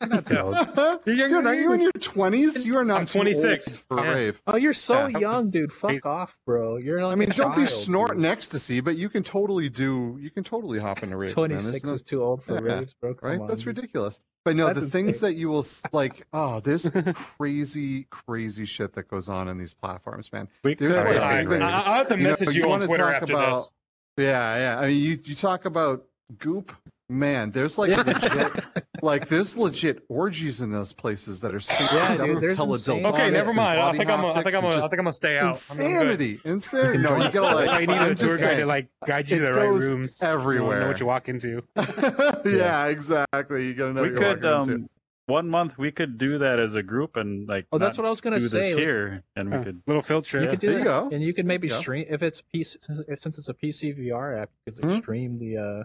Speaker 3: that's
Speaker 2: yeah.
Speaker 3: old.
Speaker 5: Dude, are you in your 20s? You are not
Speaker 2: I'm
Speaker 5: too old
Speaker 2: 26,
Speaker 5: for a
Speaker 2: yeah.
Speaker 5: rave.
Speaker 7: Oh, you're so
Speaker 5: Yeah.
Speaker 7: young, dude. Fuck off, bro. You're like
Speaker 5: I
Speaker 7: a
Speaker 5: mean, don't be
Speaker 7: child,
Speaker 5: snorting
Speaker 7: dude.
Speaker 5: ecstasy, but you can totally do. You can totally hop into raves, man. There's
Speaker 7: 26
Speaker 5: no-
Speaker 7: is too old for
Speaker 5: Yeah,
Speaker 7: raves, bro. Come
Speaker 5: right?
Speaker 7: on,
Speaker 5: That's
Speaker 7: dude.
Speaker 5: ridiculous. But no,
Speaker 7: That's
Speaker 5: the things
Speaker 7: insane.
Speaker 5: that you will s- like. Oh, there's crazy, crazy shit that goes on in these platforms, man.
Speaker 1: We
Speaker 5: There's
Speaker 1: could-
Speaker 5: like
Speaker 2: I,
Speaker 5: even-
Speaker 2: I, I'll have to
Speaker 5: you know,
Speaker 2: message you,
Speaker 5: you
Speaker 2: on
Speaker 5: wanna
Speaker 2: Twitter
Speaker 5: talk
Speaker 2: after
Speaker 5: about-
Speaker 2: this.
Speaker 5: Yeah, yeah. I mean, you you talk about goop, man. There's like legit, like there's legit orgies in those places that are
Speaker 7: Yeah,
Speaker 5: synced
Speaker 7: dude,
Speaker 5: up
Speaker 7: there's
Speaker 5: with teledildonics.
Speaker 7: insane-
Speaker 2: Okay, never
Speaker 5: and
Speaker 2: mind. I
Speaker 5: body
Speaker 2: think I'm. A, I think
Speaker 5: haptics
Speaker 2: I'm. A,
Speaker 5: and
Speaker 2: I
Speaker 5: just
Speaker 2: think I'm gonna stay out. I'm,
Speaker 5: Insanity, insanity. No, you gotta like.
Speaker 3: That's why you need
Speaker 5: I'm
Speaker 3: a tour
Speaker 5: just
Speaker 3: guide to
Speaker 5: saying.
Speaker 3: like guide you to
Speaker 5: It
Speaker 3: the right
Speaker 5: goes
Speaker 3: rooms. You know
Speaker 5: everywhere.
Speaker 3: what you walk into.
Speaker 5: yeah, exactly. You gotta know
Speaker 1: we
Speaker 5: what you're
Speaker 1: could
Speaker 5: walking
Speaker 1: um one month we could do that as a group and like
Speaker 7: Oh, that's
Speaker 1: not
Speaker 7: what I was gonna
Speaker 1: do
Speaker 7: say.
Speaker 1: this
Speaker 7: uh, was-
Speaker 1: here and we
Speaker 3: Huh.
Speaker 1: could
Speaker 3: Little field
Speaker 7: You
Speaker 3: trip. Oh,
Speaker 7: could do
Speaker 5: There you go.
Speaker 7: that, and you could maybe
Speaker 5: There you go.
Speaker 7: stream if it's PC since, if- since it's a PC VR app. You could like,
Speaker 5: Mhm.
Speaker 7: stream the uh,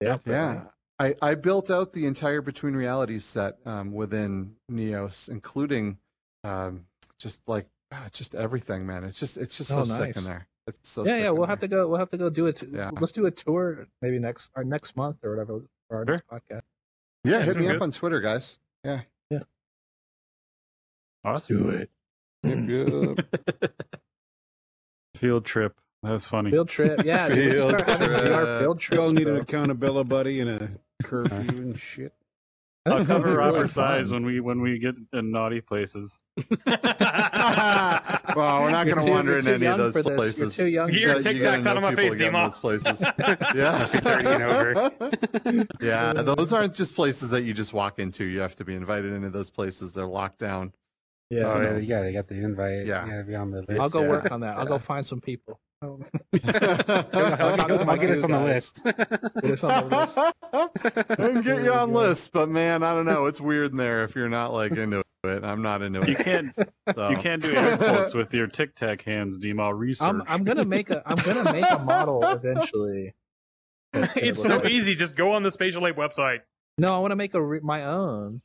Speaker 7: the output,
Speaker 5: into. Yeah.
Speaker 7: right?
Speaker 5: I, I built out the entire Between Realities set um, within Neos, including um, just like ah, just everything, man. It's just it's just so
Speaker 7: Oh,
Speaker 5: sick in
Speaker 7: nice.
Speaker 5: there. It's so
Speaker 7: yeah,
Speaker 5: sick
Speaker 7: yeah.
Speaker 5: in
Speaker 7: We'll have
Speaker 5: there.
Speaker 7: to go. We'll have to go do it.
Speaker 5: Yeah.
Speaker 7: Let's do a tour maybe next or next month or whatever for our next podcast.
Speaker 5: yeah. Hit
Speaker 1: sounds
Speaker 5: me up
Speaker 1: good.
Speaker 5: on Twitter, guys.
Speaker 1: awesome
Speaker 7: it.
Speaker 5: Hit me up.
Speaker 1: field trip. That was funny.
Speaker 7: Field trip. Yeah, dude, we can
Speaker 5: Field
Speaker 7: start having VR
Speaker 5: trip.
Speaker 7: field
Speaker 4: You all
Speaker 7: trips.
Speaker 4: need an
Speaker 7: bro.
Speaker 4: accountability buddy and a curfew and shit.
Speaker 1: I'll cover
Speaker 7: Really
Speaker 1: Robert's
Speaker 7: fun.
Speaker 1: eyes when we when we get in naughty places.
Speaker 2: good.
Speaker 5: well, we're not
Speaker 7: You're
Speaker 5: gonna
Speaker 7: too-
Speaker 5: wander
Speaker 7: you're
Speaker 5: in
Speaker 7: too
Speaker 5: any
Speaker 7: young
Speaker 5: of those
Speaker 7: for this.
Speaker 5: places.
Speaker 7: You're too young.
Speaker 2: You're-
Speaker 5: You
Speaker 2: Your
Speaker 5: gotta- you
Speaker 2: TikTok's
Speaker 5: gotta
Speaker 2: out of
Speaker 5: know
Speaker 2: my
Speaker 5: people
Speaker 2: face,
Speaker 5: to get in
Speaker 2: Dima.
Speaker 5: Those places. Yeah. yeah. Those aren't just places that you just walk into. You have to be invited into those places. They're locked down.
Speaker 7: Yeah.
Speaker 3: Oh, yeah, you gotta you got the invite.
Speaker 5: Yeah.
Speaker 3: You gotta be on the list.
Speaker 7: I'll go
Speaker 5: Yeah.
Speaker 7: work on that. I'll
Speaker 5: Yeah.
Speaker 7: go find some people. I'll
Speaker 3: I'll,
Speaker 7: I'll
Speaker 3: get-
Speaker 7: talk
Speaker 3: I'll
Speaker 7: among
Speaker 3: get us
Speaker 7: you
Speaker 3: on the
Speaker 7: guys.
Speaker 3: list.
Speaker 7: Get us on the list.
Speaker 5: I can get you
Speaker 7: Oh,
Speaker 5: on
Speaker 7: God.
Speaker 5: list, but man, I don't know. It's weird in there if you're not like into it. I'm not into
Speaker 1: You
Speaker 5: it.
Speaker 1: can't
Speaker 7: Oh.
Speaker 5: So
Speaker 1: you can't do air quotes with your tic tac hands, Dima. I'll research.
Speaker 7: I'm, I'm gonna make a I'm gonna make a model eventually.
Speaker 2: it's so easy. Just go on the Spatial Ape website.
Speaker 7: No, I want to make a re- my own.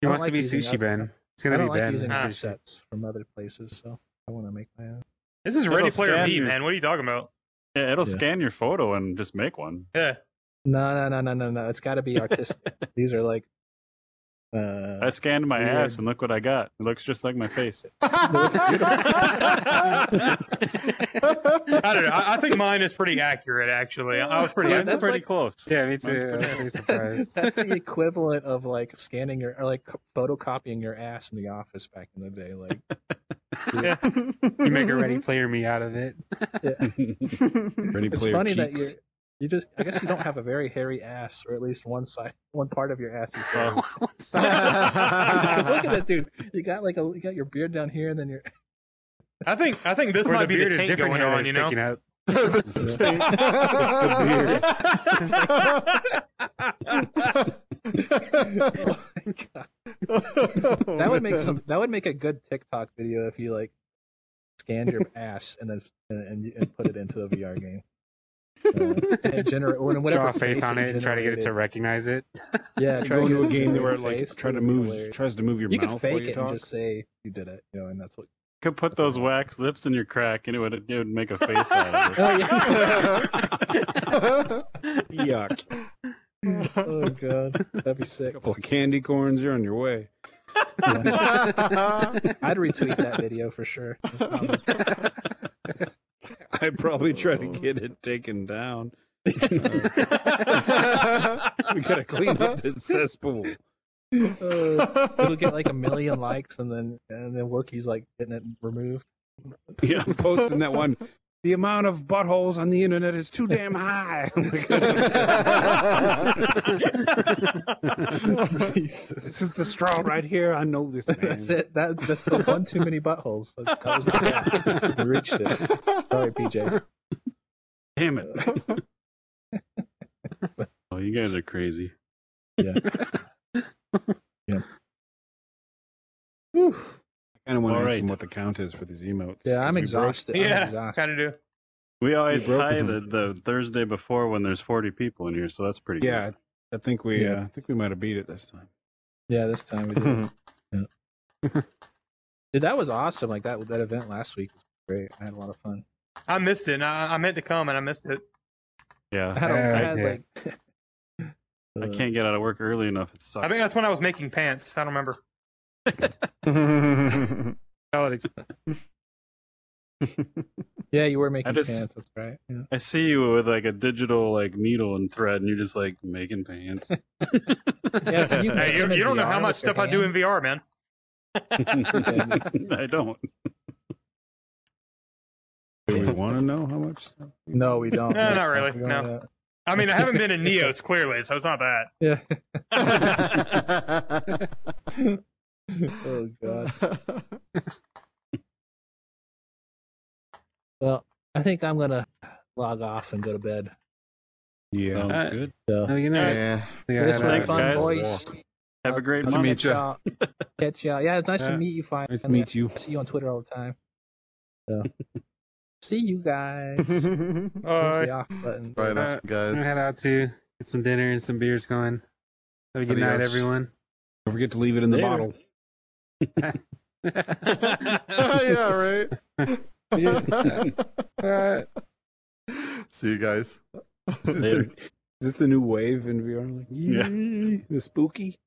Speaker 3: He
Speaker 7: I don't
Speaker 3: wants
Speaker 7: like
Speaker 3: to be
Speaker 7: using
Speaker 3: sushi
Speaker 7: other-
Speaker 3: Ben. It's
Speaker 7: I
Speaker 3: gonna
Speaker 7: don't
Speaker 3: be
Speaker 7: like
Speaker 3: Ben.
Speaker 7: using
Speaker 2: Ah,
Speaker 3: I'm
Speaker 7: presets
Speaker 3: pretty sure.
Speaker 7: from other places, so I want to make my own.
Speaker 2: This is
Speaker 1: It'll
Speaker 2: Ready Player
Speaker 1: scan
Speaker 2: B,
Speaker 1: you.
Speaker 2: man. What are you talking about?
Speaker 1: Yeah, it'll
Speaker 7: Yeah.
Speaker 1: scan your photo and just make one.
Speaker 2: Yeah.
Speaker 7: No, no, no, no, no, no. It's got to be artistic. These are like.
Speaker 1: I
Speaker 7: Uh,
Speaker 1: scanned my
Speaker 7: Weird.
Speaker 1: ass and look what I got. It looks just like my face.
Speaker 2: I don't know. I, I think mine is pretty accurate, actually. I was pretty.
Speaker 1: Mine's
Speaker 7: that's
Speaker 1: pretty
Speaker 7: like-
Speaker 1: close.
Speaker 3: Yeah, me too.
Speaker 1: pretty
Speaker 3: I was pretty surprised.
Speaker 7: that's the equivalent of like scanning your or like co- photocopying your ass in the office back in the day. Like,
Speaker 3: you make a ready player me out of it.
Speaker 4: Ready
Speaker 7: it's
Speaker 4: player
Speaker 7: funny that
Speaker 4: cheeks.
Speaker 7: you you just I guess you don't have a very hairy ass, or at least one side, one part of your ass is hairy.
Speaker 3: What's that?
Speaker 7: Because look at
Speaker 5: That's
Speaker 7: this dude. You got like a you got your beard down here, and then your
Speaker 2: I think. I think this
Speaker 3: Where
Speaker 2: might be the
Speaker 3: beard is
Speaker 2: tank
Speaker 3: different
Speaker 2: going
Speaker 3: hair
Speaker 2: on.
Speaker 3: that's
Speaker 2: You know.
Speaker 3: picking up.
Speaker 7: oh my god. That would make some. That would make a good TikTok video if you like scanned your ass and then and, and, you- and put it into a VR game. Uh, and generate or in whatever
Speaker 3: Draw a face on it and try to get it to recognize it.
Speaker 7: yeah.
Speaker 4: You
Speaker 7: Try
Speaker 4: go
Speaker 7: to
Speaker 4: into a
Speaker 7: get it
Speaker 4: game
Speaker 7: to
Speaker 4: where it
Speaker 7: your face,
Speaker 4: like try to
Speaker 7: that'd be
Speaker 4: move
Speaker 7: hilarious.
Speaker 4: tries to move your
Speaker 7: You
Speaker 4: mouth
Speaker 7: could
Speaker 4: while
Speaker 7: fake
Speaker 4: you
Speaker 7: it
Speaker 4: talk.
Speaker 7: and just say you did it, you know, and that's what.
Speaker 1: Could put
Speaker 7: That's a
Speaker 1: those
Speaker 7: lot.
Speaker 1: wax lips in your crack and it would it would make a face out of it.
Speaker 7: Oh yeah.
Speaker 4: Yuck!
Speaker 7: oh god, that'd be sick.
Speaker 4: couple of candy corns, you're on your way.
Speaker 7: I'd retweet that video for sure.
Speaker 4: I probably try to get it taken down. We gotta clean up this cesspool.
Speaker 7: Uh, it'll get like a million likes, and then and then Wookiee's like getting it removed.
Speaker 1: Yeah.
Speaker 4: I'm posting that one. The amount of buttholes on the internet is too damn high. Oh I'm like, this is the straw right here. I know this man.
Speaker 7: That's it. That, that's the one too many buttholes. That, that was the cap. We reached it. Sorry, PJ.
Speaker 1: Damn it. oh, you guys are crazy.
Speaker 7: Whew.
Speaker 4: I kind of want to
Speaker 1: All
Speaker 4: ask
Speaker 1: right.
Speaker 4: him what the count is for these emotes.
Speaker 7: Yeah,
Speaker 4: 'cause
Speaker 7: I'm
Speaker 4: we
Speaker 7: exhausted. I'm
Speaker 2: yeah,
Speaker 7: exhausted.
Speaker 2: kind of do.
Speaker 1: We always
Speaker 4: broke
Speaker 1: tie
Speaker 4: them.
Speaker 1: the, the Thursday before when there's 40 people in here, so that's pretty
Speaker 4: Broke, yeah, I think we.
Speaker 7: Yeah.
Speaker 4: Uh, I think we might have beat it this time.
Speaker 7: Yeah, this time we did. Yeah. Dude, that was awesome. Like that that event last week was great. I had a lot of fun.
Speaker 2: I missed it. and I, I meant to come and I missed it.
Speaker 1: good.
Speaker 7: I
Speaker 1: Yeah.
Speaker 7: had, a, I had
Speaker 3: Yeah.
Speaker 7: like.
Speaker 1: I
Speaker 7: uh,
Speaker 1: can't get out of work early enough. It sucks.
Speaker 2: I think that's when I was making pants. I don't remember.
Speaker 3: Solid ex-
Speaker 7: Yeah, you were making
Speaker 1: just-
Speaker 7: pants. That's right. Yeah.
Speaker 1: I see you with like a digital like needle and thread, and you're just like making pants.
Speaker 7: Yeah, can you,
Speaker 2: Hey, you,
Speaker 7: imagine
Speaker 2: you don't know
Speaker 7: VR
Speaker 2: how much
Speaker 7: with your
Speaker 2: stuff I do in
Speaker 7: hand?
Speaker 2: VR, man.
Speaker 1: I don't.
Speaker 4: Wait, wait, want to know how much?
Speaker 7: No, we don't.
Speaker 2: No,
Speaker 7: We
Speaker 2: not
Speaker 7: don't.
Speaker 2: really,
Speaker 7: We don't
Speaker 2: no.
Speaker 7: know that.
Speaker 2: I mean, I haven't been in Neos clearly, so it's not that.
Speaker 7: Yeah.
Speaker 5: oh
Speaker 7: Oh god. Well, I think I'm gonna log off and go to bed.
Speaker 4: Yeah.
Speaker 1: Sounds
Speaker 3: Uh,
Speaker 1: good.
Speaker 7: So
Speaker 3: you know,
Speaker 5: Yeah.
Speaker 7: this
Speaker 1: know.
Speaker 7: was
Speaker 1: Thanks,
Speaker 7: fun,
Speaker 1: guys.
Speaker 7: boys.
Speaker 1: Have a great
Speaker 5: Good to
Speaker 1: month.
Speaker 5: meet you.
Speaker 7: y'all. Catch y'all. Yeah, it's nice to
Speaker 3: Yeah.
Speaker 7: meet you. Finally,
Speaker 4: Nice to meet you.
Speaker 7: I see you on Twitter all the time. So, see you guys. There's
Speaker 5: right
Speaker 7: the off button.
Speaker 5: off,
Speaker 3: I'm gonna head
Speaker 5: guys.
Speaker 3: out to get some dinner and some beers going. Have a good night,
Speaker 5: Adios.
Speaker 3: everyone.
Speaker 4: Don't forget to leave it in the
Speaker 1: Later.
Speaker 4: bottle.
Speaker 5: yeah, right. See you guys.
Speaker 4: Is this, the,
Speaker 1: Later.
Speaker 4: is this the new wave in VR? Like, yeah. The spooky?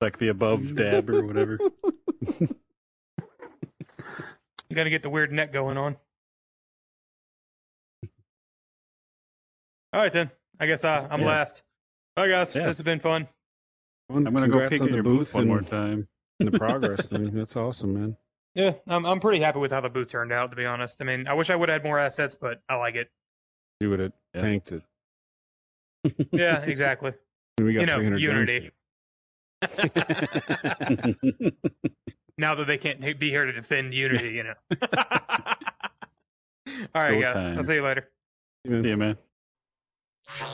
Speaker 1: Like the above dab or whatever.
Speaker 2: You Uh, gotta get the weird neck going on. All right then. I guess I, I'm
Speaker 1: Yeah.
Speaker 2: last. All right, guys.
Speaker 1: Yeah.
Speaker 2: This has been fun.
Speaker 4: One-
Speaker 1: I'm gonna go
Speaker 4: congrats
Speaker 1: peek
Speaker 4: on
Speaker 1: at
Speaker 4: the
Speaker 1: your
Speaker 4: booth
Speaker 1: booth one
Speaker 4: and-
Speaker 1: more time.
Speaker 4: and the progress thing. That's awesome, man.
Speaker 2: Yeah, I'm I'm pretty happy with how the booth turned out. To be honest, I mean, I wish I would have had more assets, but I like it.
Speaker 4: You would have
Speaker 1: Yeah.
Speaker 4: tanked it.
Speaker 2: Yeah, exactly.
Speaker 4: We got
Speaker 2: you know,
Speaker 4: 300
Speaker 2: Unity.
Speaker 1: Thank
Speaker 2: now that they can't be here to defend Unity, you know. All right, guys.
Speaker 1: Showtime.
Speaker 2: I'll see you later.
Speaker 4: guns.
Speaker 1: you, man.
Speaker 9: Thank you.